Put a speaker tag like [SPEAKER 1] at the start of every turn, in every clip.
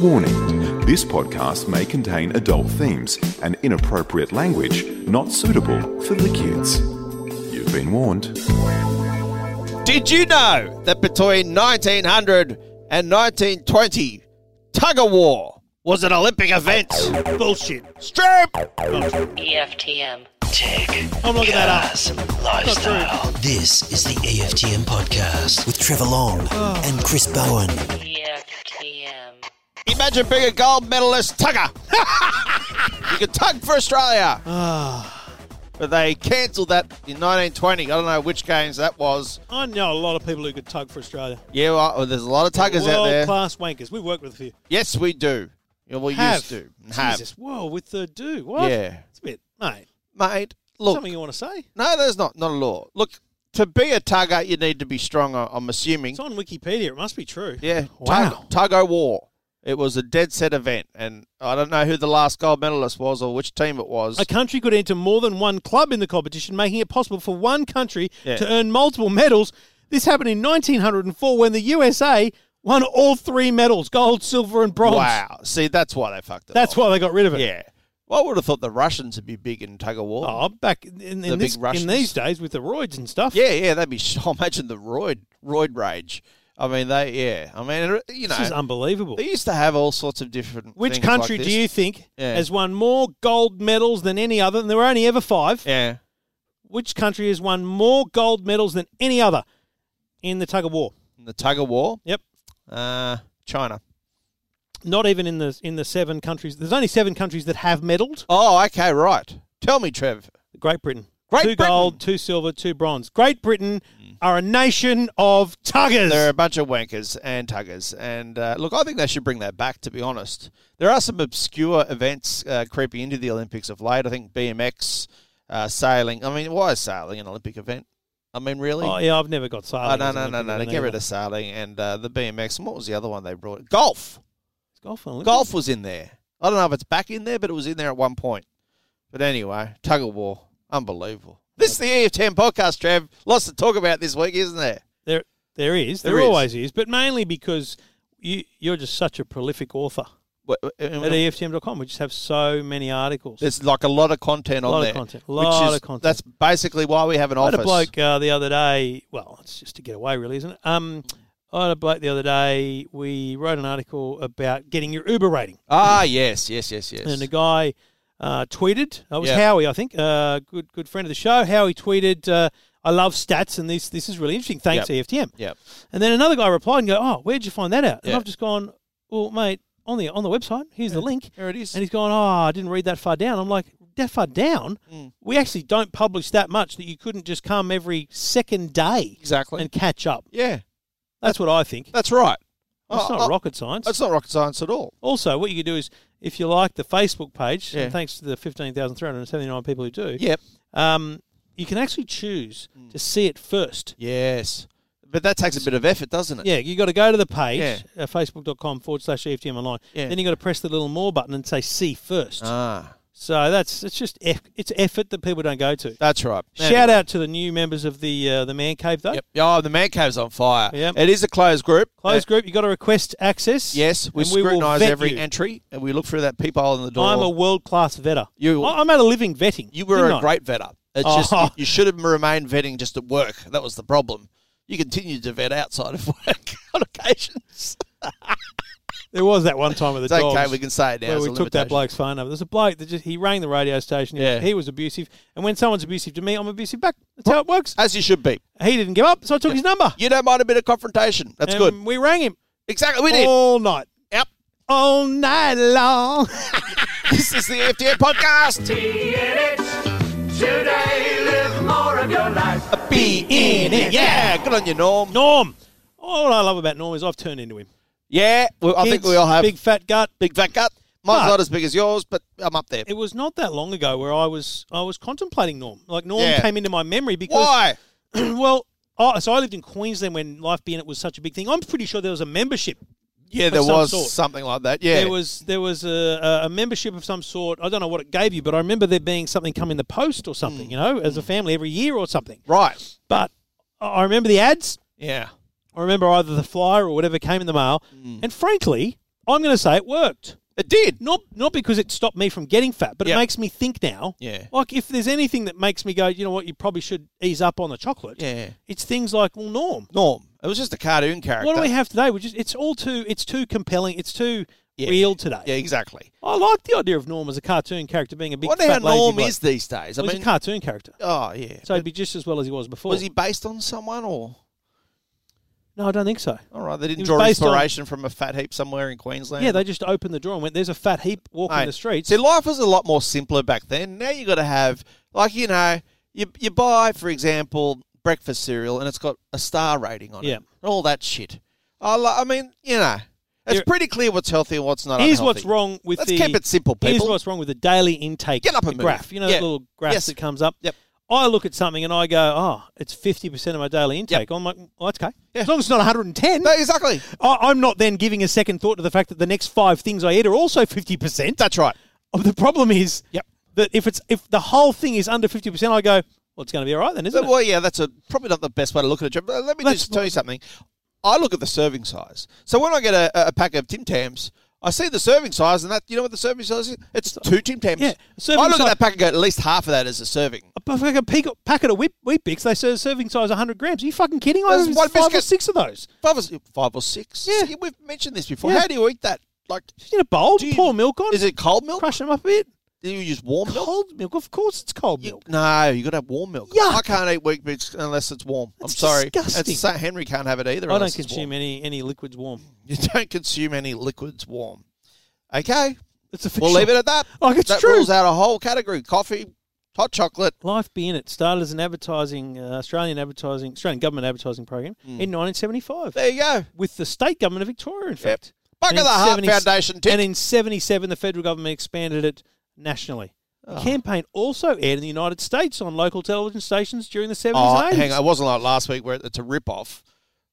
[SPEAKER 1] Warning this podcast may contain adult themes and inappropriate language not suitable for the kids. You've been warned.
[SPEAKER 2] Did you know that between 1900 and 1920, tug of war was an Olympic event?
[SPEAKER 3] Bullshit.
[SPEAKER 2] Strip!
[SPEAKER 4] EFTM.
[SPEAKER 5] Tech,
[SPEAKER 3] I'm looking that up.
[SPEAKER 5] cars, lifestyle. This is the EFTM podcast with Trevor Long and Chris Bowen.
[SPEAKER 4] EFTM.
[SPEAKER 2] Imagine being a gold medalist tugger. you could tug for Australia. but they cancelled that in 1920. I don't know which games that was.
[SPEAKER 3] I know a lot of people who could tug for Australia.
[SPEAKER 2] Yeah, well, well, there's a lot of tuggers out
[SPEAKER 3] World
[SPEAKER 2] there.
[SPEAKER 3] class wankers. We've worked with a few.
[SPEAKER 2] Yes, we do. Yeah, we
[SPEAKER 3] Have.
[SPEAKER 2] used to.
[SPEAKER 3] Jesus. Whoa, with the do. What?
[SPEAKER 2] Yeah.
[SPEAKER 3] It's a bit, mate.
[SPEAKER 2] Have. Mate, look.
[SPEAKER 3] Something you want to say?
[SPEAKER 2] No, there's not. Not at all. Look, to be a tugger, you need to be strong, I- I'm assuming.
[SPEAKER 3] It's on Wikipedia. It must be true.
[SPEAKER 2] Yeah,
[SPEAKER 3] Wow.
[SPEAKER 2] Tug o' War. It was a dead set event, and I don't know who the last gold medalist was or which team it was.
[SPEAKER 3] A country could enter more than one club in the competition, making it possible for one country
[SPEAKER 2] Yeah.
[SPEAKER 3] to earn multiple medals. This happened in 1904 when the USA won all three medals gold, silver, and bronze.
[SPEAKER 2] Wow. See, that's why they fucked it.
[SPEAKER 3] That's
[SPEAKER 2] up.
[SPEAKER 3] why they got rid of it.
[SPEAKER 2] Yeah. Well, I would have thought the Russians would be big in tug of war.
[SPEAKER 3] Oh, back in, in,
[SPEAKER 2] The big
[SPEAKER 3] this, in
[SPEAKER 2] Russians.
[SPEAKER 3] these days with the roids and stuff.
[SPEAKER 2] Yeah, yeah, that'd be. sh- I imagine the roid roid rage. I mean, they. Yeah. I mean, you
[SPEAKER 3] This is
[SPEAKER 2] know,
[SPEAKER 3] unbelievable.
[SPEAKER 2] they used to have all sorts of different.
[SPEAKER 3] Which
[SPEAKER 2] things like
[SPEAKER 3] country do
[SPEAKER 2] this.
[SPEAKER 3] you think
[SPEAKER 2] Yeah.
[SPEAKER 3] has won more gold medals than any other? And there were only ever five.
[SPEAKER 2] Yeah.
[SPEAKER 3] Which country has won more gold medals than any other in the tug of war?
[SPEAKER 2] In the tug of war.
[SPEAKER 3] Yep.
[SPEAKER 2] Uh, China.
[SPEAKER 3] Not even in the in the seven countries. There's only seven countries that have medalled.
[SPEAKER 2] Oh, okay, right. Tell me, Trev.
[SPEAKER 3] Great Britain.
[SPEAKER 2] Great
[SPEAKER 3] two
[SPEAKER 2] Britain. Mm.
[SPEAKER 3] gold, two silver, two bronze. Great Britain are a nation of tuggers.
[SPEAKER 2] They're a bunch of wankers and tuggers. And uh, look, I think they should bring that back, to be honest. There are some obscure events uh, creeping into the Olympics of late. I think BMX, uh, sailing. I mean, why is sailing an Olympic event? I mean, really?
[SPEAKER 3] oh yeah, I've never got
[SPEAKER 2] Oh,
[SPEAKER 3] sailing.
[SPEAKER 2] no,
[SPEAKER 3] as an
[SPEAKER 2] no, no,
[SPEAKER 3] Olympic
[SPEAKER 2] no, no.
[SPEAKER 3] event
[SPEAKER 2] Get
[SPEAKER 3] either.
[SPEAKER 2] rid of sailing and uh, the BMX. And what was the other one they brought? Golf.
[SPEAKER 3] Is golf. an Olympic?
[SPEAKER 2] Golf was in there. I don't know if it's back in there, but it was in there at one point. But anyway, tug of war. Unbelievable. This is the E EF10 podcast, Trev. Lots to talk about this week, isn't there?
[SPEAKER 3] There, there is. There,
[SPEAKER 2] There is.
[SPEAKER 3] always is, but mainly because you you're just such a prolific author.
[SPEAKER 2] What-
[SPEAKER 3] uh, at E EFTM.com. We just have so many articles.
[SPEAKER 2] There's like a lot of content on
[SPEAKER 3] Lot of
[SPEAKER 2] there.
[SPEAKER 3] content,
[SPEAKER 2] which
[SPEAKER 3] lot
[SPEAKER 2] is-
[SPEAKER 3] of content.
[SPEAKER 2] That's basically why we have an
[SPEAKER 3] I had
[SPEAKER 2] office.
[SPEAKER 3] a bloke uh, the other day. Well, it's just to get away, really, isn't it? Um, I had a bloke the other day. We wrote an article about getting your Uber rating,
[SPEAKER 2] Ah, yes, yes, yes, yes.
[SPEAKER 3] and a guy uh, tweeted. That was
[SPEAKER 2] Yeah.
[SPEAKER 3] Howie, I think, uh, good good friend of the show. Howie tweeted, uh, "I love stats, and this this is really interesting. Thanks, E EFTM."
[SPEAKER 2] yep.
[SPEAKER 3] And then another guy replied and go, "Oh, where'd you find that out?" And
[SPEAKER 2] Yeah.
[SPEAKER 3] I've just gone, "Well, mate, on the on the website. Here's the link."
[SPEAKER 2] There it is.
[SPEAKER 3] And he's going, Oh, I didn't read that far down. I'm like, That far down?
[SPEAKER 2] Mm.
[SPEAKER 3] We actually don't publish that much that you couldn't just come every second day
[SPEAKER 2] exactly.
[SPEAKER 3] and catch up.
[SPEAKER 2] yeah,
[SPEAKER 3] That's what I think.
[SPEAKER 2] that's right.
[SPEAKER 3] That's
[SPEAKER 2] Oh,
[SPEAKER 3] not
[SPEAKER 2] oh,
[SPEAKER 3] rocket science.
[SPEAKER 2] It's not rocket science at all.
[SPEAKER 3] Also, what you could do is if you like the Facebook page,
[SPEAKER 2] Yeah.
[SPEAKER 3] and thanks to the 15,379 people who do,
[SPEAKER 2] Yep.
[SPEAKER 3] um, you can actually choose
[SPEAKER 2] Mm.
[SPEAKER 3] to see it first.
[SPEAKER 2] Yes. But that takes a bit of effort, doesn't it?
[SPEAKER 3] Yeah, you got to go to the page,
[SPEAKER 2] Yeah.
[SPEAKER 3] uh, facebook.com forward slash E EFTM online.
[SPEAKER 2] Yeah.
[SPEAKER 3] Then you got to press the little more button and say see first.
[SPEAKER 2] Ah,
[SPEAKER 3] so that's it's just eff- it's effort that people don't go to.
[SPEAKER 2] that's right.
[SPEAKER 3] Shout out to the new members of the uh, the man cave though.
[SPEAKER 2] Yep. Oh, the man cave's on fire.
[SPEAKER 3] Yep.
[SPEAKER 2] It is a closed group. Uh,
[SPEAKER 3] Closed group, you got to request access.
[SPEAKER 2] yes, we
[SPEAKER 3] and will
[SPEAKER 2] scrutinise
[SPEAKER 3] vet
[SPEAKER 2] every
[SPEAKER 3] you.
[SPEAKER 2] entry and we look through that peephole in the door.
[SPEAKER 3] I'm a world class vetter.
[SPEAKER 2] You-
[SPEAKER 3] I, I made a living vetting.
[SPEAKER 2] you were
[SPEAKER 3] didn't
[SPEAKER 2] a
[SPEAKER 3] I?
[SPEAKER 2] great vetter. It's
[SPEAKER 3] Oh.
[SPEAKER 2] just you, you should have remained vetting just at work. That was the problem. You continued to vet outside of work on occasions.
[SPEAKER 3] There was that one time with
[SPEAKER 2] It's
[SPEAKER 3] the dogs
[SPEAKER 2] okay, we can say it now.
[SPEAKER 3] where
[SPEAKER 2] it's
[SPEAKER 3] we
[SPEAKER 2] a
[SPEAKER 3] took that
[SPEAKER 2] limitation.
[SPEAKER 3] bloke's phone number. There's a bloke that just he rang the radio station. He,
[SPEAKER 2] Yeah.
[SPEAKER 3] he was abusive, and when someone's abusive to me, I'm abusive back. That's how it works.
[SPEAKER 2] As you should be.
[SPEAKER 3] He didn't give up, so I took his number.
[SPEAKER 2] You don't mind a bit of confrontation. That's
[SPEAKER 3] Ah. And
[SPEAKER 2] good.
[SPEAKER 3] We rang him
[SPEAKER 2] Exactly, we did.
[SPEAKER 3] all night,
[SPEAKER 2] Yep.
[SPEAKER 3] all night long.
[SPEAKER 2] This is the FTN podcast.
[SPEAKER 6] Today, live more of your life.
[SPEAKER 2] Uh, Be in it. Yeah, good on you, Norm.
[SPEAKER 3] Norm. Oh, what I love about Norm is I've turned into him.
[SPEAKER 2] Yeah, well, I think
[SPEAKER 3] Kids,
[SPEAKER 2] we all have
[SPEAKER 3] big fat gut.
[SPEAKER 2] big fat gut. Mine's
[SPEAKER 3] But-
[SPEAKER 2] not as big as yours, but I'm up there.
[SPEAKER 3] it was not that long ago where I was I was contemplating Norm. Like Norm
[SPEAKER 2] Yeah.
[SPEAKER 3] came into my memory because
[SPEAKER 2] Why?
[SPEAKER 3] well, I, so I lived in Queensland when Life Being It was such a big thing. I'm pretty sure there was a membership.
[SPEAKER 2] Yeah,
[SPEAKER 3] of
[SPEAKER 2] there
[SPEAKER 3] some
[SPEAKER 2] was
[SPEAKER 3] sort.
[SPEAKER 2] something like that. Yeah.
[SPEAKER 3] There was there was a, a- a membership of some sort. I don't know what it gave you, but I remember there being something come in the post or something.
[SPEAKER 2] Hmm.
[SPEAKER 3] You know, as a family every year or something.
[SPEAKER 2] right.
[SPEAKER 3] But I- I remember the ads.
[SPEAKER 2] Yeah. Hmm.
[SPEAKER 3] I remember either the flyer or whatever came in the mail. And frankly, I'm going to say it worked.
[SPEAKER 2] It did.
[SPEAKER 3] Not not because it stopped me from getting fat, but
[SPEAKER 2] Yep.
[SPEAKER 3] it makes me think now.
[SPEAKER 2] Yeah.
[SPEAKER 3] Like if there's anything that makes me go, you know what, you probably should ease up on the chocolate.
[SPEAKER 2] Yeah, yeah.
[SPEAKER 3] It's things like, well, Norm,
[SPEAKER 2] Norm. It was just a cartoon character.
[SPEAKER 3] what do we have today? We just it's all too it's too compelling. It's too
[SPEAKER 2] Yeah.
[SPEAKER 3] real today.
[SPEAKER 2] Yeah, exactly.
[SPEAKER 3] I like the idea of Norm as a cartoon character being a
[SPEAKER 2] I
[SPEAKER 3] big
[SPEAKER 2] wonder how
[SPEAKER 3] fat lazy
[SPEAKER 2] Norm
[SPEAKER 3] bloke.
[SPEAKER 2] is these days. I
[SPEAKER 3] Well,
[SPEAKER 2] mean,
[SPEAKER 3] he's a cartoon character,
[SPEAKER 2] oh yeah.
[SPEAKER 3] so he'd be just as well as he was before.
[SPEAKER 2] was he based on someone or?
[SPEAKER 3] No, I don't think so.
[SPEAKER 2] All right, they didn't
[SPEAKER 3] was
[SPEAKER 2] draw
[SPEAKER 3] based on-
[SPEAKER 2] inspiration from a fat heap somewhere in Queensland.
[SPEAKER 3] Yeah, they just opened the drawer and went, "There's a fat heap walking
[SPEAKER 2] Mate,
[SPEAKER 3] the streets."
[SPEAKER 2] See, life was a lot more simpler back then. Now you got to have, like, you know, you, you buy, for example, breakfast cereal and it's got a star rating on
[SPEAKER 3] Yeah.
[SPEAKER 2] it. All that shit. I, li- I mean, you know, it's
[SPEAKER 3] Here-
[SPEAKER 2] pretty clear what's healthy and what's not.
[SPEAKER 3] Here's
[SPEAKER 2] unhealthy.
[SPEAKER 3] what's wrong with
[SPEAKER 2] Let's
[SPEAKER 3] the.
[SPEAKER 2] keep it simple, people.
[SPEAKER 3] Here's what's wrong with the daily intake
[SPEAKER 2] Get up and move.
[SPEAKER 3] graph. You know
[SPEAKER 2] Yeah.
[SPEAKER 3] that little graph
[SPEAKER 2] Yes.
[SPEAKER 3] that comes up.
[SPEAKER 2] Yep.
[SPEAKER 3] I look at something and I go, "Oh, it's fifty percent of my daily intake." I'm like, "Oh, that's okay. As long as it's not one hundred and ten,
[SPEAKER 2] No, exactly.
[SPEAKER 3] I'm not then giving a second thought to the fact that the next five things I eat are also fifty percent."
[SPEAKER 2] That's right.
[SPEAKER 3] The problem is
[SPEAKER 2] Yep.
[SPEAKER 3] that if it's if the whole thing is under fifty percent, I go, "Well, it's going to be all right then, isn't it?"
[SPEAKER 2] Well, yeah, that's a, probably not the best way to look at it. Jeff, But let me
[SPEAKER 3] That's
[SPEAKER 2] just tell you something. I look at the serving size. So when I get a, a pack of Tim Tams, I see the serving size, and that you know what the serving size is? It's two Tim Tams.
[SPEAKER 3] Yeah,
[SPEAKER 2] I
[SPEAKER 3] serving
[SPEAKER 2] look at
[SPEAKER 3] size-
[SPEAKER 2] that pack and go, at least half of that is a serving.
[SPEAKER 3] A fucking peak- packet of wheat, wheat bix, they serve serving size 100 grams. Are you fucking kidding? I
[SPEAKER 2] That's
[SPEAKER 3] was
[SPEAKER 2] one
[SPEAKER 3] five or
[SPEAKER 2] biscuit.
[SPEAKER 3] six of those.
[SPEAKER 2] Five or, five or six.
[SPEAKER 3] Yeah.
[SPEAKER 2] See, we've mentioned this before.
[SPEAKER 3] Yeah.
[SPEAKER 2] How do you eat that? Like,
[SPEAKER 3] In a bowl,
[SPEAKER 2] do you-
[SPEAKER 3] pour milk on,
[SPEAKER 2] Is it cold milk?
[SPEAKER 3] crush them up a bit.
[SPEAKER 2] Do you use warm milk?
[SPEAKER 3] Cold milk, of course it's cold
[SPEAKER 2] You-
[SPEAKER 3] milk.
[SPEAKER 2] no, you got to have warm milk.
[SPEAKER 3] Yuck.
[SPEAKER 2] I can't eat wheat bits unless it's warm.
[SPEAKER 3] That's
[SPEAKER 2] I'm sorry.
[SPEAKER 3] disgusting.
[SPEAKER 2] And St. Henry can't have it either.
[SPEAKER 3] I
[SPEAKER 2] unless
[SPEAKER 3] don't
[SPEAKER 2] it's
[SPEAKER 3] consume
[SPEAKER 2] warm.
[SPEAKER 3] any, any liquids warm.
[SPEAKER 2] You don't consume any liquids warm. Okay,
[SPEAKER 3] It's official.
[SPEAKER 2] we'll leave it at that.
[SPEAKER 3] Like, it's
[SPEAKER 2] that
[SPEAKER 3] true.
[SPEAKER 2] rules out a whole category: coffee, hot chocolate.
[SPEAKER 3] Life Be In It started as an advertising, uh, Australian advertising, Australian government advertising program in 1975
[SPEAKER 2] Hmm. There you go.
[SPEAKER 3] with the state government of Victoria, in fact.
[SPEAKER 2] Back
[SPEAKER 3] And
[SPEAKER 2] of
[SPEAKER 3] in
[SPEAKER 2] the Heart
[SPEAKER 3] 70
[SPEAKER 2] Foundation. Tip.
[SPEAKER 3] And in 77, the federal government expanded it nationally.
[SPEAKER 2] Ah.
[SPEAKER 3] The campaign also aired in the United States on local television stations during the 70s
[SPEAKER 2] oh,
[SPEAKER 3] and 80s.
[SPEAKER 2] hang on. It wasn't like last week where it's a rip-off.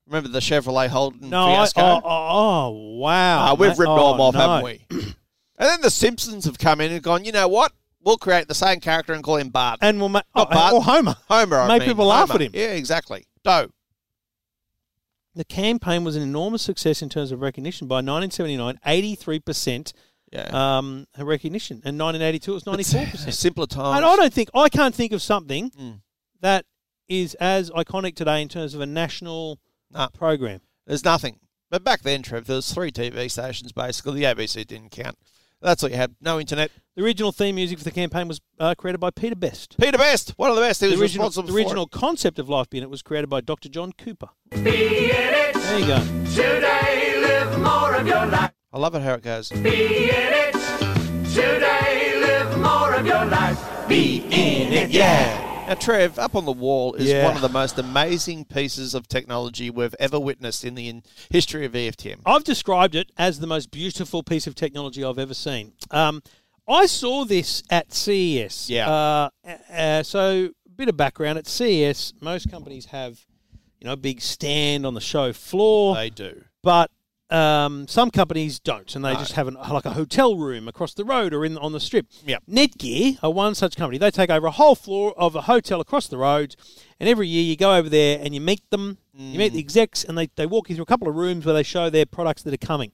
[SPEAKER 2] Remember the Chevrolet Holden
[SPEAKER 3] No, I,
[SPEAKER 2] fiasco?
[SPEAKER 3] oh, oh, oh, wow.
[SPEAKER 2] Ah, we've
[SPEAKER 3] mate.
[SPEAKER 2] ripped
[SPEAKER 3] Oh,
[SPEAKER 2] them off,
[SPEAKER 3] no.
[SPEAKER 2] haven't we? and then the Simpsons have come in and gone, you know what? We'll create the same character and call him Bart.
[SPEAKER 3] And we'll make oh,
[SPEAKER 2] Not Bart.
[SPEAKER 3] or Homer.
[SPEAKER 2] Homer, I
[SPEAKER 3] make
[SPEAKER 2] mean.
[SPEAKER 3] people laugh
[SPEAKER 2] Homer.
[SPEAKER 3] at him.
[SPEAKER 2] Yeah, exactly. No.
[SPEAKER 3] The campaign was an enormous success in terms of recognition. By 1979, 83%
[SPEAKER 2] Yeah.
[SPEAKER 3] um, recognition. And 1982, it was 94%.
[SPEAKER 2] Simpler times.
[SPEAKER 3] and I don't think, I can't think of something
[SPEAKER 2] Hmm.
[SPEAKER 3] that is as iconic today in terms of a national
[SPEAKER 2] Nah.
[SPEAKER 3] program.
[SPEAKER 2] There's nothing. But back then, Trev, there was three TV stations basically. The ABC didn't count. That's what you had. No internet.
[SPEAKER 3] The original theme music for the campaign was uh, created by Peter Best.
[SPEAKER 2] Peter Best, one of the best. He was
[SPEAKER 3] the original,
[SPEAKER 2] responsible
[SPEAKER 3] the
[SPEAKER 2] for it.
[SPEAKER 3] original concept of Life Being It was created by Dr. John Cooper.
[SPEAKER 6] Be in it
[SPEAKER 3] There you go.
[SPEAKER 6] today. Live more of your life.
[SPEAKER 2] I love it how it goes.
[SPEAKER 6] Be in it today. Live more of your life. Be in it.
[SPEAKER 2] Yeah. Now, Trev, up on the wall is
[SPEAKER 3] Yeah.
[SPEAKER 2] one of the most amazing pieces of technology we've ever witnessed in the in- history of E EFTM.
[SPEAKER 3] I've described it as the most beautiful piece of technology I've ever seen. Um, I saw this at CES.
[SPEAKER 2] Yeah.
[SPEAKER 3] Uh, uh, so, a bit of background at CES, most companies have, you know, a big stand on the show floor,
[SPEAKER 2] They do.
[SPEAKER 3] but um, some companies don't, and they just have an, like a hotel room across the road or in on the strip.
[SPEAKER 2] Yep.
[SPEAKER 3] Netgear are one such company. They take over a whole floor of a hotel across the road, and every year you go over there and you meet them, you
[SPEAKER 2] Mm.
[SPEAKER 3] meet the execs, and they, they walk you through a couple of rooms where they show their products that are coming.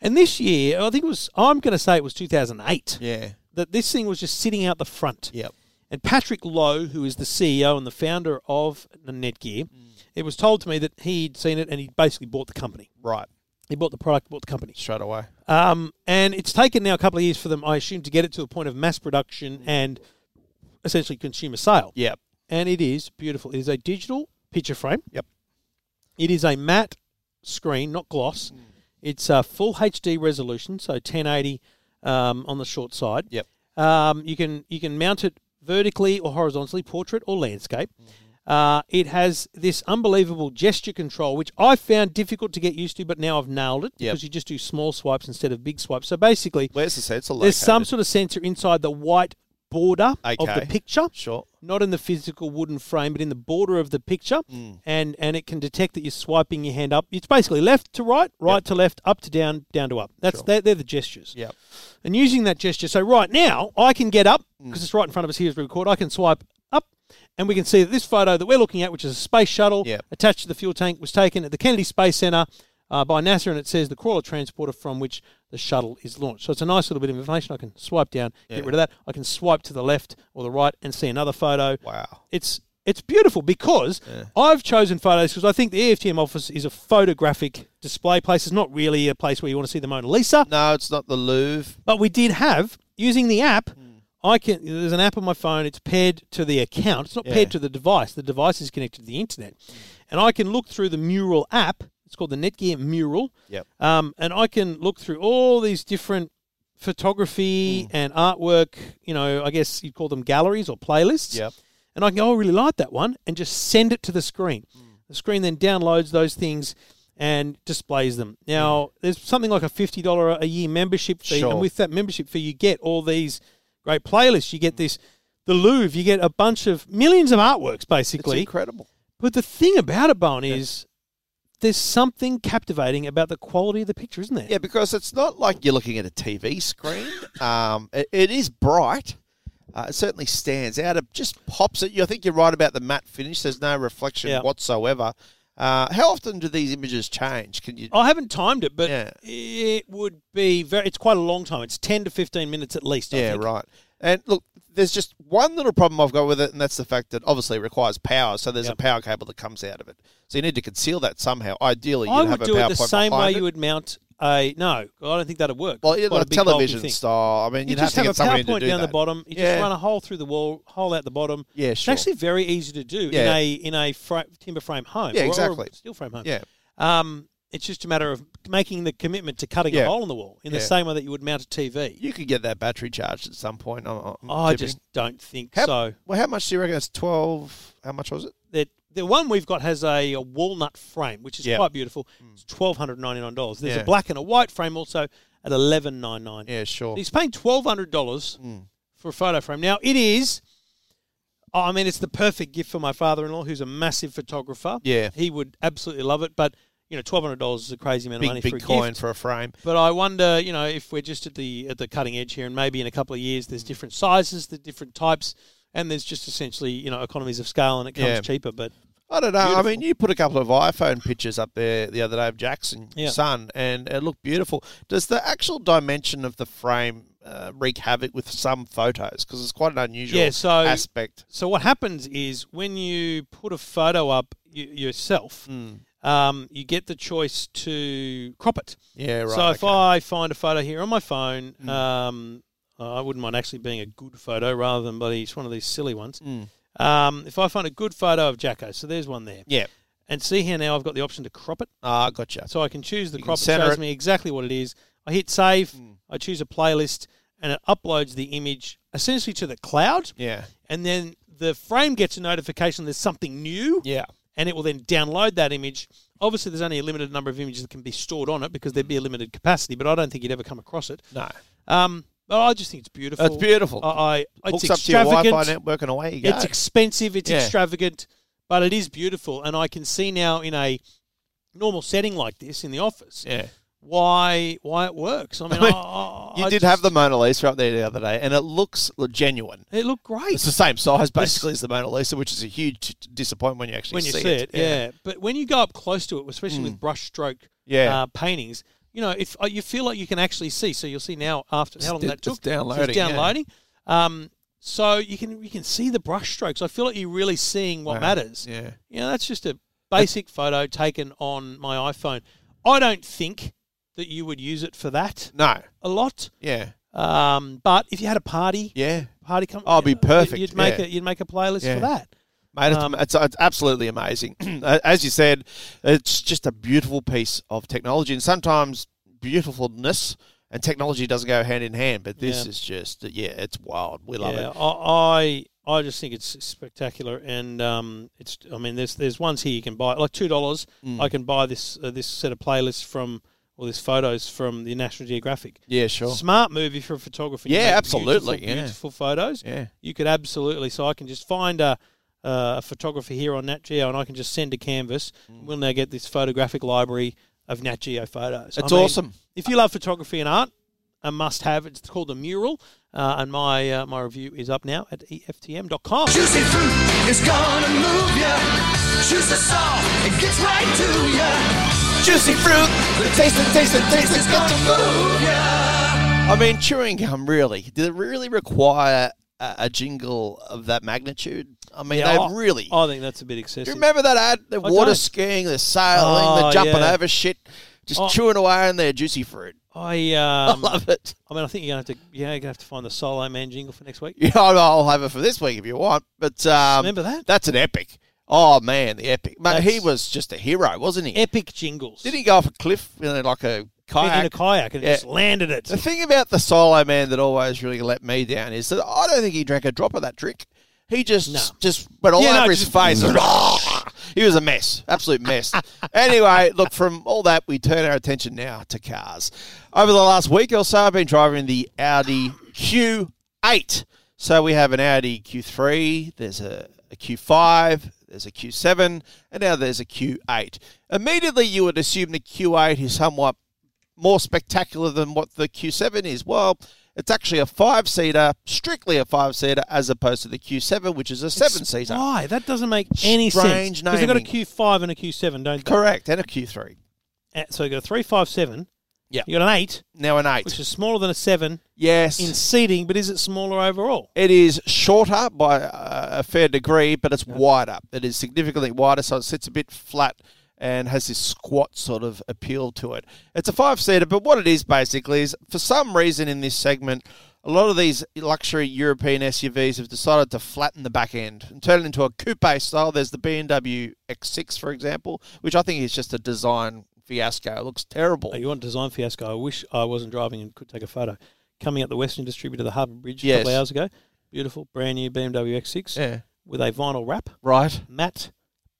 [SPEAKER 3] And this year, I think it was, I'm going to say it was 2008,
[SPEAKER 2] Yeah.
[SPEAKER 3] that this thing was just sitting out the front.
[SPEAKER 2] Yep.
[SPEAKER 3] And Patrick Lowe, who is the CEO and the founder of Netgear,
[SPEAKER 2] Mm.
[SPEAKER 3] it was told to me that he'd seen it and he basically bought the company.
[SPEAKER 2] Right.
[SPEAKER 3] He bought the product, bought the company.
[SPEAKER 2] Straight away.
[SPEAKER 3] Um, and it's taken now a couple of years for them, I assume, to get it to a point of mass production and essentially consumer sale.
[SPEAKER 2] Yep.
[SPEAKER 3] And it is beautiful. It is a digital picture frame.
[SPEAKER 2] Yep.
[SPEAKER 3] It is a matte screen, not gloss. It's a full HD resolution, so 1080 um, on the short side.
[SPEAKER 2] Yep.
[SPEAKER 3] Um, you can you can mount it vertically or horizontally, portrait or landscape. Uh, it has this unbelievable gesture control, which I found difficult to get used to, but now I've nailed it
[SPEAKER 2] Yep.
[SPEAKER 3] because you just do small swipes instead of big swipes. So basically,
[SPEAKER 2] Where's the sensor located?
[SPEAKER 3] there's some sort of sensor inside the white border of
[SPEAKER 2] Okay.
[SPEAKER 3] the picture
[SPEAKER 2] Sure.
[SPEAKER 3] not in the physical wooden frame, but in the border of the picture,
[SPEAKER 2] Mm.
[SPEAKER 3] and and it can detect that you're swiping your hand up. It's basically left to right, right to left, up to down, down to up. That's they're, they're the gestures.
[SPEAKER 2] Yep.
[SPEAKER 3] And using that gesture, so right now I can get up
[SPEAKER 2] Mm.
[SPEAKER 3] because it's right in front of us here as we record. I can swipe up, and we can see that this photo that we're looking at, which is a space shuttle
[SPEAKER 2] Yep.
[SPEAKER 3] attached to the fuel tank, was taken at the Kennedy Space Center. uh, by NASA, and it says the crawler transporter from which the shuttle is launched. So it's a nice little bit of information. I can swipe down, get rid of that. I can swipe to the left or the right and see another photo.
[SPEAKER 2] Wow.
[SPEAKER 3] It's it's beautiful because I've chosen photos because I think the E EFTM office is a photographic display place. It's not really a place where you want to see the Mona Lisa.
[SPEAKER 2] No, it's not the Louvre.
[SPEAKER 3] But we did have using the app.
[SPEAKER 2] Hmm.
[SPEAKER 3] I can. There's an app on my phone. It's paired to the account. It's not
[SPEAKER 2] Yeah. Hmm.
[SPEAKER 3] paired to the device. The device is connected to the internet, and I can look through the Mural app. It's called the Netgear Mural.
[SPEAKER 2] Yep.
[SPEAKER 3] Um, and I can look through all these different photography
[SPEAKER 2] Hmm.
[SPEAKER 3] and artwork. You know, I guess you'd call them galleries or playlists.
[SPEAKER 2] Yep.
[SPEAKER 3] And I can go, oh, I really like that one, and just send it to the screen.
[SPEAKER 2] Hmm.
[SPEAKER 3] The screen then downloads those things and displays them. Now, there's something like a fifty dollar a year membership fee,
[SPEAKER 2] Hmm. Sure.
[SPEAKER 3] and with that membership fee, you get all these great playlists. You get this, the Louvre. You get a bunch of millions of artworks,
[SPEAKER 2] It's
[SPEAKER 3] basically.
[SPEAKER 2] incredible.
[SPEAKER 3] But the thing about it, Bowen, is there's something captivating about the quality of the picture, isn't there?
[SPEAKER 2] Yeah, because it's not like you're looking at a TV screen. um, it, it is bright. Uh, it certainly stands out. It just pops it. You, I think you're right about the matte finish. There's no reflection
[SPEAKER 3] Yeah.
[SPEAKER 2] whatsoever. Uh, how often do these images change? Can you?
[SPEAKER 3] I haven't timed it, but
[SPEAKER 2] Yeah.
[SPEAKER 3] it would be very. It's quite a long time. It's ten to fifteen minutes at least. I
[SPEAKER 2] yeah,
[SPEAKER 3] think.
[SPEAKER 2] right. And look, there's just one little problem I've got with it, and that's the fact that obviously it requires power. So there's
[SPEAKER 3] Yep.
[SPEAKER 2] a power cable that comes out of it. So you need to conceal that somehow. Ideally, you'd
[SPEAKER 3] I
[SPEAKER 2] have
[SPEAKER 3] would
[SPEAKER 2] a
[SPEAKER 3] do it
[SPEAKER 2] PowerPoint
[SPEAKER 3] the same
[SPEAKER 2] behind
[SPEAKER 3] way
[SPEAKER 2] it.
[SPEAKER 3] you would mount a. No, I don't think that'd work.
[SPEAKER 2] Well,
[SPEAKER 3] It's
[SPEAKER 2] yeah,
[SPEAKER 3] quite a
[SPEAKER 2] like
[SPEAKER 3] big, bulky
[SPEAKER 2] television
[SPEAKER 3] thing.
[SPEAKER 2] style. I mean,
[SPEAKER 3] You
[SPEAKER 2] you'd
[SPEAKER 3] just
[SPEAKER 2] have
[SPEAKER 3] have,
[SPEAKER 2] to get
[SPEAKER 3] a
[SPEAKER 2] someone in to
[SPEAKER 3] PowerPoint
[SPEAKER 2] do
[SPEAKER 3] down
[SPEAKER 2] that.
[SPEAKER 3] the bottom. You
[SPEAKER 2] Yeah.
[SPEAKER 3] just run a hole through the wall, hole out the bottom.
[SPEAKER 2] Yeah,
[SPEAKER 3] It's
[SPEAKER 2] sure.
[SPEAKER 3] actually very easy to do
[SPEAKER 2] Yeah.
[SPEAKER 3] in a in a fra- timber frame home.
[SPEAKER 2] Yeah,
[SPEAKER 3] or- or
[SPEAKER 2] exactly.
[SPEAKER 3] steel frame home.
[SPEAKER 2] Yeah.
[SPEAKER 3] Um, it's just a matter of making the commitment to cutting
[SPEAKER 2] Yeah.
[SPEAKER 3] a hole in the wall in
[SPEAKER 2] Yeah.
[SPEAKER 3] the same way that you would mount a TV.
[SPEAKER 2] You could get that battery charged at some point. I'm, I'm
[SPEAKER 3] Oh, I
[SPEAKER 2] tipping.
[SPEAKER 3] just don't think
[SPEAKER 2] how,
[SPEAKER 3] so.
[SPEAKER 2] Well, how much do you reckon? That's twelve. How much was it?
[SPEAKER 3] The, the one we've got has a, a walnut frame, which is
[SPEAKER 2] Yeah. Mm.
[SPEAKER 3] quite beautiful. It's twelve hundred ninety nine dollars. There's
[SPEAKER 2] Yeah.
[SPEAKER 3] a black and a white frame also at eleven nine nine.
[SPEAKER 2] Yeah, sure.
[SPEAKER 3] He's paying twelve hundred dollars
[SPEAKER 2] Hmm.
[SPEAKER 3] for a photo frame. Now it is. oh, I mean, it's the perfect gift for my father-in-law, who's a massive photographer.
[SPEAKER 2] Yeah.
[SPEAKER 3] he would absolutely love it. But you know, twelve hundred dollars is a crazy amount of money
[SPEAKER 2] Big
[SPEAKER 3] for
[SPEAKER 2] big
[SPEAKER 3] a
[SPEAKER 2] coin
[SPEAKER 3] gift.
[SPEAKER 2] for a frame.
[SPEAKER 3] But I wonder, you know, if we're just at the at the cutting edge here, and maybe in a couple of years,
[SPEAKER 2] Hmm.
[SPEAKER 3] there's different sizes, there's different types, and there's just essentially, you know, economies of scale, and it comes
[SPEAKER 2] Yeah.
[SPEAKER 3] cheaper. But
[SPEAKER 2] I don't know. I
[SPEAKER 3] Beautiful.
[SPEAKER 2] mean, you put a couple of iPhone pictures up there the other day of Jackson,
[SPEAKER 3] Yeah.
[SPEAKER 2] son, and it looked beautiful. Does the actual dimension of the frame uh, wreak havoc with some photos? Because it's quite an unusual
[SPEAKER 3] Yeah, so-
[SPEAKER 2] aspect.
[SPEAKER 3] So what happens is when you put a photo up y- yourself,
[SPEAKER 2] Hmm.
[SPEAKER 3] um, you get the choice to crop it.
[SPEAKER 2] Yeah, right.
[SPEAKER 3] so if
[SPEAKER 2] okay. Hmm.
[SPEAKER 3] I find a photo here on my phone, um, I wouldn't mind actually being a good photo rather than bloody it's one of these silly ones. Um, if I find a good photo of Jacko, so there's one there,
[SPEAKER 2] Hmm. yeah,
[SPEAKER 3] and see here now I've got the option to crop it,
[SPEAKER 2] ah, gotcha.
[SPEAKER 3] so I can choose the
[SPEAKER 2] You can
[SPEAKER 3] crop. It
[SPEAKER 2] centre
[SPEAKER 3] shows
[SPEAKER 2] it. Hmm.
[SPEAKER 3] me exactly what it is. I hit save. I choose a playlist, and it uploads the image essentially to the cloud
[SPEAKER 2] Yeah,
[SPEAKER 3] and then the frame gets a notification there's something new,
[SPEAKER 2] yeah,
[SPEAKER 3] and it will then download that image. Obviously, there's only a limited number of images that can be stored on it because there'd
[SPEAKER 2] Mm.
[SPEAKER 3] be a limited capacity, but I don't think you'd ever come across it.
[SPEAKER 2] no,
[SPEAKER 3] Um, but I just think it's beautiful.
[SPEAKER 2] It's beautiful.
[SPEAKER 3] I, I, it's
[SPEAKER 2] hooks up to your Wi-Fi
[SPEAKER 3] extravagant.
[SPEAKER 2] network and away you go.
[SPEAKER 3] It's expensive. It's
[SPEAKER 2] Yeah.
[SPEAKER 3] extravagant, but it is beautiful, and I can see now in a normal setting like this in the office
[SPEAKER 2] yeah.
[SPEAKER 3] why why it works. I mean,
[SPEAKER 2] mean,
[SPEAKER 3] I-
[SPEAKER 2] You
[SPEAKER 3] I
[SPEAKER 2] did
[SPEAKER 3] just-
[SPEAKER 2] have the Mona Lisa up there the other day, and it looks genuine.
[SPEAKER 3] It looked great.
[SPEAKER 2] It's the same size, basically, as the Mona Lisa, which is a huge disappointment when you actually
[SPEAKER 3] when you see, it. yeah. But when you go up close to it, especially with brushstroke
[SPEAKER 2] Mm. Yeah.
[SPEAKER 3] uh, paintings, you know, if uh, you feel like you can actually see, so you'll see now after how long
[SPEAKER 2] d-
[SPEAKER 3] that took.
[SPEAKER 2] it's downloading,
[SPEAKER 3] So it's
[SPEAKER 2] yeah.
[SPEAKER 3] downloading. Um, so you can you can see the brushstrokes. I feel like you're really seeing what
[SPEAKER 2] Wow.
[SPEAKER 3] matters.
[SPEAKER 2] Yeah.
[SPEAKER 3] You know, that's just a basic photo taken on my iPhone. I don't think that you would use it for that
[SPEAKER 2] No.
[SPEAKER 3] a lot.
[SPEAKER 2] Yeah.
[SPEAKER 3] Um, but if you had a party,
[SPEAKER 2] Yeah.
[SPEAKER 3] party come,
[SPEAKER 2] Oh, it'd be
[SPEAKER 3] you'd-
[SPEAKER 2] perfect,
[SPEAKER 3] You'd make
[SPEAKER 2] yeah.
[SPEAKER 3] a, you'd make a playlist
[SPEAKER 2] Yeah.
[SPEAKER 3] for that.
[SPEAKER 2] Mate, it's,
[SPEAKER 3] Um,
[SPEAKER 2] it's, it's absolutely amazing. As you said, it's just a beautiful piece of technology, and sometimes beautifulness and technology doesn't go hand in hand. But this
[SPEAKER 3] Yeah.
[SPEAKER 2] is just, yeah, it's wild. We love
[SPEAKER 3] yeah,
[SPEAKER 2] it.
[SPEAKER 3] I, I I just think it's spectacular, and um, it's I mean, there's there's ones here you can buy like two dollars.
[SPEAKER 2] Mm.
[SPEAKER 3] I can buy this uh, this set of playlists from or this photos from the National Geographic.
[SPEAKER 2] Yeah, sure.
[SPEAKER 3] Smart movie for a photographer. You
[SPEAKER 2] Yeah,
[SPEAKER 3] make
[SPEAKER 2] absolutely,
[SPEAKER 3] Beautiful,
[SPEAKER 2] yeah.
[SPEAKER 3] beautiful photos.
[SPEAKER 2] Yeah.
[SPEAKER 3] you could absolutely. So I can just find a. Uh, a photographer here on Nat Geo, and I can just send a canvas.
[SPEAKER 2] Mm.
[SPEAKER 3] We'll now get this photographic library of Nat Geo photos. I
[SPEAKER 2] It's
[SPEAKER 3] mean,
[SPEAKER 2] awesome.
[SPEAKER 3] If you love photography and art, a must have. It's called a mural, uh, and my uh, my review is up now at E eftm.com.
[SPEAKER 7] Juicy fruit is gonna move ya. Juice the soft, it gets right to ya. Juicy fruit
[SPEAKER 2] The taste, the taste, the taste is gone.
[SPEAKER 7] move
[SPEAKER 2] I mean, chewing gum, really? Did it really require a, a jingle of that magnitude? I mean,
[SPEAKER 3] Yeah,
[SPEAKER 2] they really.
[SPEAKER 3] I think that's a bit
[SPEAKER 2] Do you
[SPEAKER 3] excessive.
[SPEAKER 2] remember that ad? The
[SPEAKER 3] I
[SPEAKER 2] water
[SPEAKER 3] don't.
[SPEAKER 2] skiing, the sailing, the
[SPEAKER 3] Oh,
[SPEAKER 2] jumping
[SPEAKER 3] yeah.
[SPEAKER 2] over shit, just
[SPEAKER 3] Oh.
[SPEAKER 2] chewing away on their juicy fruit.
[SPEAKER 3] I,
[SPEAKER 2] I
[SPEAKER 3] um, I,
[SPEAKER 2] love it.
[SPEAKER 3] mean, I think you're gonna have to, yeah, you're gonna have to find the solo man jingle for next week.
[SPEAKER 2] Yeah, I'll- I'll have it for this week if you want. But um,
[SPEAKER 3] Remember that?
[SPEAKER 2] That's an epic. Oh man, the epic. Mate, he
[SPEAKER 3] That's-
[SPEAKER 2] was just a hero, wasn't he?
[SPEAKER 3] Epic jingles.
[SPEAKER 2] Did he go off a cliff in a- like a
[SPEAKER 3] Been
[SPEAKER 2] kayak?
[SPEAKER 3] in a kayak and
[SPEAKER 2] Yeah.
[SPEAKER 3] just landed it?
[SPEAKER 2] the thing about the solo man that always really let me down is that I don't think he drank a drop of that drink. He just
[SPEAKER 3] No.
[SPEAKER 2] just went all
[SPEAKER 3] Yeah, no,
[SPEAKER 2] over his
[SPEAKER 3] just-
[SPEAKER 2] face. he was a mess, absolute mess. anyway, look, from all that, we turn our attention now to cars. Over the last week or so, I've been driving the Audi Q8. So we have an Audi Q3, there's a, a Q5, there's a Q7, and now there's a Q8. Immediately, you would assume the Q8 is somewhat more spectacular than what the Q7 is? Well, it's actually a five seater, strictly a five seater, as opposed to the Q7, which is a seven seater.
[SPEAKER 3] Why? That doesn't make any
[SPEAKER 2] Strange
[SPEAKER 3] sense. Because they've got a
[SPEAKER 2] naming.
[SPEAKER 3] Q5 and a Q7, don't they?
[SPEAKER 2] Correct, and a Q3.
[SPEAKER 3] Uh, So you've got a 357.
[SPEAKER 2] Yeah.
[SPEAKER 3] you got an 8,
[SPEAKER 2] Now an eight.
[SPEAKER 3] which is smaller than a 7
[SPEAKER 2] yes.
[SPEAKER 3] in seating, but is it smaller overall?
[SPEAKER 2] it is shorter by uh, a fair degree, but it's wider. It is significantly wider, so it sits a bit flat and has this squat sort of appeal to it. It's a five seater, but what it is basically is for some reason in this segment, a lot of these luxury European SUVs have decided to flatten the back end and turn it into a coupe style. There's the BMW X6, for example, which I think is just a design fiasco. It looks terrible.
[SPEAKER 3] Oh, you want design fiasco? I wish I wasn't driving and could take a photo. Coming up the Western Distributor, the Harbour Bridge, a couple
[SPEAKER 2] Yes.
[SPEAKER 3] of hours ago. Beautiful, brand new BMW X6
[SPEAKER 2] Yeah.
[SPEAKER 3] with a vinyl wrap,
[SPEAKER 2] Right.
[SPEAKER 3] matte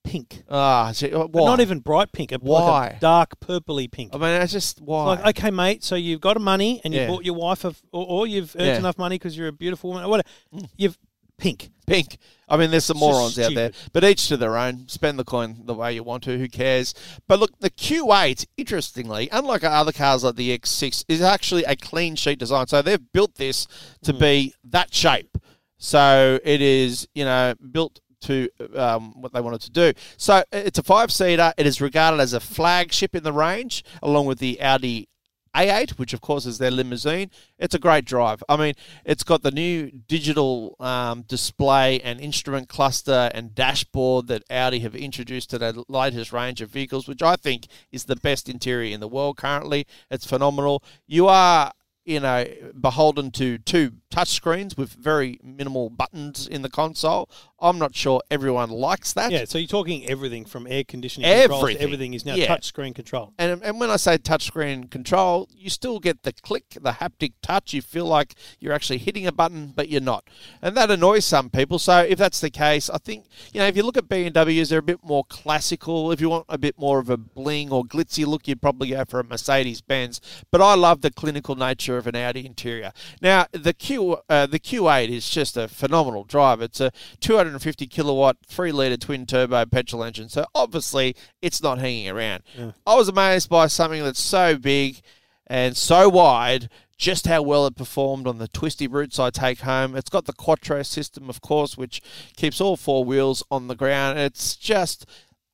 [SPEAKER 3] pink.
[SPEAKER 2] Ah, see, uh,
[SPEAKER 3] But
[SPEAKER 2] why?
[SPEAKER 3] not even bright pink. A, Like
[SPEAKER 2] Why?
[SPEAKER 3] a dark purpley pink.
[SPEAKER 2] I mean, it's just why?
[SPEAKER 3] Like, okay, mate, so you've got money and you
[SPEAKER 2] Yeah.
[SPEAKER 3] bought your wife, a, or, or you've earned
[SPEAKER 2] Yeah. Mm.
[SPEAKER 3] enough money because you're a beautiful woman. or Whatever. You've pink.
[SPEAKER 2] pink. I mean, there's some
[SPEAKER 3] It's just
[SPEAKER 2] morons out there, but each to their own. Spend the coin the way you want to. Who cares? But look, the Q8, interestingly, unlike our other cars like the X6, is actually a clean sheet design. So they've built this to
[SPEAKER 3] Hmm.
[SPEAKER 2] be that shape. So it is, you know, built to um, what they wanted to do. So uh, it's a five seater. It is regarded as a flagship in the range, along with the Audi a8, which of course is their limousine. It's a great drive. I mean, it's got the new digital um, display and instrument cluster and dashboard that Audi have introduced to their latest range of vehicles, which I think is the best interior in the world currently. It's phenomenal. You are you know, beholden to two touch screens with very minimal buttons in the console. I'm not sure everyone likes that.
[SPEAKER 3] Yeah, so you're talking everything from air conditioning controls to
[SPEAKER 2] Everything.
[SPEAKER 3] everything is now
[SPEAKER 2] Yeah.
[SPEAKER 3] touch screen control.
[SPEAKER 2] And, and when I say touchscreen control, you still get the click, the haptic touch. You feel like you're actually hitting a button, but you're not. And that annoys some people. So if that's the case, I think, you know, if you look at BMWs, they're a bit more classical. If you want a bit more of a bling or glitzy look, you'd probably go for a Mercedes Benz. But I love the clinical nature of an Audi interior. Now, the, Q, uh, the Q8 is just a phenomenal drive. It's a 250 kilowatt, 3 litre twin turbo petrol engine. So obviously, it's not hanging around. I was amazed by something that's so big and so wide, just how well it performed on the twisty routes I take home. It's got the Quattro system, of course, which keeps all four wheels on the ground. It's just,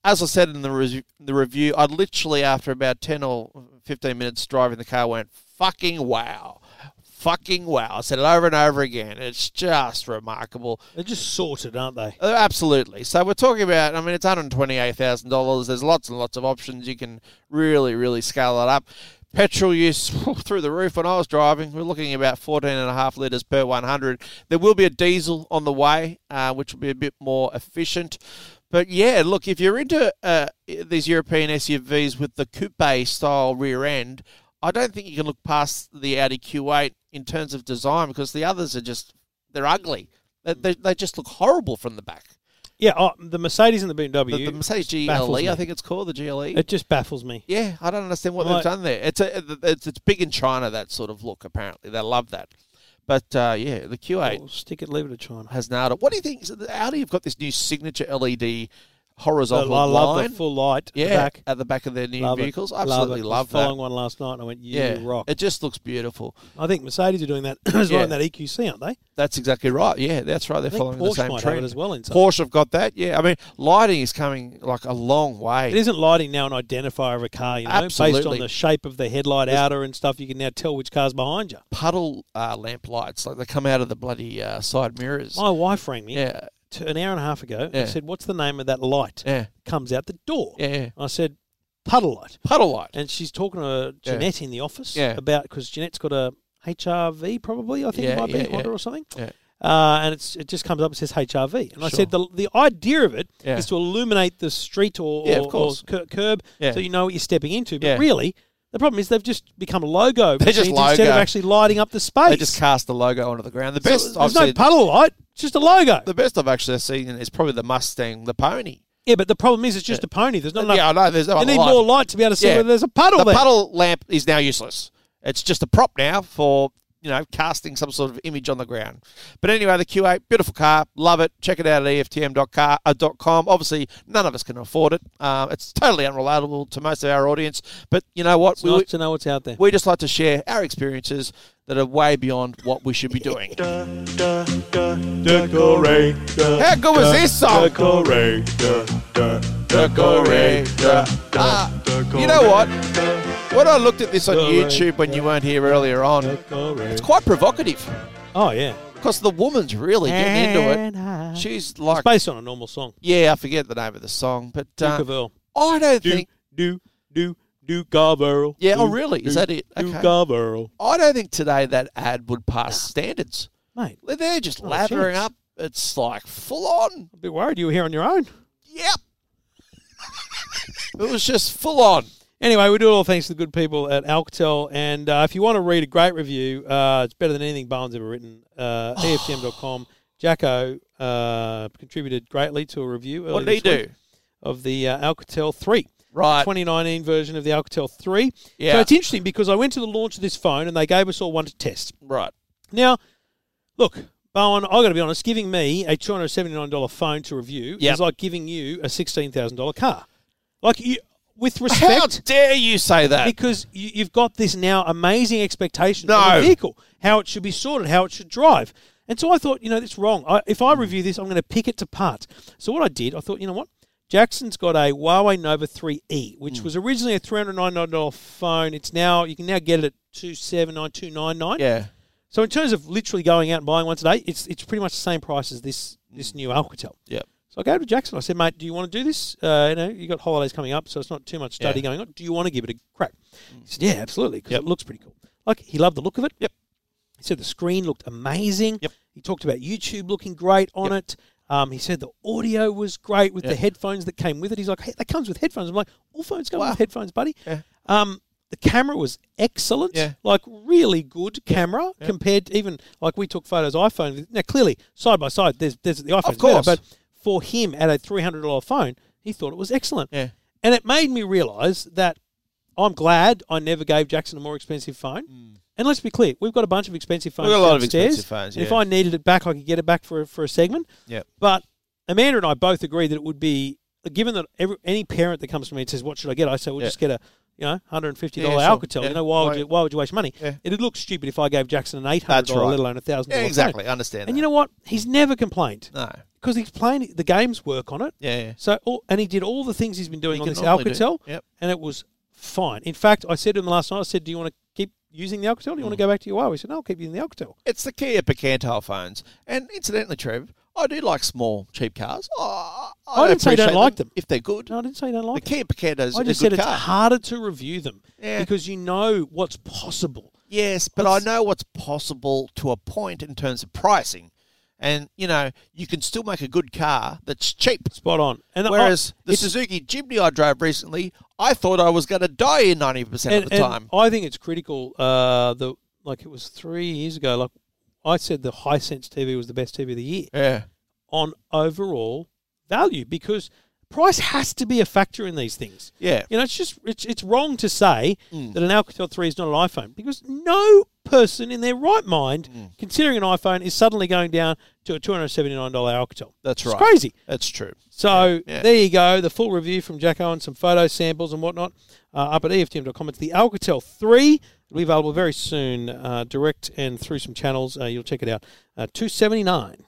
[SPEAKER 2] as I said in the, re- the review, I literally, after about 10 or 15 minutes driving the car, went, fucking wow. Fucking wow. I said it over and over again. It's just remarkable.
[SPEAKER 3] They're just sorted, aren't they?
[SPEAKER 2] Uh, Absolutely. So we're talking about. I mean, it's one hundred twenty-eight thousand dollars. There's lots and lots of options. You can really, really scale that up. Petrol use through the roof when I was driving. We're looking at about 14 and a half litres per 100. There will be a diesel on the way, uh, which will be a bit more efficient. But yeah, look, if you're into uh, these European SUVs with the coupe style rear end, I don't think you can look past the Audi Q8 in terms of design because the others are just, they're ugly. They, they, they just look horrible from the back.
[SPEAKER 3] Yeah, oh, the Mercedes and the BMW.
[SPEAKER 2] The, the Mercedes
[SPEAKER 3] baffles me.
[SPEAKER 2] GLE, I think it's called the GLE.
[SPEAKER 3] It just baffles me.
[SPEAKER 2] yeah, I don't understand what
[SPEAKER 3] Right.
[SPEAKER 2] they've done there. It's a, it's it's big in China that sort of look. Apparently, they love that. But uh, yeah, the Q8
[SPEAKER 3] Well, stick it, leave it to China.
[SPEAKER 2] has nailed it. What do you think? So the Audi have got this new signature LED
[SPEAKER 3] I
[SPEAKER 2] E horizontal
[SPEAKER 3] love
[SPEAKER 2] line.
[SPEAKER 3] the full light
[SPEAKER 2] yeah,
[SPEAKER 3] at the back.
[SPEAKER 2] at the back of their new
[SPEAKER 3] Love it.
[SPEAKER 2] vehicles.
[SPEAKER 3] Love it.
[SPEAKER 2] Absolutely
[SPEAKER 3] Was
[SPEAKER 2] love,
[SPEAKER 3] Following
[SPEAKER 2] that.
[SPEAKER 3] one last night, and I went, "You
[SPEAKER 2] Yeah,
[SPEAKER 3] rock."
[SPEAKER 2] it just looks beautiful.
[SPEAKER 3] I think Mercedes are doing that as well
[SPEAKER 2] Yeah.
[SPEAKER 3] in that EQC, aren't they?
[SPEAKER 2] That's exactly right. Yeah, that's right. They're
[SPEAKER 3] think
[SPEAKER 2] following
[SPEAKER 3] Porsche
[SPEAKER 2] the same
[SPEAKER 3] might have
[SPEAKER 2] trend
[SPEAKER 3] it as well in some.
[SPEAKER 2] Porsche have got that. Yeah, I mean, lighting is coming like a long way.
[SPEAKER 3] It isn't lighting now an identifier of a car, you know, based on
[SPEAKER 2] Absolutely.
[SPEAKER 3] the shape of the headlight outer and stuff. You can now tell which car's behind you.
[SPEAKER 2] Puddle uh, lamp lights, like they come out of the bloody uh, side mirrors.
[SPEAKER 3] My wife rang me
[SPEAKER 2] yeah,
[SPEAKER 3] t- an hour and a half ago
[SPEAKER 2] Yeah.
[SPEAKER 3] and said, "What's the name of that light?"
[SPEAKER 2] yeah,
[SPEAKER 3] Comes out the door.
[SPEAKER 2] yeah, yeah.
[SPEAKER 3] I said, "Puddle light."
[SPEAKER 2] Puddle light.
[SPEAKER 3] And she's talking to
[SPEAKER 2] Yeah.
[SPEAKER 3] Jeanette in the office
[SPEAKER 2] Yeah.
[SPEAKER 3] about because Jeanette's got a HRV probably I think
[SPEAKER 2] Yeah,
[SPEAKER 3] it might
[SPEAKER 2] yeah,
[SPEAKER 3] be
[SPEAKER 2] yeah.
[SPEAKER 3] Honda or something.
[SPEAKER 2] Yeah.
[SPEAKER 3] Uh, and it's it just comes up and says HRV, and I
[SPEAKER 2] Sure.
[SPEAKER 3] said the the idea of it is
[SPEAKER 2] Yeah.
[SPEAKER 3] to illuminate the street or
[SPEAKER 2] Yeah, of
[SPEAKER 3] or, or
[SPEAKER 2] course.
[SPEAKER 3] cur- curb
[SPEAKER 2] Yeah.
[SPEAKER 3] so you know what you're stepping into. But
[SPEAKER 2] Yeah.
[SPEAKER 3] really, the problem is they've just become logo
[SPEAKER 2] They're just
[SPEAKER 3] machines instead of
[SPEAKER 2] logo.
[SPEAKER 3] actually lighting up the space.
[SPEAKER 2] They just cast the logo onto the ground. The
[SPEAKER 3] So
[SPEAKER 2] best I've
[SPEAKER 3] there's no
[SPEAKER 2] seen,
[SPEAKER 3] puddle light, it's just a logo.
[SPEAKER 2] the best I've actually seen is probably the Mustang, the pony.
[SPEAKER 3] yeah, but the problem is it's just a pony. There's not enough.
[SPEAKER 2] yeah, I know. There's no
[SPEAKER 3] you
[SPEAKER 2] other
[SPEAKER 3] need
[SPEAKER 2] light.
[SPEAKER 3] more light to be able to see
[SPEAKER 2] Yeah.
[SPEAKER 3] whether there's a puddle
[SPEAKER 2] the
[SPEAKER 3] there.
[SPEAKER 2] puddle lamp is now useless. It's just a prop now for you know casting some sort of image on the ground. But anyway, the Q8, beautiful car, love it. Check it out at eftm.car, uh, dot com. Obviously, none of us can afford it. Um, it's totally unrelatable to most of our audience. But you know what?
[SPEAKER 3] It's
[SPEAKER 2] We,
[SPEAKER 3] nice to know what's out there.
[SPEAKER 2] we just like to share our experiences that are way beyond what we should be doing.
[SPEAKER 8] Decorator.
[SPEAKER 2] How good was this song?
[SPEAKER 8] Decorator.
[SPEAKER 2] Decorator.
[SPEAKER 8] Decorator.
[SPEAKER 2] Ah, you know what? When I looked at this on YouTube when you weren't here earlier on, it's quite provocative.
[SPEAKER 3] Oh yeah,
[SPEAKER 2] Because the woman's really getting into
[SPEAKER 3] I-
[SPEAKER 2] it. She's like,
[SPEAKER 3] based on a normal song.
[SPEAKER 2] yeah, I forget the name of the song, but
[SPEAKER 3] Duke
[SPEAKER 2] uh,
[SPEAKER 3] of Earl.
[SPEAKER 2] I don't
[SPEAKER 3] Do
[SPEAKER 2] think,
[SPEAKER 3] do do do Garberl.
[SPEAKER 2] Yeah, oh, really? Is that it?
[SPEAKER 3] Do
[SPEAKER 2] Okay.
[SPEAKER 3] Garberl,
[SPEAKER 2] I don't think today that ad would pass standards.
[SPEAKER 3] mate.
[SPEAKER 2] They're just
[SPEAKER 3] Ah. Oh,
[SPEAKER 2] lathering
[SPEAKER 3] jeez.
[SPEAKER 2] up. It's like full on.
[SPEAKER 3] I'd be worried you were here on your own.
[SPEAKER 2] Yep. it was just full on.
[SPEAKER 3] Anyway, we do it all thanks to the good people at Alcatel. And uh, if you want to read a great review, uh, it's better than anything Barnes ever written. Uh, EFTM.com. Jacko uh, contributed greatly to a review earlier
[SPEAKER 2] What did he
[SPEAKER 3] this
[SPEAKER 2] do?
[SPEAKER 3] week of the uh, Alcatel 3.
[SPEAKER 2] Right.
[SPEAKER 3] 2019 version of the Alcatel 3. So
[SPEAKER 2] Yeah.
[SPEAKER 3] it's interesting because I went to the launch of this phone and they gave us all one to test.
[SPEAKER 2] Right.
[SPEAKER 3] Now, look, Bowen, I've got to be honest, giving me a $279 phone to review
[SPEAKER 2] Yep.
[SPEAKER 3] is like giving you a $16,000 car. Like, you, with
[SPEAKER 2] How
[SPEAKER 3] respect,
[SPEAKER 2] dare you say that?
[SPEAKER 3] because you, you've got this now amazing expectation of
[SPEAKER 2] No.
[SPEAKER 3] the vehicle, how it should be sorted, how it should drive. And so I thought, you know, that's wrong. I, if I review this, I'm going to pick it to part. So what I did, I thought, you know what? Jackson's got a Huawei Nova 3e, which
[SPEAKER 2] Hmm.
[SPEAKER 3] was originally a $399 phone. It's now, you can now get it at 279 299
[SPEAKER 2] yeah.
[SPEAKER 3] so in terms of literally going out and buying one today, it's it's pretty much the same price as this this new Alcatel.
[SPEAKER 2] Yep.
[SPEAKER 3] So I go to Jackson. I said, mate, do you want to do this? Uh, you know, you got holidays coming up, so it's not too much study
[SPEAKER 2] Yeah. Mm.
[SPEAKER 3] going on. Do you want to give it a crack? He said, yeah, absolutely, because
[SPEAKER 2] Yep.
[SPEAKER 3] it looks pretty cool. Like he loved the look of it.
[SPEAKER 2] Yep.
[SPEAKER 3] He said the screen looked amazing.
[SPEAKER 2] Yep.
[SPEAKER 3] He talked about YouTube looking great on it. Um, he said the audio was great with the
[SPEAKER 2] Yep.
[SPEAKER 3] headphones that came with it. He's like, hey, that comes with headphones. I'm like, all phones come
[SPEAKER 2] Wow.
[SPEAKER 3] with headphones, buddy.
[SPEAKER 2] Yeah.
[SPEAKER 3] Um, the camera was excellent,
[SPEAKER 2] Yeah.
[SPEAKER 3] like really good camera compared to even like we took photos iPhone. Now clearly side by side, there's there's the iPhone,
[SPEAKER 2] course.
[SPEAKER 3] but for him at a three hundred dollar phone, he thought it was excellent.
[SPEAKER 2] Yeah.
[SPEAKER 3] And it made me realise that I'm glad I never gave Jackson a more expensive phone. And let's be clear, we've got a bunch of expensive phones.
[SPEAKER 2] Mm. We've got a lot of
[SPEAKER 3] downstairs,
[SPEAKER 2] expensive phones,
[SPEAKER 3] and If
[SPEAKER 2] yeah.
[SPEAKER 3] I needed it back, I could get it back for for a segment.
[SPEAKER 2] Yep.
[SPEAKER 3] But Amanda and I both agree that it would be given that every, any parent that comes to me and says, "What should I get?" I say, "We'll
[SPEAKER 2] Yeah.
[SPEAKER 3] just get a you know hundred and fifty dollar
[SPEAKER 2] Yeah, sure.
[SPEAKER 3] Alcatel."
[SPEAKER 2] Yeah.
[SPEAKER 3] You know why would
[SPEAKER 2] Why-
[SPEAKER 3] you, why would you waste money?
[SPEAKER 2] Yeah.
[SPEAKER 3] It'd look stupid if I gave Jackson an eight hundred
[SPEAKER 2] That's
[SPEAKER 3] dollar,
[SPEAKER 2] right.
[SPEAKER 3] let alone a thousand.
[SPEAKER 2] Yeah, exactly. I understand. that.
[SPEAKER 3] And you know what? He's never complained
[SPEAKER 2] no.
[SPEAKER 3] because he's playing the games work on it.
[SPEAKER 2] Yeah. yeah.
[SPEAKER 3] So all, and he did all the things he's been doing
[SPEAKER 2] He
[SPEAKER 3] on
[SPEAKER 2] can
[SPEAKER 3] this
[SPEAKER 2] normally do.
[SPEAKER 3] Alcatel,
[SPEAKER 2] Yep.
[SPEAKER 3] and it was fine. In fact, I said to him last night, I said, "Do you want to keep using the Alcatel? Do you want to
[SPEAKER 2] Mm.
[SPEAKER 3] go back to your Huawei?" He said, "No, I'll keep using the Alcatel."
[SPEAKER 2] It's the Kia Picanto phones. And incidentally, Trev, I do like small, cheap cars. Oh, I,
[SPEAKER 3] I didn't say I don't
[SPEAKER 2] appreciate
[SPEAKER 3] like them.
[SPEAKER 2] If they're good.
[SPEAKER 3] No, I didn't say you don't
[SPEAKER 2] the
[SPEAKER 3] like it.
[SPEAKER 2] Kia Picanto's
[SPEAKER 3] I
[SPEAKER 2] a good
[SPEAKER 3] just said it's
[SPEAKER 2] car.
[SPEAKER 3] harder to review them
[SPEAKER 2] Yeah.
[SPEAKER 3] because you know what's possible.
[SPEAKER 2] Yes, but
[SPEAKER 3] What's-
[SPEAKER 2] I know what's possible to a point in terms of pricing. And, you know, you can still make a good car that's cheap.
[SPEAKER 3] Spot on. And I-
[SPEAKER 2] Whereas the
[SPEAKER 3] it's-
[SPEAKER 2] Suzuki Jimny I drove recently, I thought I was going to die in 90%
[SPEAKER 3] and,
[SPEAKER 2] of the
[SPEAKER 3] and
[SPEAKER 2] time.
[SPEAKER 3] I think it's critical. Uh, the like it was three years ago. Like I said, the Hisense TV was the best TV of the year
[SPEAKER 2] Yeah.
[SPEAKER 3] on overall value because price has to be a factor in these things.
[SPEAKER 2] Yeah. Mm.
[SPEAKER 3] You know, it's just it's, it's wrong to say that an Alcatel 3 is not an iPhone because no person in their right mind
[SPEAKER 2] Mm.
[SPEAKER 3] considering an iPhone is suddenly going down to a $279 Alcatel.
[SPEAKER 2] That's right.
[SPEAKER 3] It's crazy.
[SPEAKER 2] That's true.
[SPEAKER 3] So
[SPEAKER 2] Yeah.
[SPEAKER 3] there you go. The full review from Jacko and some photo samples and whatnot uh, up at EFTM.com. It's the Alcatel 3. It'll be available very soon, uh, direct and through some channels. Uh, you'll check it out. Uh, 279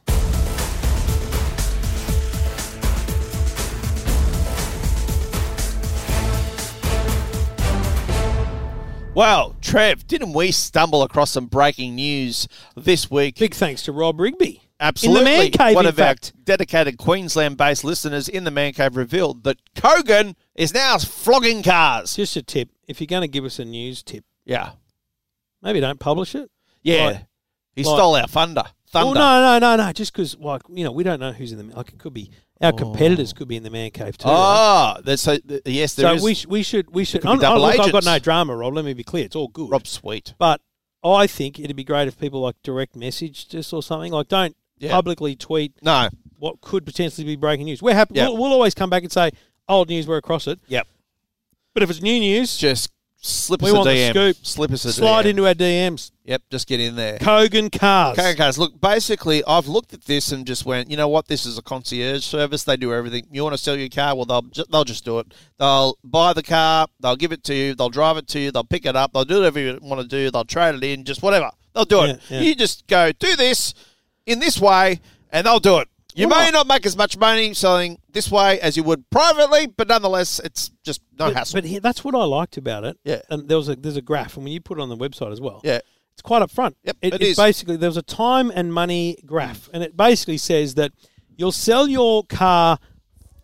[SPEAKER 2] Well, Trev, didn't we stumble across some breaking news this week?
[SPEAKER 3] Big thanks to Rob Rigby.
[SPEAKER 2] Absolutely.
[SPEAKER 3] In the man cave,
[SPEAKER 2] One
[SPEAKER 3] in
[SPEAKER 2] of
[SPEAKER 3] fact.
[SPEAKER 2] our dedicated Queensland based listeners in the Man Cave revealed that Kogan is now flogging cars.
[SPEAKER 3] Just a tip. If you're going to give us a news tip,
[SPEAKER 2] Yeah.
[SPEAKER 3] maybe don't publish it.
[SPEAKER 2] Yeah.
[SPEAKER 3] Like-
[SPEAKER 2] he
[SPEAKER 3] like-
[SPEAKER 2] stole our thunder. Thunder.
[SPEAKER 3] Well, no, no, no, no. Just because, like, you know, we don't know who's in the like. It could be
[SPEAKER 2] Oh.
[SPEAKER 3] our competitors could be in the man cave too. right?
[SPEAKER 2] Ah, that's so. th- yes, there
[SPEAKER 3] so
[SPEAKER 2] is
[SPEAKER 3] we sh- we should we should.
[SPEAKER 2] could be
[SPEAKER 3] I'm- I'm-
[SPEAKER 2] double
[SPEAKER 3] look, I've got
[SPEAKER 2] agents.
[SPEAKER 3] no drama, Rob. Let me be clear. It's all good.
[SPEAKER 2] Rob Sweet.
[SPEAKER 3] But I think it'd be great if people like direct messaged us or something. Like, don't
[SPEAKER 2] Yeah.
[SPEAKER 3] publicly tweet
[SPEAKER 2] No.
[SPEAKER 3] what could potentially be breaking news. We're happy.
[SPEAKER 2] Yeah.
[SPEAKER 3] We'll, we'll always come back and say old news. We're across it.
[SPEAKER 2] Yep.
[SPEAKER 3] But if it's new news,
[SPEAKER 2] Just slip
[SPEAKER 3] We
[SPEAKER 2] us a
[SPEAKER 3] want the
[SPEAKER 2] DM.
[SPEAKER 3] scoop.
[SPEAKER 2] Slip us a
[SPEAKER 3] slide
[SPEAKER 2] DM.
[SPEAKER 3] into our DMs.
[SPEAKER 2] Yep. Just get in there.
[SPEAKER 3] Kogan cars.
[SPEAKER 2] Okay, guys. Look, basically, I've looked at this and just went, you know what? This is a concierge service. They do everything. You want to sell your car? Well, they'll ju- they'll just do it. They'll buy the car. They'll give it to you. They'll drive it to you. They'll pick it up. They'll do whatever you want to do. They'll trade it in. Just whatever. They'll do it.
[SPEAKER 3] Yeah, yeah.
[SPEAKER 2] You just go do this in this way, and they'll do it. You
[SPEAKER 3] Why
[SPEAKER 2] may not make as much money selling this way as you would privately, but nonetheless, it's just no
[SPEAKER 3] But,
[SPEAKER 2] hassle.
[SPEAKER 3] but he- that's what I liked about it.
[SPEAKER 2] Yeah.
[SPEAKER 3] And there was a there's a graph, and when you put it on the website as well.
[SPEAKER 2] yeah,
[SPEAKER 3] It's quite upfront.
[SPEAKER 2] Yep, it
[SPEAKER 3] it, it's
[SPEAKER 2] is. Mm.
[SPEAKER 3] basically there was a time and money graph, and it basically says that you'll sell your car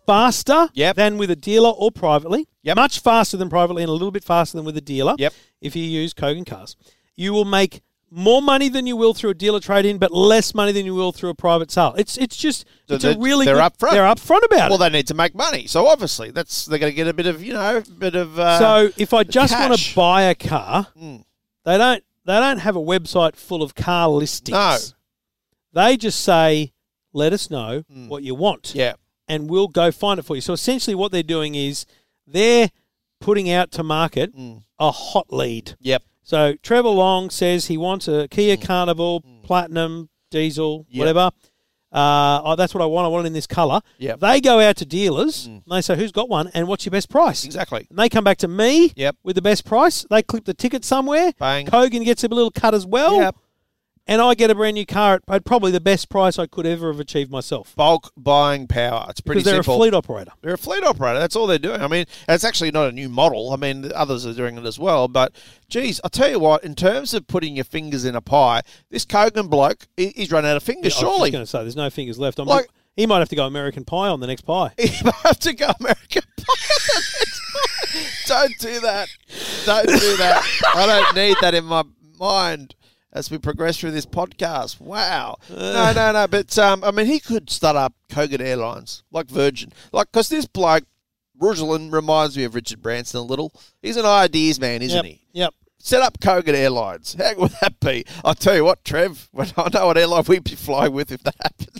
[SPEAKER 3] faster
[SPEAKER 2] Yep.
[SPEAKER 3] than with a dealer or privately.
[SPEAKER 2] Yep.
[SPEAKER 3] Much faster than privately, and a little bit faster than with a dealer.
[SPEAKER 2] Yep.
[SPEAKER 3] If you use Kogan cars, you will make more money than you will through a dealer trade in, but less money than you will through a private sale. It's it's just
[SPEAKER 2] So
[SPEAKER 3] it's
[SPEAKER 2] they're-
[SPEAKER 3] a really
[SPEAKER 2] they're
[SPEAKER 3] good,
[SPEAKER 2] upfront.
[SPEAKER 3] They're upfront about
[SPEAKER 2] well,
[SPEAKER 3] it.
[SPEAKER 2] they need to make money, so obviously that's they're going to get a bit of you know, a bit of uh,
[SPEAKER 3] So if I just want
[SPEAKER 2] cash. Hmm.
[SPEAKER 3] to buy a car, they don't they don't have a website full of car listings.
[SPEAKER 2] No.
[SPEAKER 3] They just say, let us know what you want
[SPEAKER 2] Hmm. yeah.
[SPEAKER 3] and we'll go find it for you. So essentially what they're doing is they're putting out to market
[SPEAKER 2] Hmm.
[SPEAKER 3] a hot lead.
[SPEAKER 2] Yep.
[SPEAKER 3] So Trevor Long says he wants a Kia Carnival Platinum Diesel,
[SPEAKER 2] Hmm. Yep.
[SPEAKER 3] whatever. Uh, oh, that's what I want. I want it in this color.
[SPEAKER 2] Yep. Hmm.
[SPEAKER 3] They go out to dealers. And they say, "Who's got one? And what's your best price?"
[SPEAKER 2] Exactly.
[SPEAKER 3] And they come back to me
[SPEAKER 2] Yep.
[SPEAKER 3] with the best price. They clip the ticket somewhere.
[SPEAKER 2] Bang.
[SPEAKER 3] Kogan gets a little cut as well.
[SPEAKER 2] Yep.
[SPEAKER 3] And I get a brand new car at, at probably the best price I could ever have achieved myself.
[SPEAKER 2] Bulk buying power. It's pretty
[SPEAKER 3] Because they're
[SPEAKER 2] simple.
[SPEAKER 3] a fleet operator.
[SPEAKER 2] they're a fleet operator. That's all they're doing. I mean, it's actually not a new model. I mean, others are doing it as well. But, geez, I'll tell you what, in terms of putting your fingers in a pie, this Kogan bloke, he- he's run out of fingers,
[SPEAKER 3] I was
[SPEAKER 2] surely.
[SPEAKER 3] going to say, there's no fingers left. I'm
[SPEAKER 2] Like-
[SPEAKER 3] he might have to go American Pie on the next pie.
[SPEAKER 2] He might have to go American Pie. don't do that. Don't do that. I don't need that in my mind as we progress through this podcast. Wow. No, no, no. But um, I mean, he could start up Kogan Airlines like Virgin, like because this bloke. Rooslin reminds me of Richard Branson a little. He's an ideas man, isn't
[SPEAKER 3] Yep.
[SPEAKER 2] he?
[SPEAKER 3] Yep.
[SPEAKER 2] Set up Kogan Airlines. How would that be? I'll tell you what, Trev, when I know what airline we'd be flying with if that happened.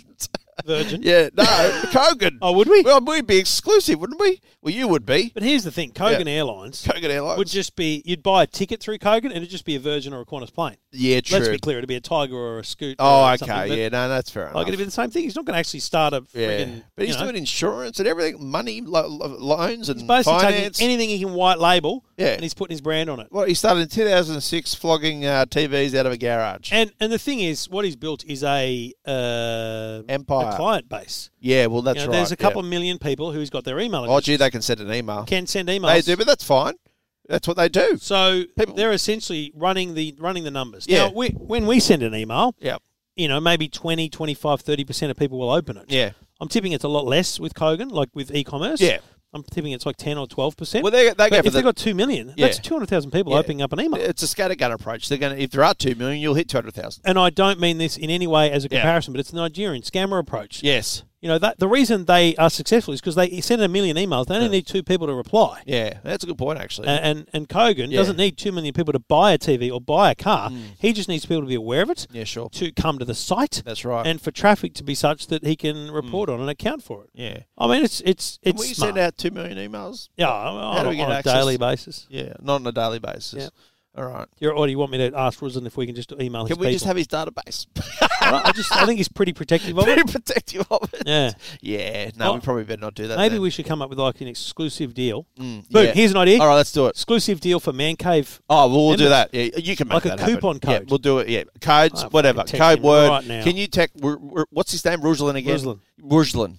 [SPEAKER 3] Virgin.
[SPEAKER 2] yeah, no, Kogan.
[SPEAKER 3] Oh, would we?
[SPEAKER 2] Well, we'd be exclusive, wouldn't we? Well, you would be.
[SPEAKER 3] But here's the thing Kogan Airlines
[SPEAKER 2] Kogan Airlines.
[SPEAKER 3] would just be, you'd buy a ticket through Kogan and it'd just be a Virgin or a Qantas plane.
[SPEAKER 2] yeah, true.
[SPEAKER 3] Let's be clear, it'd be a Tiger or a Scoot.
[SPEAKER 2] oh,
[SPEAKER 3] or
[SPEAKER 2] okay.
[SPEAKER 3] something, but,
[SPEAKER 2] yeah, no, that's fair
[SPEAKER 3] Like,
[SPEAKER 2] enough.
[SPEAKER 3] it'd be the same thing. He's not going to actually start a
[SPEAKER 2] yeah,
[SPEAKER 3] friggin'.
[SPEAKER 2] but he's
[SPEAKER 3] you know,
[SPEAKER 2] doing insurance and everything, money, lo- lo- loans, and
[SPEAKER 3] He's basically
[SPEAKER 2] finance.
[SPEAKER 3] taking anything he can white label,
[SPEAKER 2] Yeah.
[SPEAKER 3] and he's putting his brand on it.
[SPEAKER 2] well, he started in 2006 flogging uh, TVs out of a garage.
[SPEAKER 3] And and the thing is, what he's built is a uh,
[SPEAKER 2] Empire.
[SPEAKER 3] a client base.
[SPEAKER 2] yeah, well, that's
[SPEAKER 3] You know,
[SPEAKER 2] right.
[SPEAKER 3] There's a
[SPEAKER 2] yeah.
[SPEAKER 3] couple of million people who's got their email
[SPEAKER 2] Oh,
[SPEAKER 3] address,
[SPEAKER 2] gee, they can send an email.
[SPEAKER 3] can send emails.
[SPEAKER 2] They do, but that's fine. That's what they do.
[SPEAKER 3] so
[SPEAKER 2] People-
[SPEAKER 3] they're essentially running the running the numbers.
[SPEAKER 2] Yeah.
[SPEAKER 3] Now, we, when we send an email,
[SPEAKER 2] Yeah.
[SPEAKER 3] you know, maybe 20, 25, 30% of people will open it.
[SPEAKER 2] Yeah.
[SPEAKER 3] I'm tipping it's a lot less with Kogan, like with e-commerce.
[SPEAKER 2] Yeah.
[SPEAKER 3] I'm tipping it's like 10 or 12%.
[SPEAKER 2] Well, they- they
[SPEAKER 3] But
[SPEAKER 2] go for
[SPEAKER 3] if
[SPEAKER 2] the-
[SPEAKER 3] they've got 2 million,
[SPEAKER 2] Yeah.
[SPEAKER 3] that's 200,000 people
[SPEAKER 2] Yeah.
[SPEAKER 3] opening up an email.
[SPEAKER 2] It's a scattergun approach. They're going to if there are two million, you'll hit two hundred thousand.
[SPEAKER 3] and I don't mean this in any way as a
[SPEAKER 2] Yeah.
[SPEAKER 3] comparison, but it's the Nigerian scammer approach.
[SPEAKER 2] Yes.
[SPEAKER 3] You know, that, the reason they are successful is because they send a million emails. They only need two people to reply.
[SPEAKER 2] Yeah, that's a good point actually.
[SPEAKER 3] And, and and Kogan doesn't need too many people to buy a TV or buy a car. He just needs people to be aware of it.
[SPEAKER 2] Mm. Yeah, sure.
[SPEAKER 3] To come to the site.
[SPEAKER 2] That's right. Mm.
[SPEAKER 3] And for traffic to be such that he can report on and account for it.
[SPEAKER 2] yeah.
[SPEAKER 3] I mean, it's it's it's
[SPEAKER 2] We
[SPEAKER 3] smart.
[SPEAKER 2] send out two million emails.
[SPEAKER 3] yeah, on,
[SPEAKER 2] How do
[SPEAKER 3] a-
[SPEAKER 2] we get
[SPEAKER 3] on a
[SPEAKER 2] access?
[SPEAKER 3] daily basis.
[SPEAKER 2] Yeah, not on a daily basis.
[SPEAKER 3] Yeah.
[SPEAKER 2] All right.
[SPEAKER 3] You're, or do you want me to ask Ruslan if we can just email his
[SPEAKER 2] Can we
[SPEAKER 3] people?
[SPEAKER 2] just have his database?
[SPEAKER 3] All right, I just I think he's pretty protective of
[SPEAKER 2] Very
[SPEAKER 3] it.
[SPEAKER 2] protective of it.
[SPEAKER 3] Yeah.
[SPEAKER 2] Yeah. No,
[SPEAKER 3] Oh,
[SPEAKER 2] we probably better not do that.
[SPEAKER 3] Maybe
[SPEAKER 2] then.
[SPEAKER 3] we should come up with like an exclusive deal. Mm,
[SPEAKER 2] yeah.
[SPEAKER 3] here's an idea.
[SPEAKER 2] All right, let's do it.
[SPEAKER 3] Exclusive deal for Man Cave.
[SPEAKER 2] Oh, well, we'll do
[SPEAKER 3] Members.
[SPEAKER 2] that. Yeah, you can make
[SPEAKER 3] Like a
[SPEAKER 2] that happen.
[SPEAKER 3] coupon
[SPEAKER 2] Yeah,
[SPEAKER 3] code.
[SPEAKER 2] we'll do it. Yeah, codes,
[SPEAKER 3] Oh,
[SPEAKER 2] whatever.
[SPEAKER 3] fucking text
[SPEAKER 2] Code
[SPEAKER 3] him
[SPEAKER 2] word.
[SPEAKER 3] right now.
[SPEAKER 2] Can you tech? we're- we're- What's his name? Ruslan again.
[SPEAKER 3] Ruslan.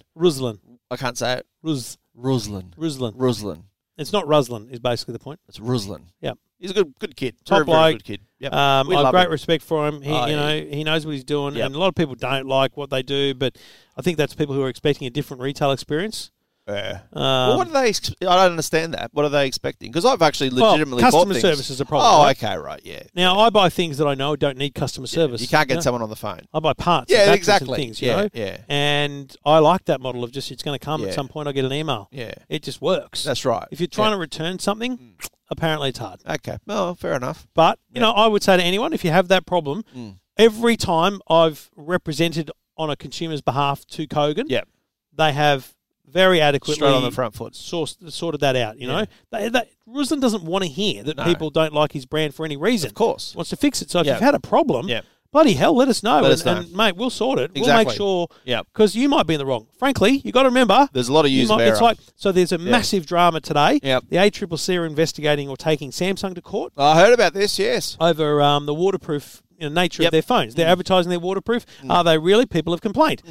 [SPEAKER 2] Ruslan.
[SPEAKER 3] Ruslan.
[SPEAKER 2] I can't say it.
[SPEAKER 3] Rus.
[SPEAKER 2] Ruslan.
[SPEAKER 3] Ruslan.
[SPEAKER 2] Ruslan.
[SPEAKER 3] It's not Ruslan, is basically the point.
[SPEAKER 2] It's Ruslan.
[SPEAKER 3] Yeah.
[SPEAKER 2] He's a good, good kid.
[SPEAKER 3] Top
[SPEAKER 2] very, very
[SPEAKER 3] bloke.
[SPEAKER 2] good kid. Yep.
[SPEAKER 3] Um,
[SPEAKER 2] we
[SPEAKER 3] I have
[SPEAKER 2] love
[SPEAKER 3] great
[SPEAKER 2] him.
[SPEAKER 3] respect for him. He,
[SPEAKER 2] Oh,
[SPEAKER 3] you
[SPEAKER 2] yeah.
[SPEAKER 3] know, he knows what he's doing,
[SPEAKER 2] Yeah.
[SPEAKER 3] and a lot of people don't like what they do. But I think that's people who are expecting a different retail experience.
[SPEAKER 2] Yeah.
[SPEAKER 3] Um,
[SPEAKER 2] well, what are they? ex- I don't understand that. What are they expecting? Because I've actually
[SPEAKER 3] Well,
[SPEAKER 2] legitimately bought
[SPEAKER 3] customer
[SPEAKER 2] things.
[SPEAKER 3] service is a problem,
[SPEAKER 2] Oh,
[SPEAKER 3] right?
[SPEAKER 2] okay, right, yeah.
[SPEAKER 3] now I buy things that I know don't need customer service.
[SPEAKER 2] You can't get
[SPEAKER 3] No.
[SPEAKER 2] someone on the phone.
[SPEAKER 3] I buy parts. and
[SPEAKER 2] Yeah,
[SPEAKER 3] batteries
[SPEAKER 2] exactly.
[SPEAKER 3] And things, you
[SPEAKER 2] Yeah,
[SPEAKER 3] know?
[SPEAKER 2] yeah.
[SPEAKER 3] And I like that model of just it's going to come
[SPEAKER 2] Yeah.
[SPEAKER 3] at some point. I will get an email.
[SPEAKER 2] Yeah.
[SPEAKER 3] It just works.
[SPEAKER 2] That's right.
[SPEAKER 3] If you're trying to return something,
[SPEAKER 2] Mm.
[SPEAKER 3] apparently it's hard.
[SPEAKER 2] to. Okay. Well, fair enough.
[SPEAKER 3] But you know, I would say to anyone, if you have that problem,
[SPEAKER 2] Mm.
[SPEAKER 3] every time I've represented on a consumer's behalf to Kogan,
[SPEAKER 2] Yeah.
[SPEAKER 3] they have very adequately
[SPEAKER 2] Straight on the front foot.
[SPEAKER 3] sourced, sorted that out. You know, they, they, Ruslan doesn't want to hear that
[SPEAKER 2] No.
[SPEAKER 3] people don't like his brand for any reason. Of
[SPEAKER 2] course.
[SPEAKER 3] wants to fix it. So if
[SPEAKER 2] Yeah.
[SPEAKER 3] you've had a problem,
[SPEAKER 2] Yeah.
[SPEAKER 3] bloody hell, let us know.
[SPEAKER 2] Let
[SPEAKER 3] and,
[SPEAKER 2] us know.
[SPEAKER 3] and, mate, we'll sort it. We'll
[SPEAKER 2] Exactly.
[SPEAKER 3] make sure.
[SPEAKER 2] Yeah.
[SPEAKER 3] because you might be in the wrong. Frankly, you got to remember.
[SPEAKER 2] There's a lot of
[SPEAKER 3] you
[SPEAKER 2] user
[SPEAKER 3] might- It's
[SPEAKER 2] error.
[SPEAKER 3] like so. There's a massive drama today.
[SPEAKER 2] Yep.
[SPEAKER 3] The ACCC are investigating or taking Samsung to court
[SPEAKER 2] I heard about this. Yes.
[SPEAKER 3] over um, the waterproof you know, nature
[SPEAKER 2] Yep. Mm.
[SPEAKER 3] of their phones. They're advertising they're waterproof. Are they really? People have complained.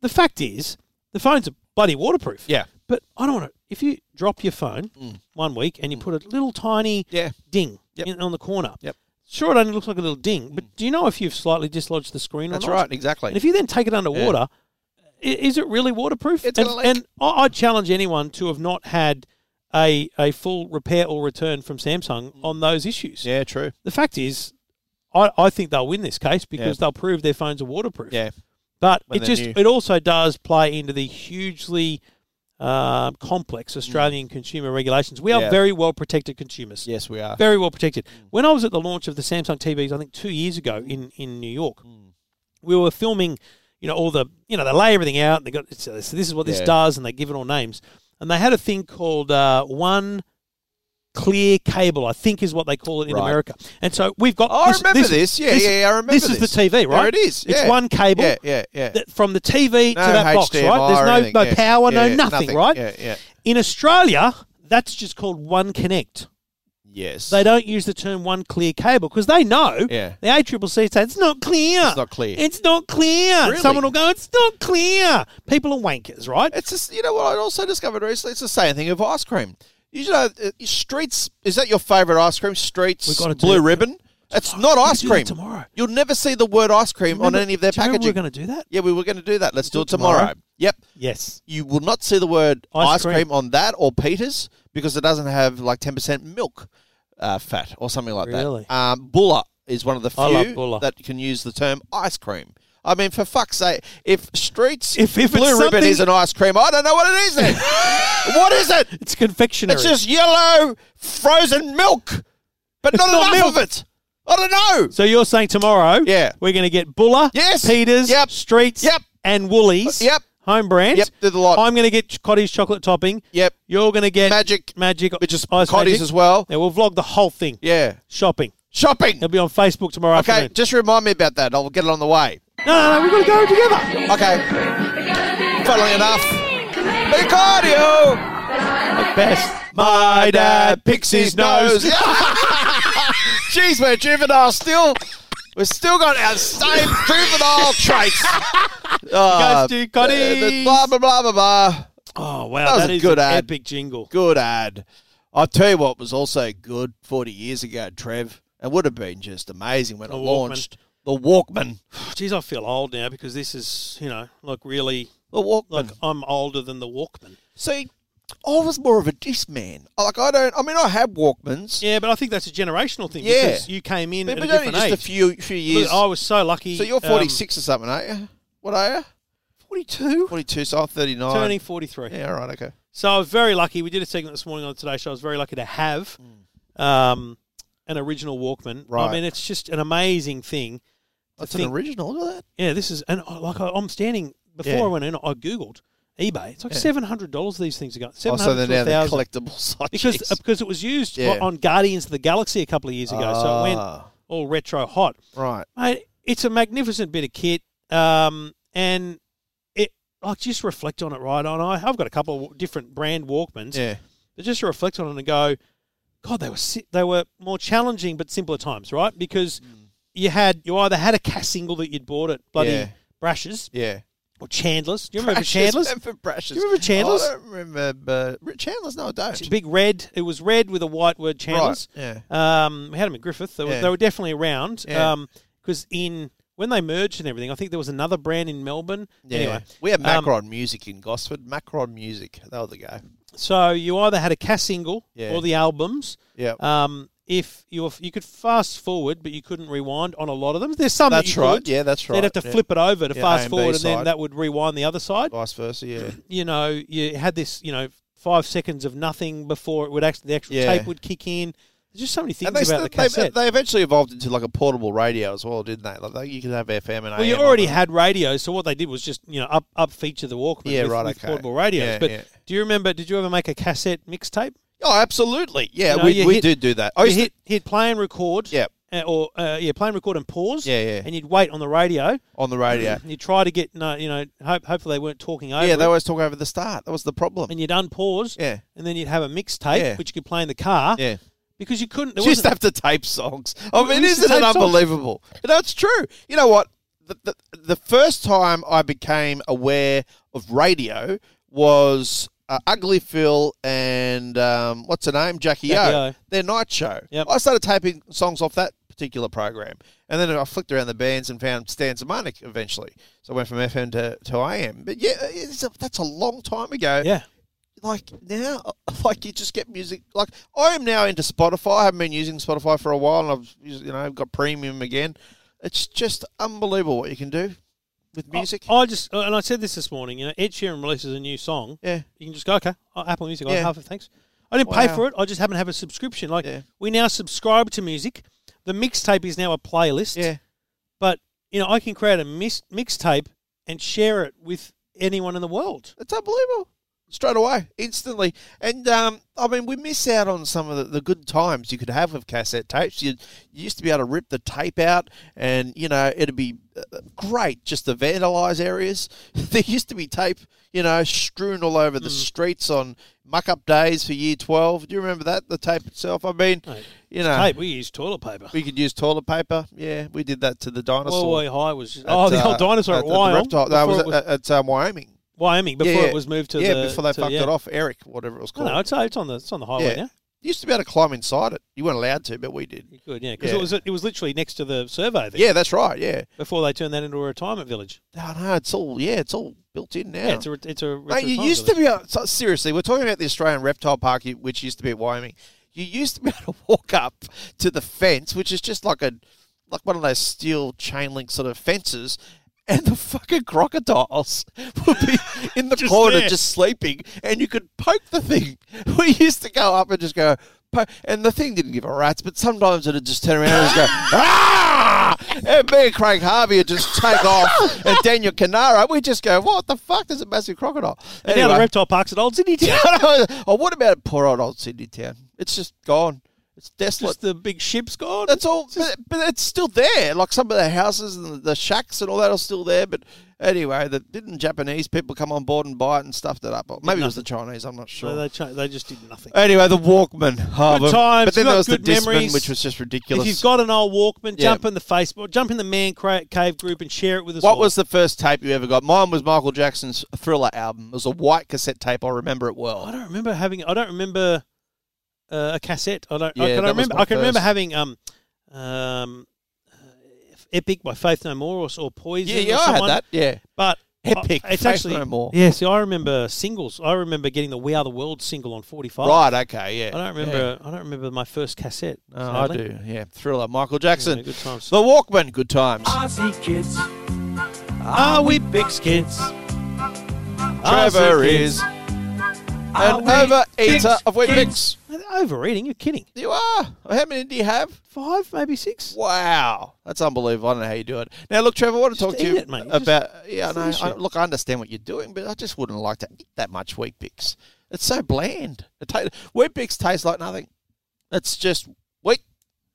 [SPEAKER 3] The fact is, the phones are bloody waterproof.
[SPEAKER 2] Yeah. Mm.
[SPEAKER 3] But I don't want to. If you drop your phone one week and you put a little tiny
[SPEAKER 2] Yeah.
[SPEAKER 3] ding
[SPEAKER 2] Yep.
[SPEAKER 3] in, on the corner,
[SPEAKER 2] Yep. Mm.
[SPEAKER 3] sure, it only looks like a little ding, but do you know if you've slightly dislodged the screen
[SPEAKER 2] That's
[SPEAKER 3] or not?
[SPEAKER 2] right. Exactly.
[SPEAKER 3] And if you then take it underwater, i is it really waterproof?
[SPEAKER 2] It's
[SPEAKER 3] and
[SPEAKER 2] gonna leak.
[SPEAKER 3] and I, I challenge anyone to have not had a, a full repair or return from Samsung on those issues
[SPEAKER 2] Mm. yeah. True.
[SPEAKER 3] the fact is, I, I think they'll win this case because
[SPEAKER 2] Yeah.
[SPEAKER 3] they'll prove their phones are waterproof.
[SPEAKER 2] Yeah.
[SPEAKER 3] But
[SPEAKER 2] When
[SPEAKER 3] it
[SPEAKER 2] they're
[SPEAKER 3] just
[SPEAKER 2] new.
[SPEAKER 3] it also does play into the hugely um, complex Australian consumer regulations. We are
[SPEAKER 2] Yeah.
[SPEAKER 3] very well protected consumers.
[SPEAKER 2] Yes, we are.
[SPEAKER 3] Very well protected.
[SPEAKER 2] Mm.
[SPEAKER 3] When I was at the launch of the Samsung TVs, I think two years ago in, in New York,
[SPEAKER 2] Mm.
[SPEAKER 3] we were filming, you know, all the, you know, they lay everything out and they got, so this this is what this
[SPEAKER 2] Yeah.
[SPEAKER 3] does and they give it all names. And they had a thing called uh, one clear cable, I think is what they call it in
[SPEAKER 2] Right.
[SPEAKER 3] America. And so we've got.
[SPEAKER 2] Oh, I remember this. Yeah, yeah, yeah, I remember
[SPEAKER 3] This is
[SPEAKER 2] this.
[SPEAKER 3] the TV, right?
[SPEAKER 2] There it is.
[SPEAKER 3] It's
[SPEAKER 2] Yeah.
[SPEAKER 3] one cable.
[SPEAKER 2] Yeah, yeah, yeah.
[SPEAKER 3] that- from the TV
[SPEAKER 2] No
[SPEAKER 3] to that box,
[SPEAKER 2] HDMI
[SPEAKER 3] right?
[SPEAKER 2] or
[SPEAKER 3] There's no,
[SPEAKER 2] anything,
[SPEAKER 3] no
[SPEAKER 2] yeah.
[SPEAKER 3] power,
[SPEAKER 2] Yeah,
[SPEAKER 3] no
[SPEAKER 2] yeah,
[SPEAKER 3] nothing,
[SPEAKER 2] nothing.
[SPEAKER 3] right?
[SPEAKER 2] Yeah, yeah.
[SPEAKER 3] In Australia, that's just called One Connect.
[SPEAKER 2] Yes.
[SPEAKER 3] They don't use the term one clear cable because they know
[SPEAKER 2] Yeah.
[SPEAKER 3] the ACCC say it's not clear.
[SPEAKER 2] It's not clear.
[SPEAKER 3] It's not clear.
[SPEAKER 2] Really?
[SPEAKER 3] Someone will go, it's not clear. People are wankers, right?
[SPEAKER 2] It's just you know what I also discovered recently. It's the same thing with ice cream. You know, uh, streets is that your favorite ice cream? Streets
[SPEAKER 3] We've gotta do
[SPEAKER 2] blue
[SPEAKER 3] it.
[SPEAKER 2] ribbon. It's not ice
[SPEAKER 3] do that
[SPEAKER 2] cream.
[SPEAKER 3] tomorrow.
[SPEAKER 2] You'll never see the word ice cream
[SPEAKER 3] Remember-
[SPEAKER 2] on any of their
[SPEAKER 3] do you remember
[SPEAKER 2] packaging.
[SPEAKER 3] we We're going to do that.
[SPEAKER 2] yeah, we were going to do that. Let's do it tomorrow.
[SPEAKER 3] tomorrow.
[SPEAKER 2] Yep.
[SPEAKER 3] Yes.
[SPEAKER 2] You will not see the word
[SPEAKER 3] Ice
[SPEAKER 2] ice, cream.
[SPEAKER 3] cream.
[SPEAKER 2] on that or Peters because it doesn't have like ten percent milk uh, fat or something like
[SPEAKER 3] Really?
[SPEAKER 2] that. Um, Bulla is one of the
[SPEAKER 3] I love
[SPEAKER 2] few
[SPEAKER 3] Bulla.
[SPEAKER 2] that can use the term ice cream. I mean, for fuck's sake, if streets
[SPEAKER 3] If- if it's
[SPEAKER 2] blue ribbon
[SPEAKER 3] something-
[SPEAKER 2] is an ice cream, I don't know what it is then. what is it?
[SPEAKER 3] It's confectionery.
[SPEAKER 2] It's just yellow frozen milk, but not
[SPEAKER 3] not
[SPEAKER 2] enough
[SPEAKER 3] milk.
[SPEAKER 2] of it. I don't know.
[SPEAKER 3] so you're saying tomorrow
[SPEAKER 2] Yeah.
[SPEAKER 3] we're going to get Buller,
[SPEAKER 2] Yes.
[SPEAKER 3] Peters,
[SPEAKER 2] Yep.
[SPEAKER 3] Streets,
[SPEAKER 2] Yep.
[SPEAKER 3] and Woolies.
[SPEAKER 2] Yep.
[SPEAKER 3] Home brand.
[SPEAKER 2] Yep, do the lot.
[SPEAKER 3] I'm going to get ch- cottage chocolate topping.
[SPEAKER 2] Yep.
[SPEAKER 3] You're going to get
[SPEAKER 2] Magic,
[SPEAKER 3] magic
[SPEAKER 2] which is
[SPEAKER 3] ice
[SPEAKER 2] Cotties
[SPEAKER 3] magic.
[SPEAKER 2] as well.
[SPEAKER 3] Yeah, we'll vlog the whole thing.
[SPEAKER 2] Yeah,
[SPEAKER 3] Shopping.
[SPEAKER 2] shopping.
[SPEAKER 3] It'll be on Facebook tomorrow
[SPEAKER 2] Okay,
[SPEAKER 3] afternoon.
[SPEAKER 2] just remind me about that. I'll get it on the way.
[SPEAKER 3] No, no, no, we've got to go together.
[SPEAKER 2] Okay. Funnily enough, Picardio!
[SPEAKER 3] The best. My dad picks his nose.
[SPEAKER 2] Jeez, we're juvenile still. We've still got our same juvenile traits. Uh,
[SPEAKER 3] Goes to Cotties.
[SPEAKER 2] blah, blah, blah, blah, blah.
[SPEAKER 3] Oh, wow.
[SPEAKER 2] That was a
[SPEAKER 3] is
[SPEAKER 2] good
[SPEAKER 3] an
[SPEAKER 2] ad.
[SPEAKER 3] epic jingle.
[SPEAKER 2] Good ad. I'll tell you what was also good 40 years ago, Trev, and would have been just amazing when
[SPEAKER 3] The
[SPEAKER 2] it
[SPEAKER 3] Walkman.
[SPEAKER 2] launched. The Walkman.
[SPEAKER 3] Jeez, I feel old now because this is, you know, like really,
[SPEAKER 2] The Walkman.
[SPEAKER 3] like I'm older than the Walkman.
[SPEAKER 2] See, I was more of a disc man. Like, I don't, I mean, I had Walkmans.
[SPEAKER 3] Yeah, but I think that's a generational thing
[SPEAKER 2] Yeah.
[SPEAKER 3] because you came in
[SPEAKER 2] But
[SPEAKER 3] at a
[SPEAKER 2] but only
[SPEAKER 3] different
[SPEAKER 2] just
[SPEAKER 3] age.
[SPEAKER 2] a few few
[SPEAKER 3] Look,
[SPEAKER 2] years.
[SPEAKER 3] I was so lucky.
[SPEAKER 2] so you're
[SPEAKER 3] um,
[SPEAKER 2] 46 or something, aren't you? What are you?
[SPEAKER 3] 42?
[SPEAKER 2] 42, so I'm 39.
[SPEAKER 3] um, Turning 43.
[SPEAKER 2] Yeah, all right, okay.
[SPEAKER 3] So I was very lucky. We did a segment this morning on today's show. I was very lucky to have um, an original Walkman.
[SPEAKER 2] Mm. Right.
[SPEAKER 3] I mean, it's just an amazing thing.
[SPEAKER 2] That's
[SPEAKER 3] think-
[SPEAKER 2] an original, isn't it?
[SPEAKER 3] Yeah, this is, and I- like I, I'm standing, before
[SPEAKER 2] Yeah.
[SPEAKER 3] I went in, I Googled eBay. It's like $700 these things are going.
[SPEAKER 2] Oh,
[SPEAKER 3] 700
[SPEAKER 2] so they're
[SPEAKER 3] to
[SPEAKER 2] now the
[SPEAKER 3] 1000
[SPEAKER 2] collectible side.
[SPEAKER 3] because, uh, because it was used
[SPEAKER 2] Yeah.
[SPEAKER 3] on Guardians of the Galaxy a couple of years ago. so it went
[SPEAKER 2] Ah.
[SPEAKER 3] all retro hot.
[SPEAKER 2] right.
[SPEAKER 3] Mate, it's a magnificent bit of kit, um, and it like just reflect on it, right? On I, I've got a couple of wa- different brand Walkmans,
[SPEAKER 2] Yeah.
[SPEAKER 3] but just to reflect on it and go, God, they were si- they were more challenging but simpler times, right? Because you had you either had a Cass single that you'd bought at bloody
[SPEAKER 2] Mm. Yeah.
[SPEAKER 3] Brashes
[SPEAKER 2] Yeah.
[SPEAKER 3] or Chandler's. Do you remember
[SPEAKER 2] Brashes,
[SPEAKER 3] Chandler's?
[SPEAKER 2] remember Brashes.
[SPEAKER 3] Do you remember Chandler's?
[SPEAKER 2] I don't remember but Chandler's. No, I don't.
[SPEAKER 3] Big red. It was red with a white word Chandler's.
[SPEAKER 2] Right.
[SPEAKER 3] Um, we had them at Griffith. They,
[SPEAKER 2] Yeah.
[SPEAKER 3] were, they were definitely around.
[SPEAKER 2] Yeah.
[SPEAKER 3] because in when they merged and everything, I think there was another brand in Melbourne.
[SPEAKER 2] Yeah.
[SPEAKER 3] Anyway,
[SPEAKER 2] we had
[SPEAKER 3] um,
[SPEAKER 2] Macron Music in Gosford. Macron Music. That was the guy.
[SPEAKER 3] so you either had a Cass single
[SPEAKER 2] Yeah.
[SPEAKER 3] or the albums.
[SPEAKER 2] Yeah.
[SPEAKER 3] Um, if you were, you could fast forward, but you couldn't rewind on a lot of them. There's some that
[SPEAKER 2] That's
[SPEAKER 3] you
[SPEAKER 2] right.
[SPEAKER 3] could.
[SPEAKER 2] Yeah, that's right.
[SPEAKER 3] They'd have to
[SPEAKER 2] Yeah.
[SPEAKER 3] flip it over to
[SPEAKER 2] Yeah, A
[SPEAKER 3] fast
[SPEAKER 2] and B
[SPEAKER 3] forward, and
[SPEAKER 2] side.
[SPEAKER 3] then that would rewind the other side.
[SPEAKER 2] Vice versa. Yeah.
[SPEAKER 3] You know, you had this. You know, five seconds of nothing before it would actually the actual
[SPEAKER 2] Yeah.
[SPEAKER 3] tape would kick in. There's just so many things
[SPEAKER 2] And they,
[SPEAKER 3] about
[SPEAKER 2] still-
[SPEAKER 3] the
[SPEAKER 2] they,
[SPEAKER 3] cassette.
[SPEAKER 2] they eventually evolved into like a portable radio as well, didn't they? Like they- you could have FM and
[SPEAKER 3] Well, you
[SPEAKER 2] AM on
[SPEAKER 3] already
[SPEAKER 2] it.
[SPEAKER 3] had radios, so what they did was just you know up up feature the Walkman
[SPEAKER 2] Yeah,
[SPEAKER 3] with,
[SPEAKER 2] right,
[SPEAKER 3] with
[SPEAKER 2] okay.
[SPEAKER 3] portable radios.
[SPEAKER 2] Yeah,
[SPEAKER 3] but
[SPEAKER 2] yeah.
[SPEAKER 3] do you remember? Did you ever make a cassette mixtape?
[SPEAKER 2] Oh, absolutely. Yeah,
[SPEAKER 3] You know,
[SPEAKER 2] we,
[SPEAKER 3] you
[SPEAKER 2] we
[SPEAKER 3] hit-
[SPEAKER 2] did do that. I
[SPEAKER 3] You
[SPEAKER 2] used to-
[SPEAKER 3] hit hit play and record.
[SPEAKER 2] Yep.
[SPEAKER 3] uh, or uh, yeah, play and record and pause.
[SPEAKER 2] Yeah, yeah.
[SPEAKER 3] And you'd wait on the radio.
[SPEAKER 2] on the radio.
[SPEAKER 3] And you'd try to get no, you know, hope, hopefully they weren't talking Mm-hmm. over.
[SPEAKER 2] yeah, they
[SPEAKER 3] it.
[SPEAKER 2] always talk over the start. That was the problem.
[SPEAKER 3] And you'd unpause.
[SPEAKER 2] Yeah.
[SPEAKER 3] And then you'd have a mixtape
[SPEAKER 2] Yeah.
[SPEAKER 3] which you could play in the car.
[SPEAKER 2] Yeah.
[SPEAKER 3] Because you couldn't. There
[SPEAKER 2] You used to
[SPEAKER 3] wasn't-
[SPEAKER 2] have to tape songs. I mean,
[SPEAKER 3] used
[SPEAKER 2] isn't
[SPEAKER 3] to
[SPEAKER 2] it
[SPEAKER 3] tape songs.
[SPEAKER 2] unbelievable? You know, it's true. You know what? The, the, the first time I became aware of radio was uh, Ugly Phil and um, what's her name? Jackie,
[SPEAKER 3] Jackie
[SPEAKER 2] O.
[SPEAKER 3] O.
[SPEAKER 2] Their night show.
[SPEAKER 3] Yep.
[SPEAKER 2] I started taping songs off that particular program. And then I flicked around the bands and found Stan Zamanik eventually. So I went from FM to, to AM. But yeah, it's a, that's a long time ago
[SPEAKER 3] yeah.
[SPEAKER 2] like now, like you just get music. Like I am now into Spotify. I haven't been using Spotify for a while, and I've used- you know got premium again. It's just unbelievable what you can do
[SPEAKER 3] Oh,
[SPEAKER 2] with music.
[SPEAKER 3] I, I just uh, and I said this this morning. You know, Ed Sheeran releases a new song.
[SPEAKER 2] yeah,
[SPEAKER 3] You can just go okay. Oh, Apple Music. I
[SPEAKER 2] Yeah.
[SPEAKER 3] half it. Thanks. I didn't pay
[SPEAKER 2] Wow.
[SPEAKER 3] for it. I just happen to have a subscription. Like
[SPEAKER 2] Yeah.
[SPEAKER 3] we now subscribe to music. The mixtape is now a playlist.
[SPEAKER 2] yeah,
[SPEAKER 3] But you know, I can create a mix, mixtape and share it with anyone in the world.
[SPEAKER 2] it's unbelievable. Straight away, instantly, and um, I mean, we miss out on some of the, the good times you could have with cassette tapes. You, you used to be able to rip the tape out, and you know it'd be uh, great just to vandalise areas. there used to be tape, you know, strewn all over the
[SPEAKER 3] Hmm.
[SPEAKER 2] streets on muck up days for year 12. Do you remember that? The tape itself? I mean,
[SPEAKER 3] Mate,
[SPEAKER 2] you know,
[SPEAKER 3] Hey, we use toilet paper.
[SPEAKER 2] we could use toilet paper. Yeah, we did that to the dinosaur.
[SPEAKER 3] Well, High was just,
[SPEAKER 2] at,
[SPEAKER 3] oh the
[SPEAKER 2] uh,
[SPEAKER 3] old dinosaur
[SPEAKER 2] at
[SPEAKER 3] at
[SPEAKER 2] the- the
[SPEAKER 3] Wyoming.
[SPEAKER 2] reptile- no, it was,
[SPEAKER 3] before it was-
[SPEAKER 2] at, at um, Wyoming.
[SPEAKER 3] Wyoming before
[SPEAKER 2] yeah, yeah.
[SPEAKER 3] it was moved to
[SPEAKER 2] yeah,
[SPEAKER 3] the
[SPEAKER 2] before they
[SPEAKER 3] to-
[SPEAKER 2] fucked
[SPEAKER 3] yeah.
[SPEAKER 2] it off. Eric, whatever it was
[SPEAKER 3] No,
[SPEAKER 2] called.
[SPEAKER 3] no, it's, it's on the it's on the highway
[SPEAKER 2] yeah.
[SPEAKER 3] now.
[SPEAKER 2] You used to be able to climb inside it. You weren't allowed to, but we did.
[SPEAKER 3] You could, yeah, because
[SPEAKER 2] Yeah.
[SPEAKER 3] it was it was literally next to the survey there
[SPEAKER 2] Yeah, that's right. Yeah.
[SPEAKER 3] before they turned that into a retirement village.
[SPEAKER 2] No, no, it's all yeah, it's all built in now.
[SPEAKER 3] Yeah, it's a re- it's a
[SPEAKER 2] Mate, you
[SPEAKER 3] retirement
[SPEAKER 2] used to
[SPEAKER 3] village.
[SPEAKER 2] be able, so- seriously. We're talking about the Australian Reptile Park, you- which used to be at Wyoming. You used to be able to walk up to the fence, which is just like a like one of those steel chain link sort of fences, and the fucking crocodiles would be in the
[SPEAKER 3] Just
[SPEAKER 2] corner
[SPEAKER 3] there.
[SPEAKER 2] just sleeping, and you could poke the thing. We used to go up and just go. po- And the thing didn't give a rat's, but sometimes it'd just turn around and just go, ah! And me and Craig Harvey would just take off. And Daniel Canaro, we just go, what the fuck? There's a massive crocodile.
[SPEAKER 3] And now the reptile parks at Old Sydney Town.
[SPEAKER 2] oh, what about poor old old Sydney town? It's just gone. It's desolate.
[SPEAKER 3] Just the big ship's gone.
[SPEAKER 2] That's all. But, but it's still there. Like some of the houses and the, the shacks and all that are still there. But anyway, the, didn't Japanese people come on board and buy it and stuffed it up? Or maybe it was the Chinese. I'm not
[SPEAKER 3] No,
[SPEAKER 2] sure.
[SPEAKER 3] they, cha- they just did nothing.
[SPEAKER 2] anyway, the Walkman. Oh,
[SPEAKER 3] Good
[SPEAKER 2] but-
[SPEAKER 3] times,
[SPEAKER 2] But then
[SPEAKER 3] we've
[SPEAKER 2] there
[SPEAKER 3] got
[SPEAKER 2] was the
[SPEAKER 3] good
[SPEAKER 2] Discman,
[SPEAKER 3] memories.
[SPEAKER 2] which was just ridiculous.
[SPEAKER 3] If you've got an old Walkman,
[SPEAKER 2] Yeah.
[SPEAKER 3] jump in the Facebook, jump in the Man Cra- Cave group, and share it with us.
[SPEAKER 2] what
[SPEAKER 3] all.
[SPEAKER 2] was the first tape you ever got? Mine was Michael Jackson's Thriller album. It was a white cassette tape. I remember it well.
[SPEAKER 3] I don't remember having. I don't remember uh, a cassette. I don't.
[SPEAKER 2] Yeah,
[SPEAKER 3] I can
[SPEAKER 2] that was
[SPEAKER 3] remember.
[SPEAKER 2] my
[SPEAKER 3] I can remember
[SPEAKER 2] first.
[SPEAKER 3] having um, um, uh, Epic by Faith No More or, or Poison.
[SPEAKER 2] yeah, yeah,
[SPEAKER 3] or
[SPEAKER 2] I had
[SPEAKER 3] someone,
[SPEAKER 2] that. Yeah.
[SPEAKER 3] But
[SPEAKER 2] Epic,
[SPEAKER 3] I, it's
[SPEAKER 2] Faith
[SPEAKER 3] actually
[SPEAKER 2] No More.
[SPEAKER 3] Yeah, see, I remember singles. I remember getting the We Are the World single on forty five.
[SPEAKER 2] Right. Okay. Yeah.
[SPEAKER 3] I don't remember. I don't remember my first cassette.
[SPEAKER 2] Yeah. Oh, I
[SPEAKER 3] sadly.
[SPEAKER 2] do. Yeah. Thriller. Michael Jackson.
[SPEAKER 3] Yeah, good times.
[SPEAKER 2] The Walkman. Good times.
[SPEAKER 7] Aussie kids,
[SPEAKER 3] Are we big kids?
[SPEAKER 2] Trevor
[SPEAKER 3] sick
[SPEAKER 2] is
[SPEAKER 3] kids.
[SPEAKER 2] an overeater of wheat mix.
[SPEAKER 3] Overeating? You're kidding.
[SPEAKER 2] You are. How many do you have?
[SPEAKER 3] Five, maybe six.
[SPEAKER 2] Wow, that's unbelievable. I don't know how you do it. Now, look, Trevor, I want to talk to
[SPEAKER 3] eat
[SPEAKER 2] you
[SPEAKER 3] it, mate. Just
[SPEAKER 2] about. yeah, no,
[SPEAKER 3] finish
[SPEAKER 2] I,
[SPEAKER 3] it.
[SPEAKER 2] look, I understand what you're doing, but I just wouldn't like to eat that much wheat bix. It's so bland. It ta- wheat bix tastes like nothing. It's just wheat,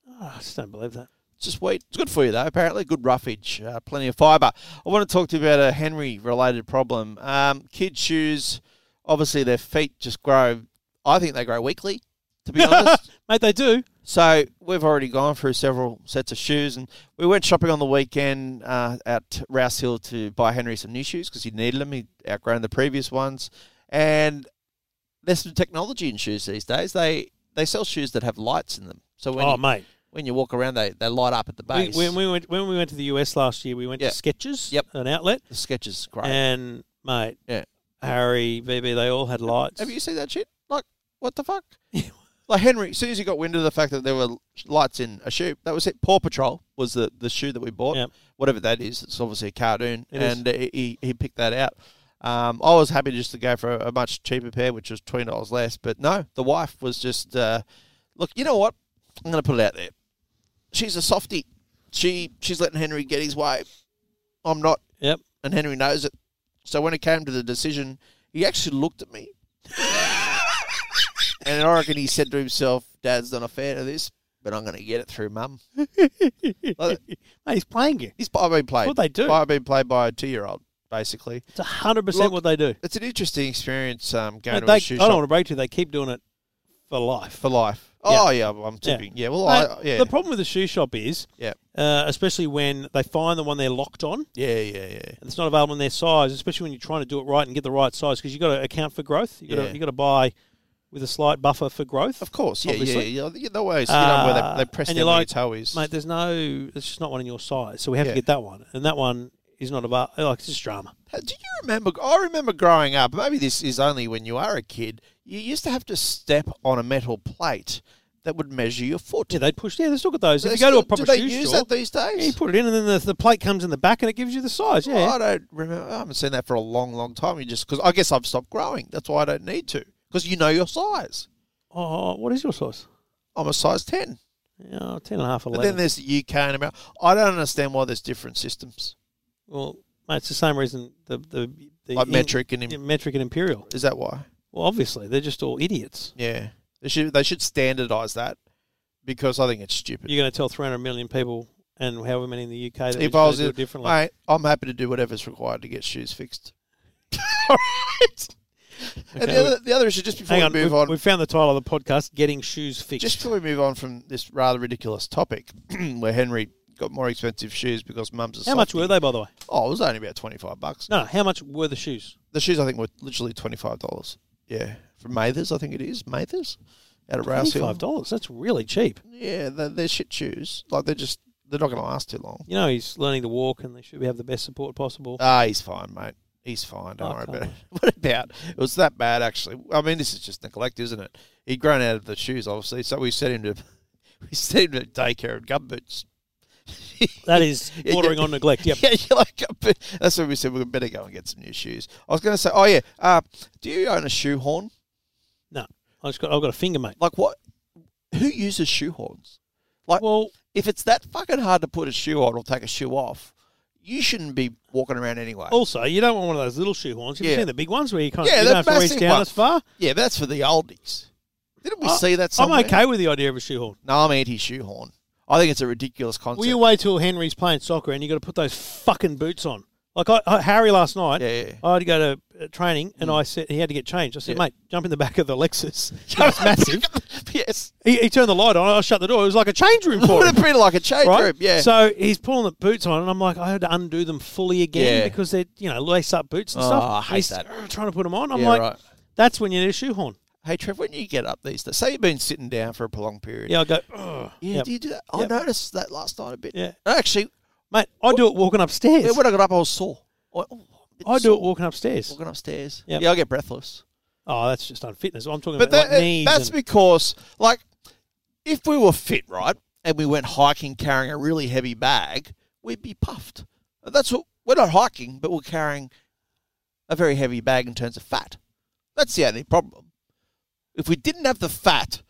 [SPEAKER 3] Oh, I just don't believe that.
[SPEAKER 2] just wheat. It's good for you though. Apparently, good roughage, uh, plenty of fibre. I want to talk to you about a Henry-related problem. Um, kids' shoes, obviously, their feet just grow. I think they grow weekly. To be honest.
[SPEAKER 3] Mate, they do.
[SPEAKER 2] So we've already gone through several sets of shoes, and we went shopping on the weekend uh, at Rouse Hill to buy Henry some new shoes because he needed them. He outgrown the previous ones, and there's some technology in shoes these days. They they sell shoes that have lights in them, so when
[SPEAKER 3] oh,
[SPEAKER 2] you,
[SPEAKER 3] mate.
[SPEAKER 2] when you walk around, they, they light up at the
[SPEAKER 3] We,
[SPEAKER 2] base.
[SPEAKER 3] when, we went, when we went to the US last year, we went
[SPEAKER 2] Yeah.
[SPEAKER 3] to Sketches,
[SPEAKER 2] Yep.
[SPEAKER 3] an outlet.
[SPEAKER 2] the sketches, great.
[SPEAKER 3] And, mate,
[SPEAKER 2] Yeah.
[SPEAKER 3] Harry, VB, they all had lights.
[SPEAKER 2] Have you seen that shit? Like, what the fuck? like Henry, as soon as he got wind of the fact that there were lights in a shoe, that was it. Paw Patrol was the, the shoe that we bought.
[SPEAKER 3] Yep.
[SPEAKER 2] Whatever that is, it's obviously a cartoon,
[SPEAKER 3] It is.
[SPEAKER 2] and he he picked that out. Um, I was happy just to go for a, a much cheaper pair, which was twenty dollars less. But no, the wife was just uh, look. You know what? I'm going to put it out there. She's a softie. She she's letting Henry get his way. I'm not
[SPEAKER 3] Yep.
[SPEAKER 2] and Henry knows it. So when it came to the decision, he actually looked at me. and I reckon he said to himself, Dad's not a fan of this, but I'm going to get it through mum.
[SPEAKER 3] mate, he's playing you.
[SPEAKER 2] He's by being played.
[SPEAKER 3] What'd they do?
[SPEAKER 2] By being played by a two year old, basically.
[SPEAKER 3] It's 100%
[SPEAKER 2] Look,
[SPEAKER 3] what they do.
[SPEAKER 2] It's an interesting experience um, going
[SPEAKER 3] Mate,
[SPEAKER 2] to
[SPEAKER 3] they,
[SPEAKER 2] a shoe
[SPEAKER 3] I
[SPEAKER 2] shop
[SPEAKER 3] don't want to break you. They keep doing it for life.
[SPEAKER 2] for life. Oh, yeah, well, I'm tipping. Yeah, well, I,
[SPEAKER 3] Mate,
[SPEAKER 2] yeah.
[SPEAKER 3] The problem with the shoe shop is,
[SPEAKER 2] yeah.
[SPEAKER 3] uh, especially when they find the one they're locked on,
[SPEAKER 2] Yeah, yeah, yeah.
[SPEAKER 3] and it's not available in their size, especially when you're trying to do it right and get the right size, because you've got to account for growth. You've got,
[SPEAKER 2] Yeah.
[SPEAKER 3] to, you got to buy with a slight buffer for growth.
[SPEAKER 2] Of course, yeah, yeah,
[SPEAKER 3] Obviously.
[SPEAKER 2] yeah. You know, always, you know where
[SPEAKER 3] Uh,
[SPEAKER 2] they, they press
[SPEAKER 3] and
[SPEAKER 2] their
[SPEAKER 3] you're
[SPEAKER 2] like,
[SPEAKER 3] like,
[SPEAKER 2] toe is.
[SPEAKER 3] Mate, there's no, there's just not one in your size, so we have
[SPEAKER 2] Yeah.
[SPEAKER 3] to get that one. And that one is not about, like, it's just drama.
[SPEAKER 2] Uh, Do you remember? I remember growing up. Maybe this is only when you are a kid. You used to have to step on a metal plate that would measure your foot.
[SPEAKER 3] Yeah, they'd push, yeah, they still got those.
[SPEAKER 2] They
[SPEAKER 3] If you go to a
[SPEAKER 2] still-
[SPEAKER 3] proper
[SPEAKER 2] do they
[SPEAKER 3] shoe
[SPEAKER 2] use
[SPEAKER 3] store,
[SPEAKER 2] that these days?
[SPEAKER 3] yeah, you put it in, and then the, the plate comes in the back and it gives you the size, yeah.
[SPEAKER 2] I don't remember. I haven't seen that for a long, long time. You just because I guess I've stopped growing. That's why I don't need to because you know your size.
[SPEAKER 3] Oh, what is your size?
[SPEAKER 2] I'm a size ten.
[SPEAKER 3] Oh, 10 and a half,
[SPEAKER 2] But
[SPEAKER 3] 11.
[SPEAKER 2] then there's the UK and America. I don't understand why there's different systems.
[SPEAKER 3] well, mate, it's the same reason the. the, the
[SPEAKER 2] Like
[SPEAKER 3] in-
[SPEAKER 2] metric and im-
[SPEAKER 3] yeah, metric and imperial.
[SPEAKER 2] Is that why?
[SPEAKER 3] Well, obviously, they're just all idiots.
[SPEAKER 2] Yeah, they should they should standardise that because I think it's stupid.
[SPEAKER 3] You're going to tell 300 million people and however many in the UK that
[SPEAKER 2] if
[SPEAKER 3] we're
[SPEAKER 2] I
[SPEAKER 3] just
[SPEAKER 2] was
[SPEAKER 3] gonna do
[SPEAKER 2] in,
[SPEAKER 3] it differently.
[SPEAKER 2] mate, I'm happy to do whatever's required to get shoes fixed. All right. And
[SPEAKER 3] Okay,
[SPEAKER 2] the other, the other issue, just before
[SPEAKER 3] Hang
[SPEAKER 2] we
[SPEAKER 3] on,
[SPEAKER 2] move
[SPEAKER 3] we've,
[SPEAKER 2] on,
[SPEAKER 3] we've found the title of the podcast: "Getting Shoes Fixed."
[SPEAKER 2] just before we move on from this rather ridiculous topic, where Henry got more expensive shoes because mum's. A
[SPEAKER 3] how much
[SPEAKER 2] softie.
[SPEAKER 3] were they, by the way?
[SPEAKER 2] Oh, it was only about twenty five bucks.
[SPEAKER 3] No, no, how much were the shoes?
[SPEAKER 2] The shoes I think were literally twenty five dollars. Yeah, from Mathers, I think it is Mathers, out of Rouse Hill.
[SPEAKER 3] Twenty-five dollars. That's really cheap.
[SPEAKER 2] Yeah, they're, they're shit shoes. Like they're just they're not going to last too long.
[SPEAKER 3] You know, he's learning to walk, and they should have the best support possible.
[SPEAKER 2] Ah, he's fine, mate. He's fine. Don't
[SPEAKER 3] Oh,
[SPEAKER 2] worry about it.
[SPEAKER 3] come
[SPEAKER 2] What about? It was that bad, actually. I mean, this is just neglect, isn't it? He'd grown out of the shoes, obviously. So we sent him to we sent him to daycare and gum boots.
[SPEAKER 3] that is
[SPEAKER 2] Yeah,
[SPEAKER 3] bordering
[SPEAKER 2] yeah.
[SPEAKER 3] on neglect. Yep.
[SPEAKER 2] Yeah, you like gum boot- That's what we said. We better go and get some new shoes. I was going to say, oh yeah, uh, do you own a shoe horn?
[SPEAKER 3] No, I just got. I've got a finger, mate.
[SPEAKER 2] Like what? Who uses shoe horns? Like
[SPEAKER 3] Well,
[SPEAKER 2] if it's that fucking hard to put a shoe on or take a shoe off, you shouldn't be walking around anyway.
[SPEAKER 3] also, you don't want one of those little shoe horns. You've
[SPEAKER 2] Yeah.
[SPEAKER 3] seen the big ones where you can't.
[SPEAKER 2] Yeah,
[SPEAKER 3] you
[SPEAKER 2] the
[SPEAKER 3] don't have to reach
[SPEAKER 2] massive
[SPEAKER 3] down
[SPEAKER 2] one.
[SPEAKER 3] as far.
[SPEAKER 2] Yeah, but that's for the oldies. Didn't we
[SPEAKER 3] I-
[SPEAKER 2] see that somewhere?
[SPEAKER 3] I'm okay with the idea of a shoe horn.
[SPEAKER 2] No, I'm anti shoehorn. I think it's a ridiculous concept.
[SPEAKER 3] Will you wait till Henry's playing soccer and you got to put those fucking boots on? Like I, I, Harry last night,
[SPEAKER 2] Yeah, yeah.
[SPEAKER 3] I had to go to uh, training and I said he had to get changed. I said,
[SPEAKER 2] Yeah.
[SPEAKER 3] mate, jump in the back of the Lexus. It's massive.
[SPEAKER 2] yes.
[SPEAKER 3] He, he turned the light on. I shut the door. It was like a change room for
[SPEAKER 2] Would have
[SPEAKER 3] him.
[SPEAKER 2] been like a change
[SPEAKER 3] Right?
[SPEAKER 2] room, yeah.
[SPEAKER 3] So he's pulling the boots on, and I'm like, I had to undo them fully again
[SPEAKER 2] Yeah.
[SPEAKER 3] because they're you know lace up boots and
[SPEAKER 2] Oh,
[SPEAKER 3] stuff.
[SPEAKER 2] I
[SPEAKER 3] And
[SPEAKER 2] hate
[SPEAKER 3] he's
[SPEAKER 2] that.
[SPEAKER 3] uh, Trying to put them on. I'm
[SPEAKER 2] Yeah,
[SPEAKER 3] like,
[SPEAKER 2] right.
[SPEAKER 3] that's when you need a shoehorn.
[SPEAKER 2] hey, Trev, when you get up these days, say you've been sitting down for a prolonged period.
[SPEAKER 3] Yeah, I go. "Ugh."
[SPEAKER 2] Yeah,
[SPEAKER 3] Yep.
[SPEAKER 2] do you do that?
[SPEAKER 3] Yep.
[SPEAKER 2] I noticed that last night a bit.
[SPEAKER 3] Yeah.
[SPEAKER 2] Actually,
[SPEAKER 3] mate, I do it walking upstairs.
[SPEAKER 2] yeah, when I got up, I was sore. I, oh, a bit
[SPEAKER 3] I do
[SPEAKER 2] sore
[SPEAKER 3] it walking upstairs.
[SPEAKER 2] walking upstairs.
[SPEAKER 3] Yep.
[SPEAKER 2] Yeah, I get breathless.
[SPEAKER 3] Oh, that's just unfitness. I'm talking
[SPEAKER 2] But
[SPEAKER 3] about
[SPEAKER 2] that, uh,
[SPEAKER 3] like knees.
[SPEAKER 2] that's
[SPEAKER 3] and-
[SPEAKER 2] because, like, if we were fit, right, and we went hiking carrying a really heavy bag, we'd be puffed. That's what we're not hiking, but we're carrying a very heavy bag in terms of fat. That's the only problem. If we didn't have the fat,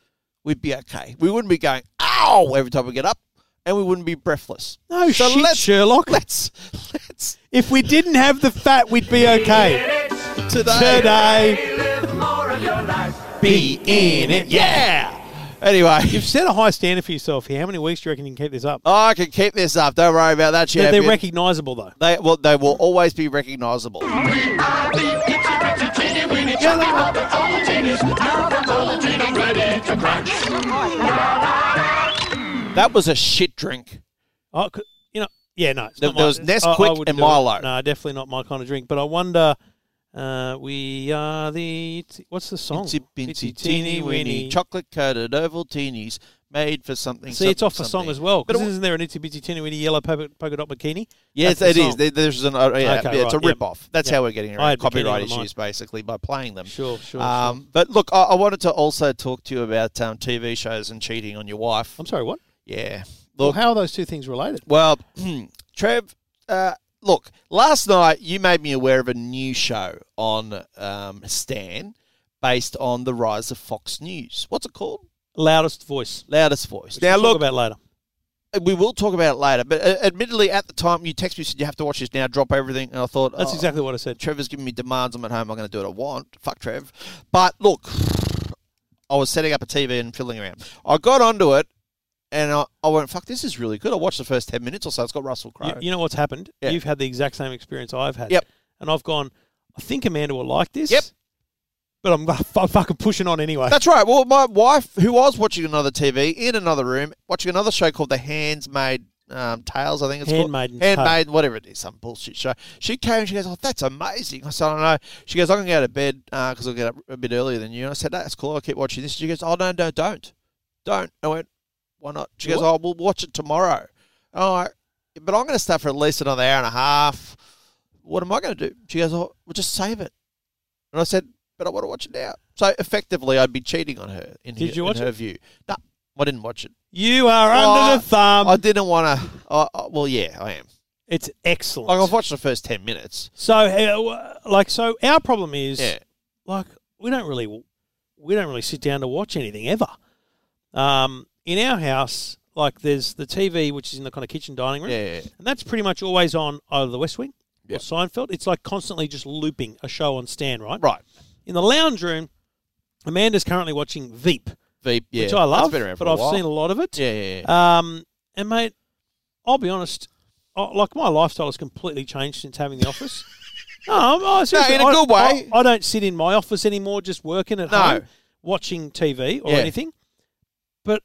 [SPEAKER 2] we'd be okay. We wouldn't be going ow every time we get up, and we wouldn't be breathless.
[SPEAKER 3] No shit, Sherlock.
[SPEAKER 2] Let's let's
[SPEAKER 3] If we didn't have the fat, we'd be okay.
[SPEAKER 2] today.
[SPEAKER 3] Today, be in it.
[SPEAKER 2] Yeah. Anyway,
[SPEAKER 3] You've set a high standard for yourself here. How many weeks do you reckon you can keep this up?
[SPEAKER 2] I can keep this up. Don't worry about that,
[SPEAKER 3] They're,
[SPEAKER 2] champion.
[SPEAKER 3] they're recognisable, though.
[SPEAKER 2] They well, they will always be recognisable. That was a shit drink.
[SPEAKER 3] I could- you know, yeah, no. It's
[SPEAKER 2] There-
[SPEAKER 3] not
[SPEAKER 2] there
[SPEAKER 3] my-
[SPEAKER 2] was
[SPEAKER 3] it's- I- I
[SPEAKER 2] Nesquik
[SPEAKER 3] wouldn't
[SPEAKER 2] and
[SPEAKER 3] do it.
[SPEAKER 2] Milo.
[SPEAKER 3] No, definitely not my kind of drink. But I wonder, uh, we are the what's the song?
[SPEAKER 2] Itsy
[SPEAKER 3] Itsy
[SPEAKER 2] bintsy teeny weeny chocolate coated Ovaltinis made for something.
[SPEAKER 3] See, it's
[SPEAKER 2] something,
[SPEAKER 3] off the song
[SPEAKER 2] something.
[SPEAKER 3] as well.
[SPEAKER 2] But
[SPEAKER 3] Because
[SPEAKER 2] it-
[SPEAKER 3] isn't there an itsy bitsy teeny weeny yellow polka, polka dot bikini?
[SPEAKER 2] yes,
[SPEAKER 3] That's
[SPEAKER 2] it
[SPEAKER 3] the
[SPEAKER 2] is.
[SPEAKER 3] song.
[SPEAKER 2] There- There's an uh, yeah,
[SPEAKER 3] Okay,
[SPEAKER 2] yeah, it's a
[SPEAKER 3] right, yep.
[SPEAKER 2] rip off. That's
[SPEAKER 3] Yep.
[SPEAKER 2] how we're getting
[SPEAKER 3] I
[SPEAKER 2] around
[SPEAKER 3] had bikini on
[SPEAKER 2] copyright
[SPEAKER 3] the mind.
[SPEAKER 2] issues basically by playing them.
[SPEAKER 3] Sure, sure,
[SPEAKER 2] um, But look, I, I wanted to also talk to you about um, TV shows and cheating on your wife.
[SPEAKER 3] I'm sorry, what?
[SPEAKER 2] Yeah,
[SPEAKER 3] Well,
[SPEAKER 2] look,
[SPEAKER 3] how are those two things related?
[SPEAKER 2] Well, Trev, uh, look, last night you made me aware of a new show on um, Stan based on the rise of Fox News. What's it called?
[SPEAKER 3] Loudest voice.
[SPEAKER 2] Loudest Voice.
[SPEAKER 3] Which
[SPEAKER 2] Now,
[SPEAKER 3] we'll talk
[SPEAKER 2] look,
[SPEAKER 3] about later.
[SPEAKER 2] we will talk about it later, but uh, admittedly, at the time you texted me, said you have to watch this now, drop everything, and I thought,
[SPEAKER 3] That's
[SPEAKER 2] oh,
[SPEAKER 3] exactly what I said.
[SPEAKER 2] Trevor's giving me demands. I'm at home. I'm going to do what I want. Fuck Trev. But look, I was setting up a TV and fiddling around. I got onto it, and I, I went, fuck, this is really good. I watched the first 10 minutes or so. It's got Russell Crowe.
[SPEAKER 3] You, you know what's happened?
[SPEAKER 2] Yeah.
[SPEAKER 3] You've had the exact same experience I've had.
[SPEAKER 2] Yep.
[SPEAKER 3] And I've gone, I think Amanda will like this.
[SPEAKER 2] Yep.
[SPEAKER 3] But I'm, I'm fucking pushing on anyway.
[SPEAKER 2] That's right. Well, my wife, who was watching another TV in another room, watching another show called The Handsmaid um, Tales, I think it's
[SPEAKER 3] Handmaiden's
[SPEAKER 2] called. Handmaid, whatever it is, some bullshit show. She came and she goes, Oh, that's amazing. I said, I know. She goes, I'm going to go to bed because I'll get up a bit earlier than you. And I said, That's cool. I'll keep watching this. She goes, Oh, no, no, don't. Don't. I went, Why not? She goes, Oh, we'll watch it tomorrow. All right. But I'm going to stay for at least another hour and a half. What am I going to do? She goes, Oh, we'll just save it. And I said, but I want to watch it now. So effectively, I'd be cheating on her in,
[SPEAKER 3] Did
[SPEAKER 2] her,
[SPEAKER 3] you watch
[SPEAKER 2] in her
[SPEAKER 3] it?
[SPEAKER 2] view. No, I didn't watch it.
[SPEAKER 3] You are
[SPEAKER 2] Oh,
[SPEAKER 3] under the thumb.
[SPEAKER 2] I didn't want to. I I- well, yeah, I am.
[SPEAKER 3] it's excellent.
[SPEAKER 2] Like, I've watched the first 10 minutes.
[SPEAKER 3] so, uh, like, so our problem is,
[SPEAKER 2] Yeah.
[SPEAKER 3] like, we don't really, we don't really sit down to watch anything ever. Um, in our house, like, there's the TV which is in the kind of kitchen dining room,
[SPEAKER 2] Yeah.
[SPEAKER 3] and that's pretty much always on either The West Wing
[SPEAKER 2] Yeah.
[SPEAKER 3] or Seinfeld. It's like constantly just looping a show on Stan, right?
[SPEAKER 2] Right.
[SPEAKER 3] In the lounge room, Amanda's currently watching Veep,
[SPEAKER 2] Veep, yeah.
[SPEAKER 3] which I
[SPEAKER 2] That's
[SPEAKER 3] love,
[SPEAKER 2] been around for
[SPEAKER 3] but
[SPEAKER 2] a
[SPEAKER 3] I've
[SPEAKER 2] while.
[SPEAKER 3] seen a lot of it.
[SPEAKER 2] Yeah, yeah, yeah.
[SPEAKER 3] Um, and mate, I'll be honest. I, like my lifestyle has completely changed since having the office. no, I'm, I, seriously,
[SPEAKER 2] in a
[SPEAKER 3] I-
[SPEAKER 2] good way.
[SPEAKER 3] I, I don't sit in my office anymore, just working at
[SPEAKER 2] No.
[SPEAKER 3] home, watching TV or
[SPEAKER 2] Yeah.
[SPEAKER 3] anything. But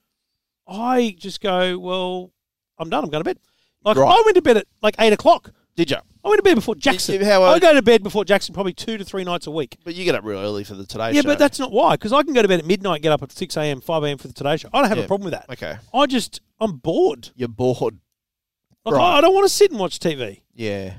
[SPEAKER 3] I just go, well, I'm done. I'm going to bed. Like
[SPEAKER 2] Right.
[SPEAKER 3] I went to bed at like eight o'clock.
[SPEAKER 2] Did you?
[SPEAKER 3] I went to bed before Jackson.
[SPEAKER 2] you- how uh,
[SPEAKER 3] I
[SPEAKER 2] early-
[SPEAKER 3] go to bed before Jackson probably two to three nights a week.
[SPEAKER 2] But you get up real early for the Today
[SPEAKER 3] Yeah,
[SPEAKER 2] Show.
[SPEAKER 3] but that's not why. Because I can go to bed at midnight, get up at six a.m., five a.m. for the Today Show. I don't have
[SPEAKER 2] Yeah.
[SPEAKER 3] a problem with that.
[SPEAKER 2] Okay.
[SPEAKER 3] I just I'm bored.
[SPEAKER 2] You're bored.
[SPEAKER 3] Like,
[SPEAKER 2] Right.
[SPEAKER 3] I, I don't want to sit and watch TV.
[SPEAKER 2] Yeah.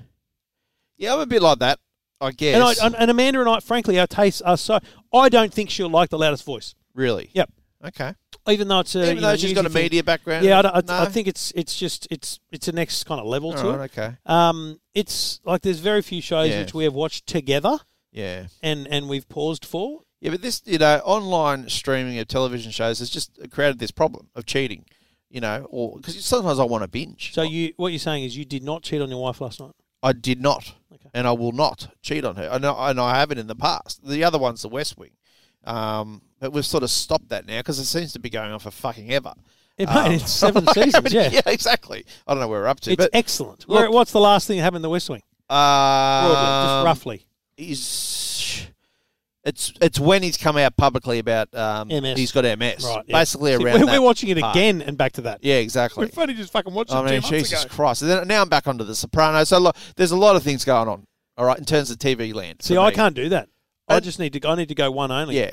[SPEAKER 2] Yeah, I'm a bit like that, I guess.
[SPEAKER 3] And, I, and, and Amanda and I, frankly, our tastes are so. I don't think she'll like the loudest voice.
[SPEAKER 2] really?
[SPEAKER 3] Yep.
[SPEAKER 2] Okay.
[SPEAKER 3] Even though it's a,
[SPEAKER 2] Even
[SPEAKER 3] you
[SPEAKER 2] though
[SPEAKER 3] know,
[SPEAKER 2] she's got a
[SPEAKER 3] newsy thing.
[SPEAKER 2] media background?
[SPEAKER 3] Yeah, I, don't- I, I
[SPEAKER 2] No?
[SPEAKER 3] think it's it's just it's it's a next kind of level to
[SPEAKER 2] All
[SPEAKER 3] it.
[SPEAKER 2] right, okay.
[SPEAKER 3] Um, it's like there's very few shows
[SPEAKER 2] Yeah.
[SPEAKER 3] which we have watched together
[SPEAKER 2] Yeah.
[SPEAKER 3] and and we've paused for.
[SPEAKER 2] Yeah, but this, you know, online streaming of television shows has just created this problem of cheating, you know, or because sometimes I want to binge.
[SPEAKER 3] So you what you're saying is you did not cheat on your wife last night.
[SPEAKER 2] I did not,
[SPEAKER 3] Okay.
[SPEAKER 2] and I will not cheat on her, and I, and I haven't in the past. The other one's the West Wing, um, but we've sort of stopped that now because it seems to be going on for fucking ever.
[SPEAKER 3] It,
[SPEAKER 2] Um,
[SPEAKER 3] mate, it's seven seasons. Yeah,
[SPEAKER 2] yeah, exactly. I don't know where we're up to,
[SPEAKER 3] it's
[SPEAKER 2] but um,
[SPEAKER 3] excellent. Where,
[SPEAKER 2] look-
[SPEAKER 3] what's the last thing that happened in The West Wing? Broadly, just
[SPEAKER 2] um,
[SPEAKER 3] roughly.
[SPEAKER 2] is it's it's when he's come out publicly about um,
[SPEAKER 3] MS.
[SPEAKER 2] he's got MS,
[SPEAKER 3] Right. yeah.
[SPEAKER 2] basically
[SPEAKER 3] See,
[SPEAKER 2] around.
[SPEAKER 3] we're,
[SPEAKER 2] that
[SPEAKER 3] we're watching it
[SPEAKER 2] part.
[SPEAKER 3] again and back to that.
[SPEAKER 2] Yeah, exactly.
[SPEAKER 3] We've only just fucking watched it
[SPEAKER 2] I mean,
[SPEAKER 3] two months
[SPEAKER 2] Jesus
[SPEAKER 3] ago.
[SPEAKER 2] Christ. And then- now I'm back onto The Sopranos. So look, there's a lot of things going on. All right, in terms of TV land. for
[SPEAKER 3] See, I
[SPEAKER 2] me.
[SPEAKER 3] can't do that. I
[SPEAKER 2] And-
[SPEAKER 3] just need to. I need to go one only.
[SPEAKER 2] Yeah,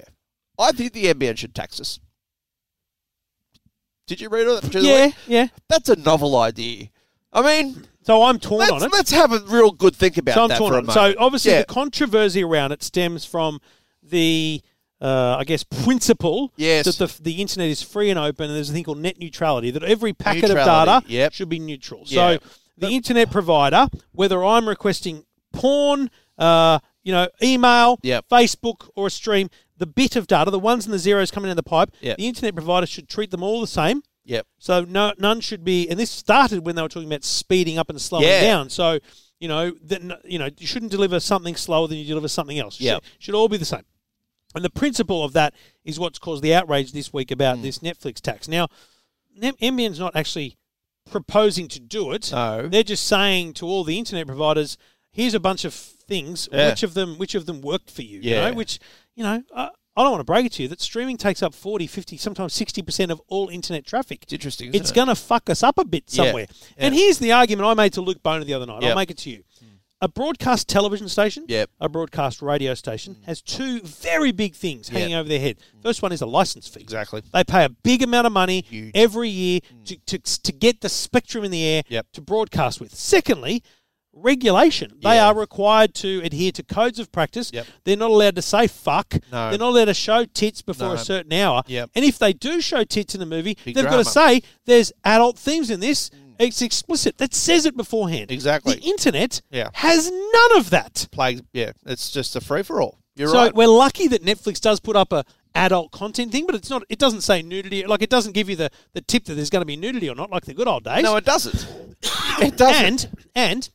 [SPEAKER 2] I think the NBN should tax us. Did you read all that? through the
[SPEAKER 3] yeah,
[SPEAKER 2] week?
[SPEAKER 3] yeah.
[SPEAKER 2] that's a novel idea. I mean,
[SPEAKER 3] So I'm torn
[SPEAKER 2] let's,
[SPEAKER 3] on it.
[SPEAKER 2] let's have a real good think about
[SPEAKER 3] So I'm
[SPEAKER 2] that
[SPEAKER 3] torn
[SPEAKER 2] for a
[SPEAKER 3] on it.
[SPEAKER 2] moment.
[SPEAKER 3] So obviously
[SPEAKER 2] yeah,
[SPEAKER 3] the controversy around it stems from the, uh, I guess, principle
[SPEAKER 2] Yes.
[SPEAKER 3] that the the internet is free and open, and there's a thing called net neutrality that every packet of
[SPEAKER 2] Neutrality,
[SPEAKER 3] data
[SPEAKER 2] yep.
[SPEAKER 3] should be neutral.
[SPEAKER 2] Yeah.
[SPEAKER 3] So the internet provider, whether I'm requesting porn, uh, you know, email,
[SPEAKER 2] Yep.
[SPEAKER 3] Facebook, or a stream, the bit of data, the ones and the zeros coming down the pipe,
[SPEAKER 2] Yep.
[SPEAKER 3] the internet provider should treat them all the same.
[SPEAKER 2] Yep.
[SPEAKER 3] So no, none should be. And this started when they were talking about speeding up and slowing
[SPEAKER 2] Yeah.
[SPEAKER 3] down. So you know, then you know, you shouldn't deliver something slower than you deliver something else.
[SPEAKER 2] Yeah.
[SPEAKER 3] should, should all be the same. And the principle of that is what's caused the outrage this week
[SPEAKER 2] Hmm.
[SPEAKER 3] about this Netflix tax. Now, Nem- NBN's not actually proposing to do it.
[SPEAKER 2] No.
[SPEAKER 3] They're just saying to all the internet providers, "Here's a bunch of things.
[SPEAKER 2] Yeah.
[SPEAKER 3] Which of them, which of them worked for you?
[SPEAKER 2] Yeah.
[SPEAKER 3] You know, which, you know, I, I don't want to break it to you that streaming takes up 40, 50, sometimes sixty percent of all internet traffic.
[SPEAKER 2] It's interesting, isn't
[SPEAKER 3] It's
[SPEAKER 2] it?
[SPEAKER 3] going to fuck us up a bit
[SPEAKER 2] Yeah.
[SPEAKER 3] somewhere. And here's the argument I made to Luke Boner the other night.
[SPEAKER 2] Yep.
[SPEAKER 3] I'll make it to you. A broadcast television station,
[SPEAKER 2] Yep.
[SPEAKER 3] a broadcast radio station, has two very big things hanging over their head. First one is a license fee.
[SPEAKER 2] Exactly.
[SPEAKER 3] They pay a big amount of money
[SPEAKER 2] Huge.
[SPEAKER 3] every year to, to, to get the spectrum in the air
[SPEAKER 2] Yep.
[SPEAKER 3] to broadcast with. Secondly, regulation. They
[SPEAKER 2] Yeah.
[SPEAKER 3] are required to adhere to codes of practice.
[SPEAKER 2] Yep.
[SPEAKER 3] They're not allowed to say fuck.
[SPEAKER 2] No.
[SPEAKER 3] They're not allowed to show tits before a
[SPEAKER 2] No.
[SPEAKER 3] certain hour.
[SPEAKER 2] Yep.
[SPEAKER 3] And if they do show tits in a movie,
[SPEAKER 2] Big
[SPEAKER 3] they've got
[SPEAKER 2] drama.
[SPEAKER 3] to say there's adult themes in this. It's explicit. That says it beforehand.
[SPEAKER 2] Exactly.
[SPEAKER 3] The internet
[SPEAKER 2] Yeah.
[SPEAKER 3] has none of that.
[SPEAKER 2] Plagues. Yeah, it's just a free for all. You're
[SPEAKER 3] so
[SPEAKER 2] right.
[SPEAKER 3] we're lucky that Netflix does put up a adult content thing, but it's not. It doesn't say nudity. Like it doesn't give you the, the tip that there's going to be nudity or not, like the good old days.
[SPEAKER 2] No, it doesn't. It doesn't.
[SPEAKER 3] And and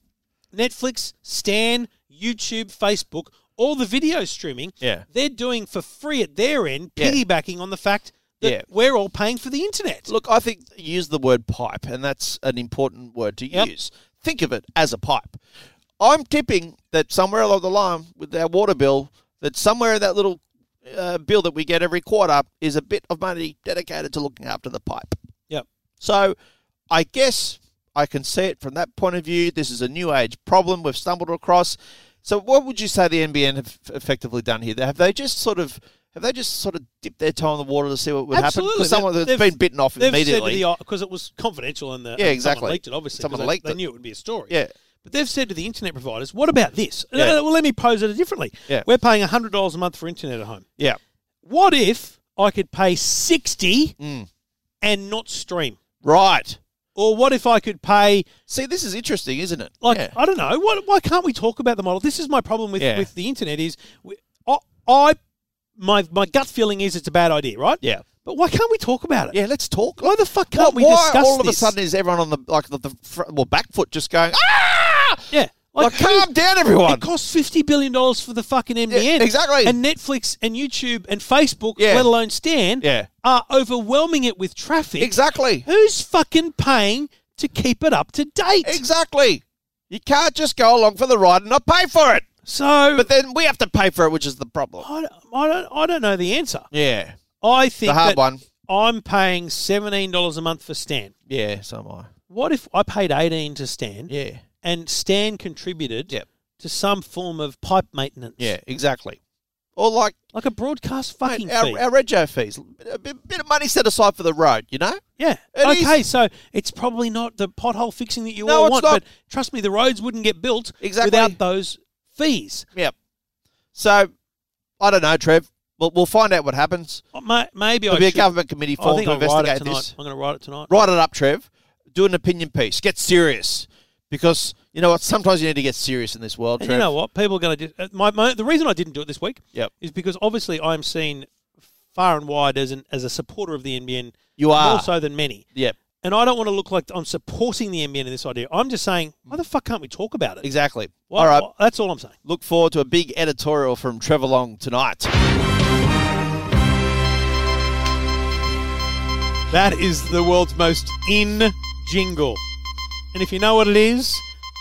[SPEAKER 3] Netflix, Stan, YouTube, Facebook, all the video streaming,
[SPEAKER 2] Yeah.
[SPEAKER 3] they're doing for free at their end,
[SPEAKER 2] Yeah.
[SPEAKER 3] piggybacking on the fact that
[SPEAKER 2] Yeah.
[SPEAKER 3] we're all paying for the internet.
[SPEAKER 2] Look, I think use the word pipe, and that's an important word to
[SPEAKER 3] Yep.
[SPEAKER 2] use. Think of it as a pipe. I'm tipping that somewhere along the line with our water bill, that somewhere in that little uh, bill that we get every quarter is a bit of money dedicated to looking after the pipe.
[SPEAKER 3] Yep.
[SPEAKER 2] So I guess I can see it from that point of view. This is a new age problem we've stumbled across. So what would you say the NBN have effectively done here? Have they just sort of have they just sort of dipped their toe in the water to see what would happen?
[SPEAKER 3] Absolutely.
[SPEAKER 2] Because someone
[SPEAKER 3] They've-
[SPEAKER 2] that's been bitten off
[SPEAKER 3] They've
[SPEAKER 2] immediately.
[SPEAKER 3] said because it was confidential and the
[SPEAKER 2] Yeah,
[SPEAKER 3] and
[SPEAKER 2] exactly.
[SPEAKER 3] someone leaked it. Obviously, 'cause
[SPEAKER 2] Someone
[SPEAKER 3] they,
[SPEAKER 2] leaked
[SPEAKER 3] they
[SPEAKER 2] it.
[SPEAKER 3] knew it would be a story.
[SPEAKER 2] Yeah.
[SPEAKER 3] But they've said to the internet providers, "What about this?"
[SPEAKER 2] Yeah.
[SPEAKER 3] Uh, Well, let me pose it differently.
[SPEAKER 2] Yeah.
[SPEAKER 3] We're paying hundred dollars a month for internet at home.
[SPEAKER 2] yeah.
[SPEAKER 3] What if I could pay sixty
[SPEAKER 2] Mm.
[SPEAKER 3] and not stream?
[SPEAKER 2] Right.
[SPEAKER 3] Or what if I could pay
[SPEAKER 2] See, this is interesting, isn't it?
[SPEAKER 3] Like
[SPEAKER 2] yeah.
[SPEAKER 3] I don't know. What, why can't we talk about the model? This is my problem with,
[SPEAKER 2] Yeah.
[SPEAKER 3] with the internet. Is we, I, I my my gut feeling is it's a bad idea, right?
[SPEAKER 2] yeah.
[SPEAKER 3] But why can't we talk about it?
[SPEAKER 2] Yeah, let's talk.
[SPEAKER 3] Why the fuck can't
[SPEAKER 2] why,
[SPEAKER 3] we discuss
[SPEAKER 2] all of a
[SPEAKER 3] this?
[SPEAKER 2] sudden is everyone on the like the, the fr- well back foot just going ah?
[SPEAKER 3] Yeah.
[SPEAKER 2] Like,
[SPEAKER 3] how
[SPEAKER 2] calm
[SPEAKER 3] do-
[SPEAKER 2] down, everyone.
[SPEAKER 3] It costs fifty billion dollars for the fucking NBN,
[SPEAKER 2] exactly.
[SPEAKER 3] And Netflix and YouTube and Facebook,
[SPEAKER 2] Yeah.
[SPEAKER 3] let alone Stan,
[SPEAKER 2] Yeah.
[SPEAKER 3] are overwhelming it with traffic.
[SPEAKER 2] Exactly.
[SPEAKER 3] Who's fucking paying to keep it up to date?
[SPEAKER 2] Exactly. You can't just go along for the ride and not pay for it.
[SPEAKER 3] So
[SPEAKER 2] But then we have to pay for it, which is the problem.
[SPEAKER 3] I, don't- I don't I don't know the answer.
[SPEAKER 2] Yeah.
[SPEAKER 3] I think
[SPEAKER 2] hard
[SPEAKER 3] that
[SPEAKER 2] one.
[SPEAKER 3] I'm paying seventeen dollars a month for Stan.
[SPEAKER 2] Yeah, so am I.
[SPEAKER 3] What if I paid eighteen to Stan
[SPEAKER 2] Yeah.
[SPEAKER 3] and Stan contributed
[SPEAKER 2] Yep.
[SPEAKER 3] to some form of pipe maintenance?
[SPEAKER 2] Yeah, exactly. Or like
[SPEAKER 3] Like a broadcast
[SPEAKER 2] mate,
[SPEAKER 3] fucking fee.
[SPEAKER 2] our, our rego fees, a bit, bit of money set aside for the road, you know?
[SPEAKER 3] yeah.
[SPEAKER 2] It is-
[SPEAKER 3] okay, so it's probably not the pothole fixing that you
[SPEAKER 2] No,
[SPEAKER 3] all
[SPEAKER 2] it's
[SPEAKER 3] want,
[SPEAKER 2] not.
[SPEAKER 3] but trust me, the roads wouldn't get built
[SPEAKER 2] Exactly.
[SPEAKER 3] without those fees.
[SPEAKER 2] Yep. So, I don't know, Trev. We'll, we'll find out what happens.
[SPEAKER 3] Oh, ma- Maybe
[SPEAKER 2] There'll
[SPEAKER 3] I
[SPEAKER 2] be a
[SPEAKER 3] should-
[SPEAKER 2] government committee
[SPEAKER 3] I
[SPEAKER 2] formed
[SPEAKER 3] think
[SPEAKER 2] to
[SPEAKER 3] I'll write it
[SPEAKER 2] investigate
[SPEAKER 3] tonight.
[SPEAKER 2] this.
[SPEAKER 3] I'm going to write it tonight.
[SPEAKER 2] Write it up, Trev. Do an opinion piece. Get serious. Because, you know what? Sometimes you need to get serious in this world,
[SPEAKER 3] And
[SPEAKER 2] Trev.
[SPEAKER 3] you know what? People are going to. Do, uh, my, my the reason I didn't do it this week
[SPEAKER 2] Yep.
[SPEAKER 3] is because obviously I am seen far and wide as an as a supporter of the NBN.
[SPEAKER 2] You are.
[SPEAKER 3] more so than many,
[SPEAKER 2] Yep.
[SPEAKER 3] and I don't want to look like I'm supporting the NBN in this idea. I'm just saying, why the fuck can't we talk about it?
[SPEAKER 2] Exactly.
[SPEAKER 3] Why-
[SPEAKER 2] All right.
[SPEAKER 3] why- that's all I'm saying.
[SPEAKER 2] Look forward to a big editorial from Trevor Long tonight.
[SPEAKER 3] That is the world's most in jingle, and if you know what it is,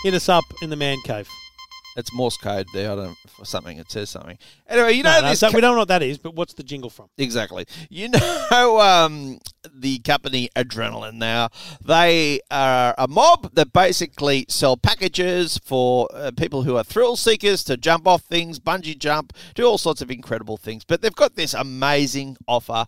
[SPEAKER 3] hit us up in the man cave.
[SPEAKER 2] It's Morse code there. I don't or something. It says something. Anyway, you know
[SPEAKER 3] No, no,
[SPEAKER 2] this.
[SPEAKER 3] that-
[SPEAKER 2] co-
[SPEAKER 3] we don't know what that is, but what's the jingle from?
[SPEAKER 2] Exactly. You know um, the company Adrenaline now. They are a mob that basically sell packages for uh, people who are thrill seekers to jump off things, bungee jump, do all sorts of incredible things. But they've got this amazing offer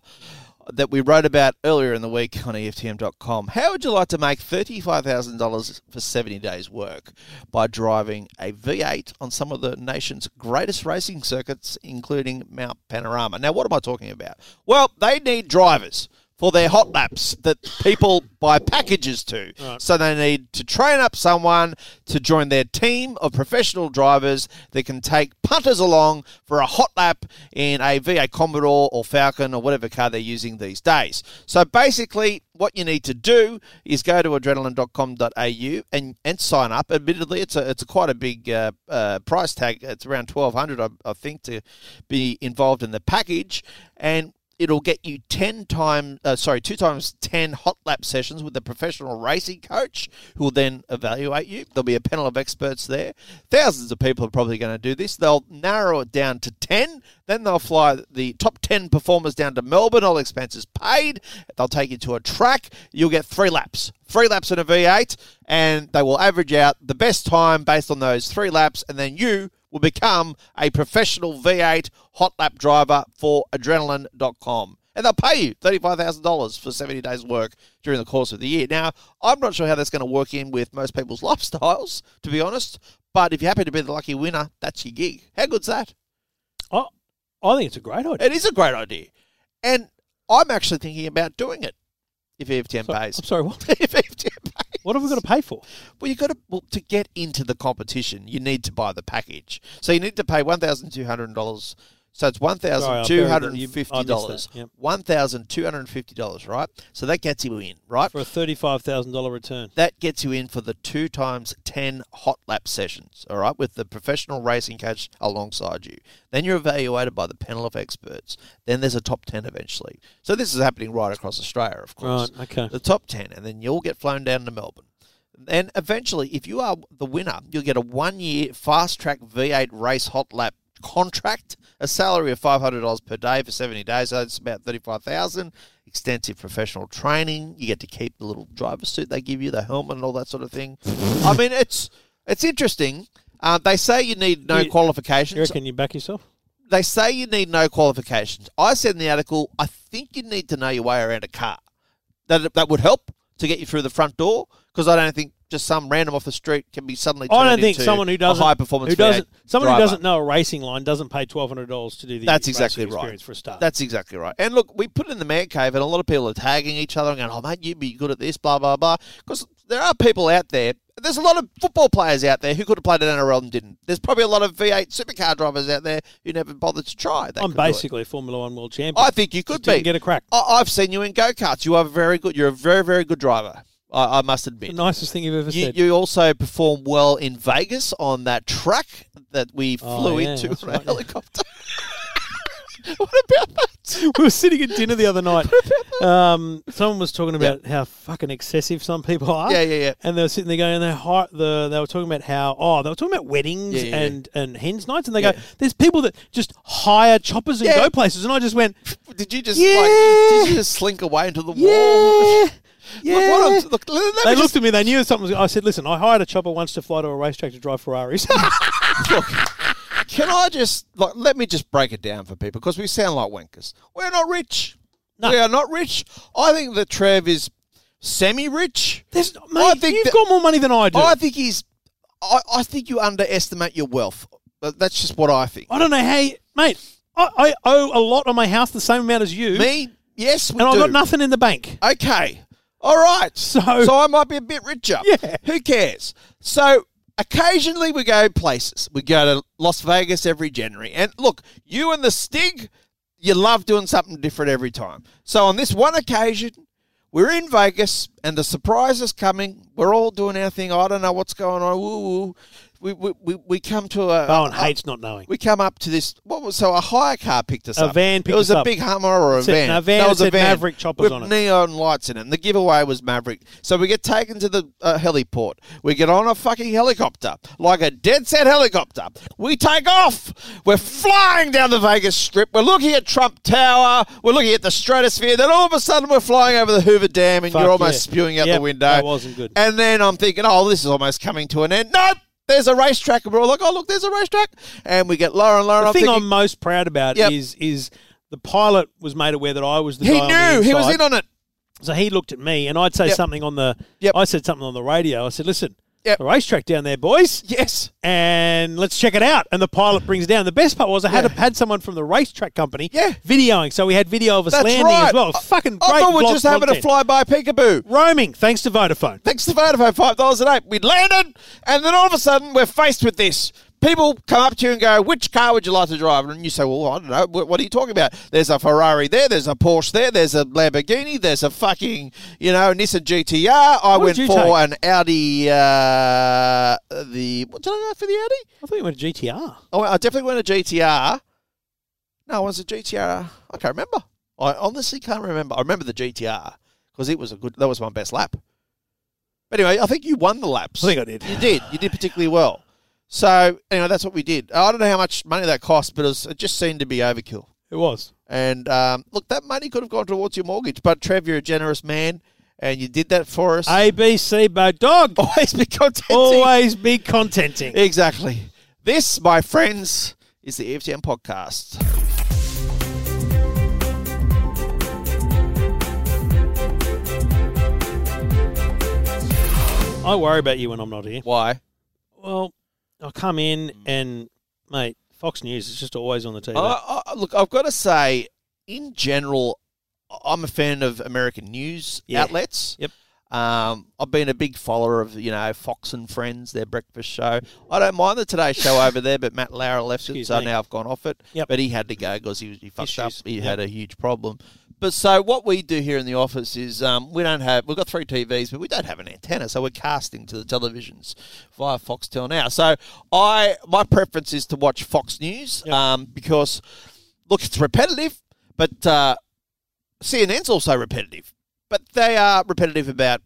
[SPEAKER 2] that we wrote about earlier in the week on E EFTM.com. How would you like to make $35,000 for 70 days' work by driving a V8 on some of the nation's greatest racing circuits, including Mount Panorama? Now, what am I talking about? Well, they need drivers. for their hot laps that people buy packages to. So they need to train up someone to join their team of professional drivers that can take punters along for a hot lap in a VA Commodore or Falcon or whatever car they're using these days. So basically, what you need to do is go to adrenaline.com.au and, and sign up. Admittedly, it's a it's a quite a big uh, uh, price tag. It's around twelve hundred, I, I think, to be involved in the package, and it'll get you ten time uh, sorry two times ten hot lap sessions with a professional racing coach who will then evaluate you. There'll be a panel of experts there. Thousands of people are probably going to do this. They'll narrow it down to ten. Then they'll fly the top ten performers down to Melbourne. All expenses paid. They'll take you to a track. You'll get three laps, three laps in a V8, and they will average out the best time based on those three laps, and then you will become a professional V8 hot lap driver for adrenaline.com. And they'll pay you $35,000 for 70 days' work during the course of the year. Now, I'm not sure how that's going to work in with most people's lifestyles, to be honest, but if you happen to be the lucky winner, that's your gig. How good's that?
[SPEAKER 3] I, I think it's a great idea.
[SPEAKER 2] It is a great idea. And I'm actually thinking about doing it if E EFTM
[SPEAKER 3] Sorry-
[SPEAKER 2] pays.
[SPEAKER 3] I'm sorry, what?
[SPEAKER 2] if E EFTM pays.
[SPEAKER 3] What have we got to pay for?
[SPEAKER 2] Well, you got to well, to get into the competition, you need to buy the package. So you need to pay one thousand two hundred dollars. So it's one thousand two hundred and fifty dollars.
[SPEAKER 3] Yep.
[SPEAKER 2] One thousand two hundred and fifty dollars, right? So that gets you in, right?
[SPEAKER 3] For a thirty-five thousand dollar return.
[SPEAKER 2] that gets you in for the two times 10 hot lap sessions, all right, with the professional racing coach alongside you. Then you're evaluated by the panel of experts. Then there's a top 10 eventually. So this is happening right across Australia, of course.
[SPEAKER 3] Right, okay.
[SPEAKER 2] The top 10, and then you'll get flown down to Melbourne. And eventually, if you are the winner, you'll get a one year fast track V8 race hot lap contract, a salary of $500 per day for 70 days. So it's about 35000 Extensive professional training. You get to keep the little driver suit they give you, the helmet, and all that sort of thing. I mean, it's it's interesting. Uh, they say you need no
[SPEAKER 3] You- You
[SPEAKER 2] qualifications
[SPEAKER 3] reckon you back yourself?
[SPEAKER 2] they say you need no qualifications. I said in the article, I think you need to know your way around a car. That that would help to get you through the front door because I don't think just some random off the street can be suddenly.
[SPEAKER 3] I
[SPEAKER 2] turned
[SPEAKER 3] don't think
[SPEAKER 2] into
[SPEAKER 3] someone who doesn't
[SPEAKER 2] a high performance
[SPEAKER 3] who doesn't someone who
[SPEAKER 2] driver.
[SPEAKER 3] doesn't know a racing line doesn't pay twelve hundred dollars to do the
[SPEAKER 2] That's
[SPEAKER 3] racing
[SPEAKER 2] exactly right.
[SPEAKER 3] experience for a start.
[SPEAKER 2] That's exactly right. And look, we put it in the man cave, and a lot of people are tagging each other and going, "Oh mate, you'd be good at this," blah blah blah. Because there are people out there. There's a lot of football players out there who could have played at NRL and didn't. There's probably a lot of V8 supercar drivers out there who never bothered to try. They
[SPEAKER 3] I'm
[SPEAKER 2] could do it.
[SPEAKER 3] basically a Formula One world champion.
[SPEAKER 2] I think you could
[SPEAKER 3] didn't
[SPEAKER 2] be.
[SPEAKER 3] get a crack.
[SPEAKER 2] I, I've seen you in go karts. You are very good. You're a very very good driver. I, I must
[SPEAKER 3] the
[SPEAKER 2] admit.
[SPEAKER 3] nicest thing you've ever
[SPEAKER 2] You,
[SPEAKER 3] said.
[SPEAKER 2] you also perform well in Vegas on that track that we
[SPEAKER 3] Oh,
[SPEAKER 2] flew
[SPEAKER 3] yeah,
[SPEAKER 2] into
[SPEAKER 3] that's
[SPEAKER 2] on a
[SPEAKER 3] right, yeah.
[SPEAKER 2] helicopter. what about that?
[SPEAKER 3] we were sitting at dinner the other night. Um, someone was talking about how fucking excessive some people are.
[SPEAKER 2] Yeah, yeah, yeah.
[SPEAKER 3] And they were sitting there going, they're high, the, they were talking about how, oh, they were talking about weddings
[SPEAKER 2] Yeah, yeah, yeah.
[SPEAKER 3] and, and hens nights. And they
[SPEAKER 2] Yeah.
[SPEAKER 3] go, there's people that just hire choppers and
[SPEAKER 2] Yeah.
[SPEAKER 3] go places. And I just went,
[SPEAKER 2] Did you just
[SPEAKER 3] Yeah.
[SPEAKER 2] like? Did you just slink away into the wall?
[SPEAKER 3] yeah, "Oh, yeah.
[SPEAKER 2] Look, what I'm- look, let me
[SPEAKER 3] they
[SPEAKER 2] just-
[SPEAKER 3] looked at me. They knew something. was- I said, "Listen, I hired a chopper once to fly to a racetrack to drive Ferraris."
[SPEAKER 2] Can I just like let me just break it down for people because we sound like wankers. We're not rich. We are not rich. I think that Trev is semi-rich.
[SPEAKER 3] There's, mate,
[SPEAKER 2] I think
[SPEAKER 3] you've
[SPEAKER 2] that-
[SPEAKER 3] got more money than I do.
[SPEAKER 2] I
[SPEAKER 3] I,
[SPEAKER 2] think he's. I, I think you underestimate your wealth. But that's just what I think.
[SPEAKER 3] don't know how, you, mate. I, I owe a lot on my house, the same amount as you,
[SPEAKER 2] Me, yes, we
[SPEAKER 3] and I've
[SPEAKER 2] do.
[SPEAKER 3] got nothing in the bank.
[SPEAKER 2] Okay, all right.
[SPEAKER 3] So-
[SPEAKER 2] I might be a bit richer.
[SPEAKER 3] Yeah.
[SPEAKER 2] Who cares? So occasionally we go places. We go to Las Vegas every January, and look, you and the Stig, you love doing something different every time. So on this one occasion. We're in Vegas, and the surprise is coming. We're all doing our thing. I don't know what's going on. Woo, woo. We, we, we, we come to a,
[SPEAKER 3] Bowen
[SPEAKER 2] a-
[SPEAKER 3] hates not knowing.
[SPEAKER 2] we come up to this. What was so a hire car picked us
[SPEAKER 3] A
[SPEAKER 2] up.
[SPEAKER 3] van picked
[SPEAKER 2] It was
[SPEAKER 3] us
[SPEAKER 2] a
[SPEAKER 3] up.
[SPEAKER 2] big Hummer or a
[SPEAKER 3] Said-
[SPEAKER 2] van.
[SPEAKER 3] no, a van
[SPEAKER 2] that was a
[SPEAKER 3] said
[SPEAKER 2] van.
[SPEAKER 3] Maverick choppers
[SPEAKER 2] with
[SPEAKER 3] on it.
[SPEAKER 2] neon lights in it. And the giveaway was Maverick. So we get taken to the uh, heliport. We get on a fucking helicopter, like a dead set helicopter. We take off. We're flying down the Vegas Strip. We're looking at Trump Tower. We're looking at the stratosphere. Then all of a sudden we're flying over the Hoover Dam, and
[SPEAKER 3] Fuck
[SPEAKER 2] you're almost
[SPEAKER 3] yeah.
[SPEAKER 2] spewing out
[SPEAKER 3] Yep,
[SPEAKER 2] the window.
[SPEAKER 3] that wasn't good.
[SPEAKER 2] And then I'm thinking, oh, this is almost coming to an end. Nope. There's a racetrack, and we're all like, "Oh, look, there's a racetrack!" And we get lower and lower.
[SPEAKER 3] The
[SPEAKER 2] I'm
[SPEAKER 3] thing
[SPEAKER 2] thinking,
[SPEAKER 3] I'm most proud about
[SPEAKER 2] Yep.
[SPEAKER 3] is is the pilot was made aware that I was the
[SPEAKER 2] He
[SPEAKER 3] guy on the
[SPEAKER 2] knew he was
[SPEAKER 3] inside.
[SPEAKER 2] in on it.
[SPEAKER 3] So he looked at me, and I'd say
[SPEAKER 2] Yep.
[SPEAKER 3] something on the.
[SPEAKER 2] Yep.
[SPEAKER 3] I said something on the radio. I said, "Listen,
[SPEAKER 2] Yep.
[SPEAKER 3] a racetrack down there, boys.
[SPEAKER 2] Yes.
[SPEAKER 3] And let's check it out. And the pilot brings it down. The best part was I had had someone from the racetrack company
[SPEAKER 2] Yeah.
[SPEAKER 3] videoing, so we had video of us
[SPEAKER 2] That's
[SPEAKER 3] landing
[SPEAKER 2] right.
[SPEAKER 3] as well.
[SPEAKER 2] I-
[SPEAKER 3] Fucking
[SPEAKER 2] I
[SPEAKER 3] great.
[SPEAKER 2] thought we we're
[SPEAKER 3] vlog
[SPEAKER 2] just having a
[SPEAKER 3] content.
[SPEAKER 2] fly-by peekaboo.
[SPEAKER 3] Roaming, thanks to Vodafone.
[SPEAKER 2] Thanks to Vodafone, five dollars a day. We landed, and then all of a sudden, we're faced with this. People come up to you and go, "Which car would you like to drive?" And you say, "Well, I don't know. What, what are you talking about? There's a Ferrari there. There's a Porsche there. There's a Lamborghini. There's a fucking you know Nissan GTR. I
[SPEAKER 3] What
[SPEAKER 2] went
[SPEAKER 3] did
[SPEAKER 2] for
[SPEAKER 3] you take?
[SPEAKER 2] an Audi. Uh, the what did I go for the Audi?
[SPEAKER 3] I thought you went to GTR.
[SPEAKER 2] Oh, I definitely went a GTR. No, it was a GTR. I can't remember. I honestly can't remember. I remember the GTR because it was a good. That was my best lap. But anyway, I think you won the laps.
[SPEAKER 3] I think I did.
[SPEAKER 2] You did. You did particularly well. So anyway, that's what we did. I don't know how much money that cost, but it, was, it just seemed to be overkill.
[SPEAKER 3] It was.
[SPEAKER 2] And um, look, that money could have gone towards your mortgage. But Trev, you're a generous man, and you did that for us.
[SPEAKER 3] ABC by dog.
[SPEAKER 2] always be content.
[SPEAKER 3] Always be contenting.
[SPEAKER 2] Exactly. This, my friends, is the E EFTM podcast.
[SPEAKER 3] I worry about you when I'm not here.
[SPEAKER 2] Why?
[SPEAKER 3] Well, I come in and mate, Fox News is just always on the TV.
[SPEAKER 2] I, I, look, I've got to say, in general, I'm a fan of American news
[SPEAKER 3] Yeah.
[SPEAKER 2] outlets.
[SPEAKER 3] Yep.
[SPEAKER 2] Um, I've been a big follower of you know Fox and Friends, their breakfast show. I don't mind the Today Show over there, but Matt Lauer left it,
[SPEAKER 3] Excuse
[SPEAKER 2] so
[SPEAKER 3] me.
[SPEAKER 2] now I've gone off it.
[SPEAKER 3] Yep.
[SPEAKER 2] But he had to go because he was he fucked
[SPEAKER 3] Issues.
[SPEAKER 2] up. He
[SPEAKER 3] Yep.
[SPEAKER 2] had a huge problem. But so what we do here in the office is um, we don't have we've got three TVs, but we don't have an antenna, so we're casting to the televisions via Foxtel now. So I my preference is to watch Fox News um, because look, it's repetitive, but uh, CNN's also repetitive, but they are repetitive about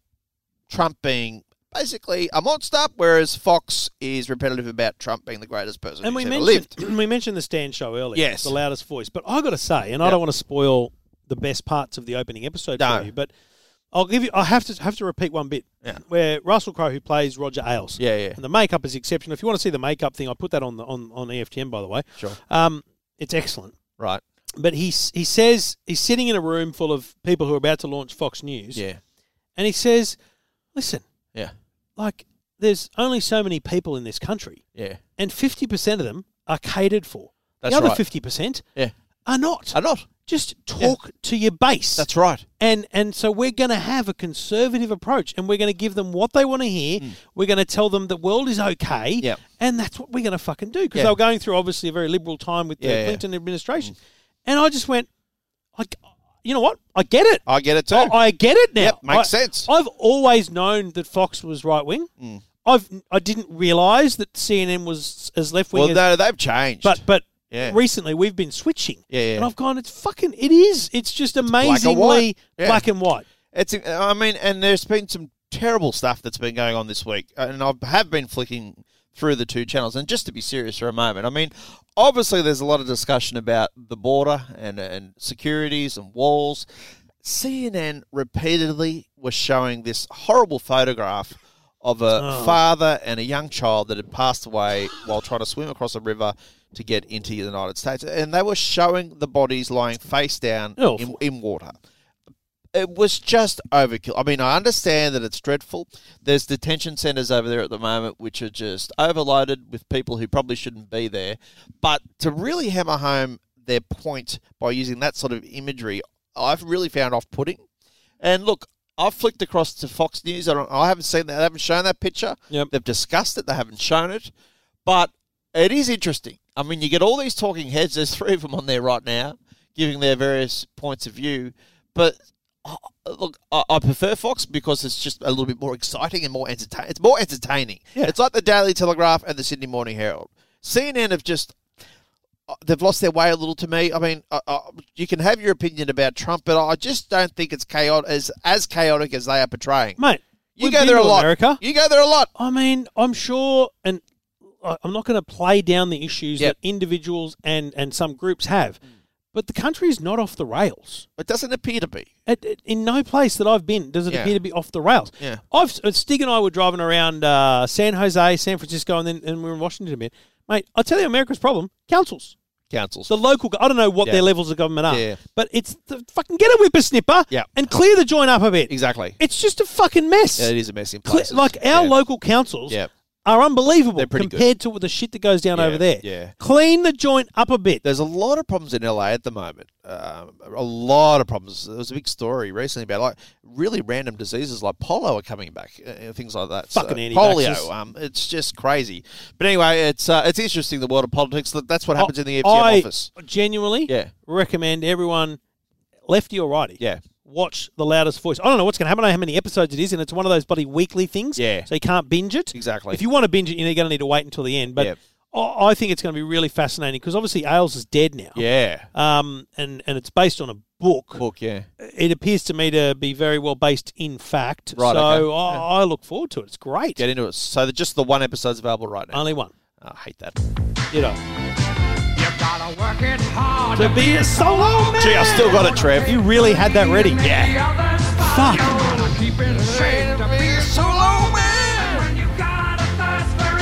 [SPEAKER 2] Trump being basically a monster, whereas Fox is repetitive about Trump being the greatest person
[SPEAKER 3] and we
[SPEAKER 2] who's ever
[SPEAKER 3] mentioned
[SPEAKER 2] lived.
[SPEAKER 3] we mentioned the Stan show earlier.
[SPEAKER 2] Yes.
[SPEAKER 3] the loudest voice. But I got to say, and I
[SPEAKER 2] Yeah.
[SPEAKER 3] don't want to spoil the best parts of the opening episode
[SPEAKER 2] No.
[SPEAKER 3] for you, but I'll give you. I have to have to repeat one bit
[SPEAKER 2] Yeah.
[SPEAKER 3] where Russell Crowe, who plays Roger Ailes,
[SPEAKER 2] Yeah, yeah.
[SPEAKER 3] and the makeup is exceptional. If you want to see the makeup thing, I put that on the on on E EFTM by the way.
[SPEAKER 2] Sure.
[SPEAKER 3] um, it's excellent.
[SPEAKER 2] Right.
[SPEAKER 3] But he s- he says he's sitting in a room full of people who are about to launch Fox News,
[SPEAKER 2] Yeah.
[SPEAKER 3] and he says, "Listen,
[SPEAKER 2] Yeah.
[SPEAKER 3] like there's only so many people in this country,
[SPEAKER 2] Yeah.
[SPEAKER 3] and fifty percent of them are catered for.
[SPEAKER 2] That's
[SPEAKER 3] the other
[SPEAKER 2] right.
[SPEAKER 3] fifty percent
[SPEAKER 2] Yeah.
[SPEAKER 3] are not.
[SPEAKER 2] Are not.
[SPEAKER 3] Just talk to your base.
[SPEAKER 2] That's right.
[SPEAKER 3] And and so we're going to have a conservative approach, and we're going to give them what they want to hear. We're going to tell them the world is okay,
[SPEAKER 2] Hmm. Yeah.
[SPEAKER 3] and that's what we're going to fucking do because
[SPEAKER 2] Yeah.
[SPEAKER 3] they were going through obviously a very liberal time with
[SPEAKER 2] Yeah,
[SPEAKER 3] the
[SPEAKER 2] yeah. Hmm.
[SPEAKER 3] Clinton administration, and I just went, I, you know what, I get it.
[SPEAKER 2] I get it too.
[SPEAKER 3] Oh, I, I get it now.
[SPEAKER 2] Yep, makes
[SPEAKER 3] I-
[SPEAKER 2] sense. Mm.
[SPEAKER 3] I've always known that Fox was right wing. I've I didn't realise that CNN was as left wing
[SPEAKER 2] well,
[SPEAKER 3] as.
[SPEAKER 2] no, they've changed.
[SPEAKER 3] but but
[SPEAKER 2] Yeah.
[SPEAKER 3] recently we've been switching.
[SPEAKER 2] Yeah, yeah.
[SPEAKER 3] And I've gone. It's fucking. It is. It's just amazingly
[SPEAKER 2] black and white. Yeah.
[SPEAKER 3] black and white.
[SPEAKER 2] It's. I mean, and there's been some terrible stuff that's been going on this week, and I have been flicking through the two channels. And just to be serious for a moment, I mean, obviously there's a lot of discussion about the border and and securities and walls. CNN repeatedly was showing this horrible photograph of a father and a young child that had passed away while trying to swim across a river to get into the United States, and they were showing the bodies lying face down in,
[SPEAKER 3] Awful.
[SPEAKER 2] in water it was just overkill. I mean, I understand that it's dreadful. There's detention centres over there at the moment which are just overloaded with people who probably shouldn't be there. But to really hammer home their point by using that sort of imagery, I've really found off putting. And look, I've flicked across to Fox News. I, don't, I haven't seen that. They haven't shown that picture.
[SPEAKER 3] Yep.
[SPEAKER 2] They've discussed it. They haven't shown it. But it is interesting. I mean, you get all these talking heads. There's three of them on there right now, giving their various points of view. But uh, look, I, I prefer Fox because it's just a little bit more exciting and more entertain. It's more entertaining.
[SPEAKER 3] Yeah.
[SPEAKER 2] It's like the Daily Telegraph and the Sydney Morning Herald. CNN have just uh, they've lost their way a little to me. I mean, uh, uh, you can have your opinion about Trump, but I just don't think it's chaotic as as chaotic as they are portraying.
[SPEAKER 3] mate.
[SPEAKER 2] you
[SPEAKER 3] we've
[SPEAKER 2] go
[SPEAKER 3] been
[SPEAKER 2] there a
[SPEAKER 3] to
[SPEAKER 2] lot.
[SPEAKER 3] America.
[SPEAKER 2] You go there a lot.
[SPEAKER 3] I mean, I'm sure, and I- I'm not going to play down the issues
[SPEAKER 2] Yep. Mm.
[SPEAKER 3] that individuals and and some groups have, but the country is not off the rails.
[SPEAKER 2] It doesn't appear to be.
[SPEAKER 3] At, at- in no place that I've been does it
[SPEAKER 2] Yeah.
[SPEAKER 3] appear to be off the rails.
[SPEAKER 2] Yeah.
[SPEAKER 3] I've uh, Stig and I were driving around uh, San Jose, San Francisco, and then and we were in Washington a bit, mate. I tell you, America's problem: councils.
[SPEAKER 2] councils.
[SPEAKER 3] The local, go- I don't know what
[SPEAKER 2] Yeah.
[SPEAKER 3] their levels of government are,
[SPEAKER 2] Yeah.
[SPEAKER 3] but it's the, fucking get a whippersnipper
[SPEAKER 2] Yeah.
[SPEAKER 3] and clear the joint up a bit.
[SPEAKER 2] exactly.
[SPEAKER 3] It's just a fucking mess.
[SPEAKER 2] Yeah, it is a mess in
[SPEAKER 3] Cle-
[SPEAKER 2] places.
[SPEAKER 3] like our
[SPEAKER 2] Yeah.
[SPEAKER 3] local councils
[SPEAKER 2] Yeah.
[SPEAKER 3] are unbelievable
[SPEAKER 2] They're pretty
[SPEAKER 3] compared to the shit that goes down
[SPEAKER 2] Yeah,
[SPEAKER 3] over there.
[SPEAKER 2] yeah.
[SPEAKER 3] Clean the joint up a bit.
[SPEAKER 2] There's a lot of problems in LA at the moment. Um, a lot of problems. There was a big story recently about like really random diseases like polio are coming back, uh, things like that.
[SPEAKER 3] Fucking anti-vaxxers.
[SPEAKER 2] polio. Um, it's just crazy. But anyway, it's uh, it's interesting the world of politics. That- That's what happens in the EFTM
[SPEAKER 3] Oh, I
[SPEAKER 2] office.
[SPEAKER 3] genuinely
[SPEAKER 2] Yeah.
[SPEAKER 3] recommend everyone, lefty or righty,
[SPEAKER 2] Yeah.
[SPEAKER 3] watch The Loudest Voice. I don't know what's going to happen. I don't know how many episodes it is, and it's one of those bloody weekly things.
[SPEAKER 2] Yeah.
[SPEAKER 3] So you can't binge it.
[SPEAKER 2] Exactly.
[SPEAKER 3] If you want to binge it, you're going to need to wait until the end. But
[SPEAKER 2] Yep.
[SPEAKER 3] I I think it's going to be really fascinating because obviously Ailes is dead now.
[SPEAKER 2] Yeah.
[SPEAKER 3] Um, and, and it's based on a book.
[SPEAKER 2] Book. Yeah.
[SPEAKER 3] It appears to me to be very well based in fact.
[SPEAKER 2] Right,
[SPEAKER 3] So
[SPEAKER 2] okay.
[SPEAKER 3] I, I look forward to it. It's great.
[SPEAKER 2] Get into it. So the, just the one episode's available right now.
[SPEAKER 3] Only one.
[SPEAKER 2] I hate that.
[SPEAKER 3] You know.
[SPEAKER 6] gotta work it hard
[SPEAKER 3] To be a solo man.
[SPEAKER 2] Gee, I still got it, Trev.
[SPEAKER 3] You really had that ready.
[SPEAKER 2] Yeah.
[SPEAKER 3] Fuck.
[SPEAKER 6] gotta keep it safe to be a solo man. When you got a thirst for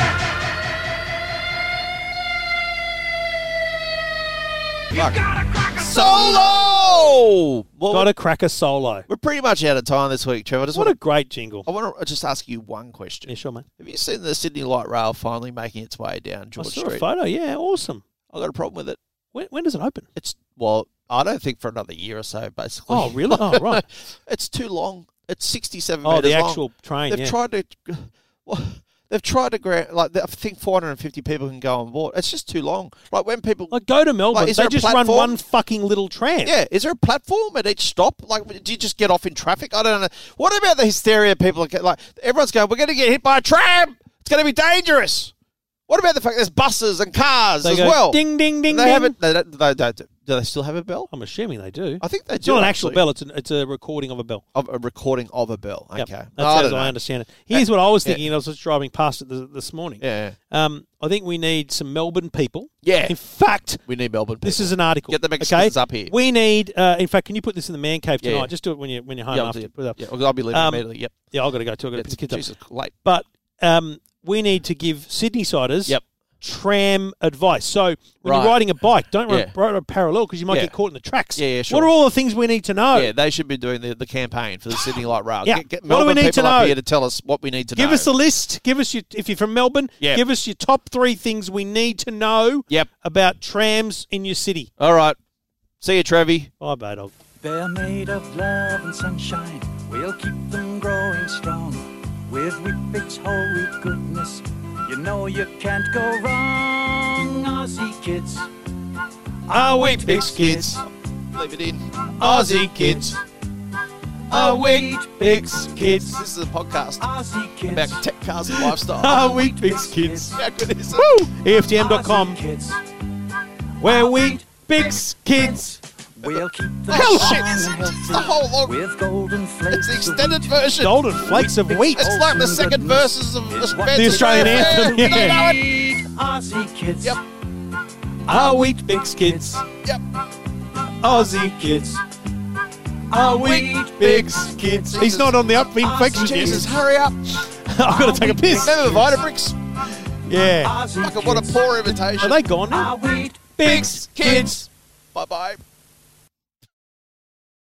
[SPEAKER 6] it. You gotta crack a
[SPEAKER 2] Solo. Well,
[SPEAKER 3] Got to crack a solo.
[SPEAKER 2] We're pretty much out of time this week, Trev. I just
[SPEAKER 3] What a
[SPEAKER 2] want to.
[SPEAKER 3] great jingle.
[SPEAKER 2] I want to just ask you one question.
[SPEAKER 3] Yeah, sure, mate.
[SPEAKER 2] Have you seen the Sydney Light Rail finally making its way down
[SPEAKER 3] I
[SPEAKER 2] George
[SPEAKER 3] saw a
[SPEAKER 2] Street?
[SPEAKER 3] photo. Yeah, awesome.
[SPEAKER 2] I've got a problem with it.
[SPEAKER 3] When, when does it open?
[SPEAKER 2] It's well, I don't think for another year or so, basically.
[SPEAKER 3] Oh, really? Oh, right.
[SPEAKER 2] it's too long. It's sixty-seven.
[SPEAKER 3] Oh, the
[SPEAKER 2] metres long.
[SPEAKER 3] actual train.
[SPEAKER 2] They've
[SPEAKER 3] yeah.
[SPEAKER 2] tried to. Well, they've tried to grant like I think four hundred and fifty people can go on board. It's just too long. Like when people.
[SPEAKER 3] like go to Melbourne.
[SPEAKER 2] is
[SPEAKER 3] they
[SPEAKER 2] there a
[SPEAKER 3] just run
[SPEAKER 2] platform?
[SPEAKER 3] one fucking little tram.
[SPEAKER 2] yeah, is there a platform at each stop? Like, do you just get off in traffic? I don't know. What about the hysteria people? are get- Like, everyone's going, "We're going to get hit by a tram. It's going to be dangerous." What about the fact there's buses and cars
[SPEAKER 3] They
[SPEAKER 2] as
[SPEAKER 3] go
[SPEAKER 2] well?
[SPEAKER 3] ding ding ding.
[SPEAKER 2] they
[SPEAKER 3] ding.
[SPEAKER 2] haven't. They, don't- they, don't- do they still have a bell?
[SPEAKER 3] I'm assuming they do.
[SPEAKER 2] I think they
[SPEAKER 3] it's
[SPEAKER 2] do.
[SPEAKER 3] not an actual
[SPEAKER 2] actually.
[SPEAKER 3] bell. It's an, it's a recording of a bell.
[SPEAKER 2] Of a recording of a bell. Okay. Oh,
[SPEAKER 3] Yep.
[SPEAKER 2] I
[SPEAKER 3] That's
[SPEAKER 2] don't
[SPEAKER 3] as
[SPEAKER 2] know.
[SPEAKER 3] I understand it. Here's what I was
[SPEAKER 2] yeah.
[SPEAKER 3] thinking. and I was just driving past it th- this morning.
[SPEAKER 2] Yeah.
[SPEAKER 3] Um, I think we need some Melbourne people.
[SPEAKER 2] Yeah.
[SPEAKER 3] In fact,
[SPEAKER 2] We need Melbourne.
[SPEAKER 3] This
[SPEAKER 2] people.
[SPEAKER 3] is an article.
[SPEAKER 2] Get the
[SPEAKER 3] okay?
[SPEAKER 2] Mexicans up here.
[SPEAKER 3] We need. Uh, in fact, can you put this in the man cave
[SPEAKER 2] Yeah,
[SPEAKER 3] tonight?
[SPEAKER 2] yeah.
[SPEAKER 3] Just do it when you when you're home
[SPEAKER 2] yeah, I'll,
[SPEAKER 3] after.
[SPEAKER 2] do it.
[SPEAKER 3] put it up.
[SPEAKER 2] Yeah, I'll be leaving
[SPEAKER 3] Um,
[SPEAKER 2] immediately. Yep.
[SPEAKER 3] Yeah, I've got to go too. I've got to put
[SPEAKER 2] It's,
[SPEAKER 3] the kids up.
[SPEAKER 2] Jesus, late.
[SPEAKER 3] But um, we need to give Sydney siders
[SPEAKER 2] Yep.
[SPEAKER 3] tram advice. So when you're
[SPEAKER 2] Right.
[SPEAKER 3] riding a bike, don't run,
[SPEAKER 2] Yeah.
[SPEAKER 3] run a parallel because you might
[SPEAKER 2] Yeah.
[SPEAKER 3] get caught in the tracks.
[SPEAKER 2] Yeah, yeah,
[SPEAKER 3] What
[SPEAKER 2] sure.
[SPEAKER 3] are all the things we need to know?
[SPEAKER 2] Yeah, they should be doing the, the campaign for the Sydney Light Rail.
[SPEAKER 3] Yeah.
[SPEAKER 2] Get, get
[SPEAKER 3] What do we
[SPEAKER 2] Melbourne
[SPEAKER 3] need to
[SPEAKER 2] people up
[SPEAKER 3] know?
[SPEAKER 2] here to tell us what we need to
[SPEAKER 3] Give
[SPEAKER 2] know.
[SPEAKER 3] us a list. Give us your if you're from Melbourne.
[SPEAKER 2] Yeah.
[SPEAKER 3] Give us your top three things we need to know.
[SPEAKER 2] Yep.
[SPEAKER 3] About trams in your city.
[SPEAKER 2] All right. See you, Trevi.
[SPEAKER 3] Bye, mate. I'll-
[SPEAKER 7] They're made of love and sunshine. We'll keep them growing strong. With Whippets whole wheat goodness, you know you can't go wrong. Aussie kids.
[SPEAKER 3] Away, big kids.
[SPEAKER 2] Leave it in.
[SPEAKER 3] Aussie kids. Away, big kids.
[SPEAKER 2] Oh, This is a podcast
[SPEAKER 7] Aussie kids.
[SPEAKER 2] about tech cars and lifestyle.
[SPEAKER 3] Away, big kids.
[SPEAKER 2] How good is it?
[SPEAKER 3] Woo! EFTM.com.
[SPEAKER 7] Aussie kids.
[SPEAKER 3] Where we fix kids.
[SPEAKER 7] We'll keep them
[SPEAKER 2] Hell,
[SPEAKER 7] strong
[SPEAKER 2] Oh, shit.
[SPEAKER 7] and
[SPEAKER 2] It's
[SPEAKER 7] healthy.
[SPEAKER 2] the whole long.
[SPEAKER 7] With golden
[SPEAKER 2] It's
[SPEAKER 7] flakes.
[SPEAKER 2] the
[SPEAKER 7] of
[SPEAKER 2] extended version.
[SPEAKER 3] Golden flakes of wheat.
[SPEAKER 2] It's like the second verses of the,
[SPEAKER 3] The Australian anthem,
[SPEAKER 2] You know
[SPEAKER 3] yeah.
[SPEAKER 2] that one?
[SPEAKER 7] wheat. Aussie kids.
[SPEAKER 2] Yep.
[SPEAKER 3] Our wheat fix kids.
[SPEAKER 2] Yep.
[SPEAKER 3] Aussie kids. Our wheat fix kids. He's
[SPEAKER 2] Jesus.
[SPEAKER 3] not on the up infection
[SPEAKER 2] Jesus,
[SPEAKER 3] yet.
[SPEAKER 2] hurry up.
[SPEAKER 3] I've got to take a piss.
[SPEAKER 2] Remember the Vitabricks?
[SPEAKER 3] Yeah.
[SPEAKER 7] Aussie
[SPEAKER 2] Fucking what a
[SPEAKER 7] kids.
[SPEAKER 2] poor
[SPEAKER 3] Are
[SPEAKER 2] invitation.
[SPEAKER 3] they gone now?
[SPEAKER 7] Our wheat
[SPEAKER 3] Fix
[SPEAKER 2] kids. Bye bye.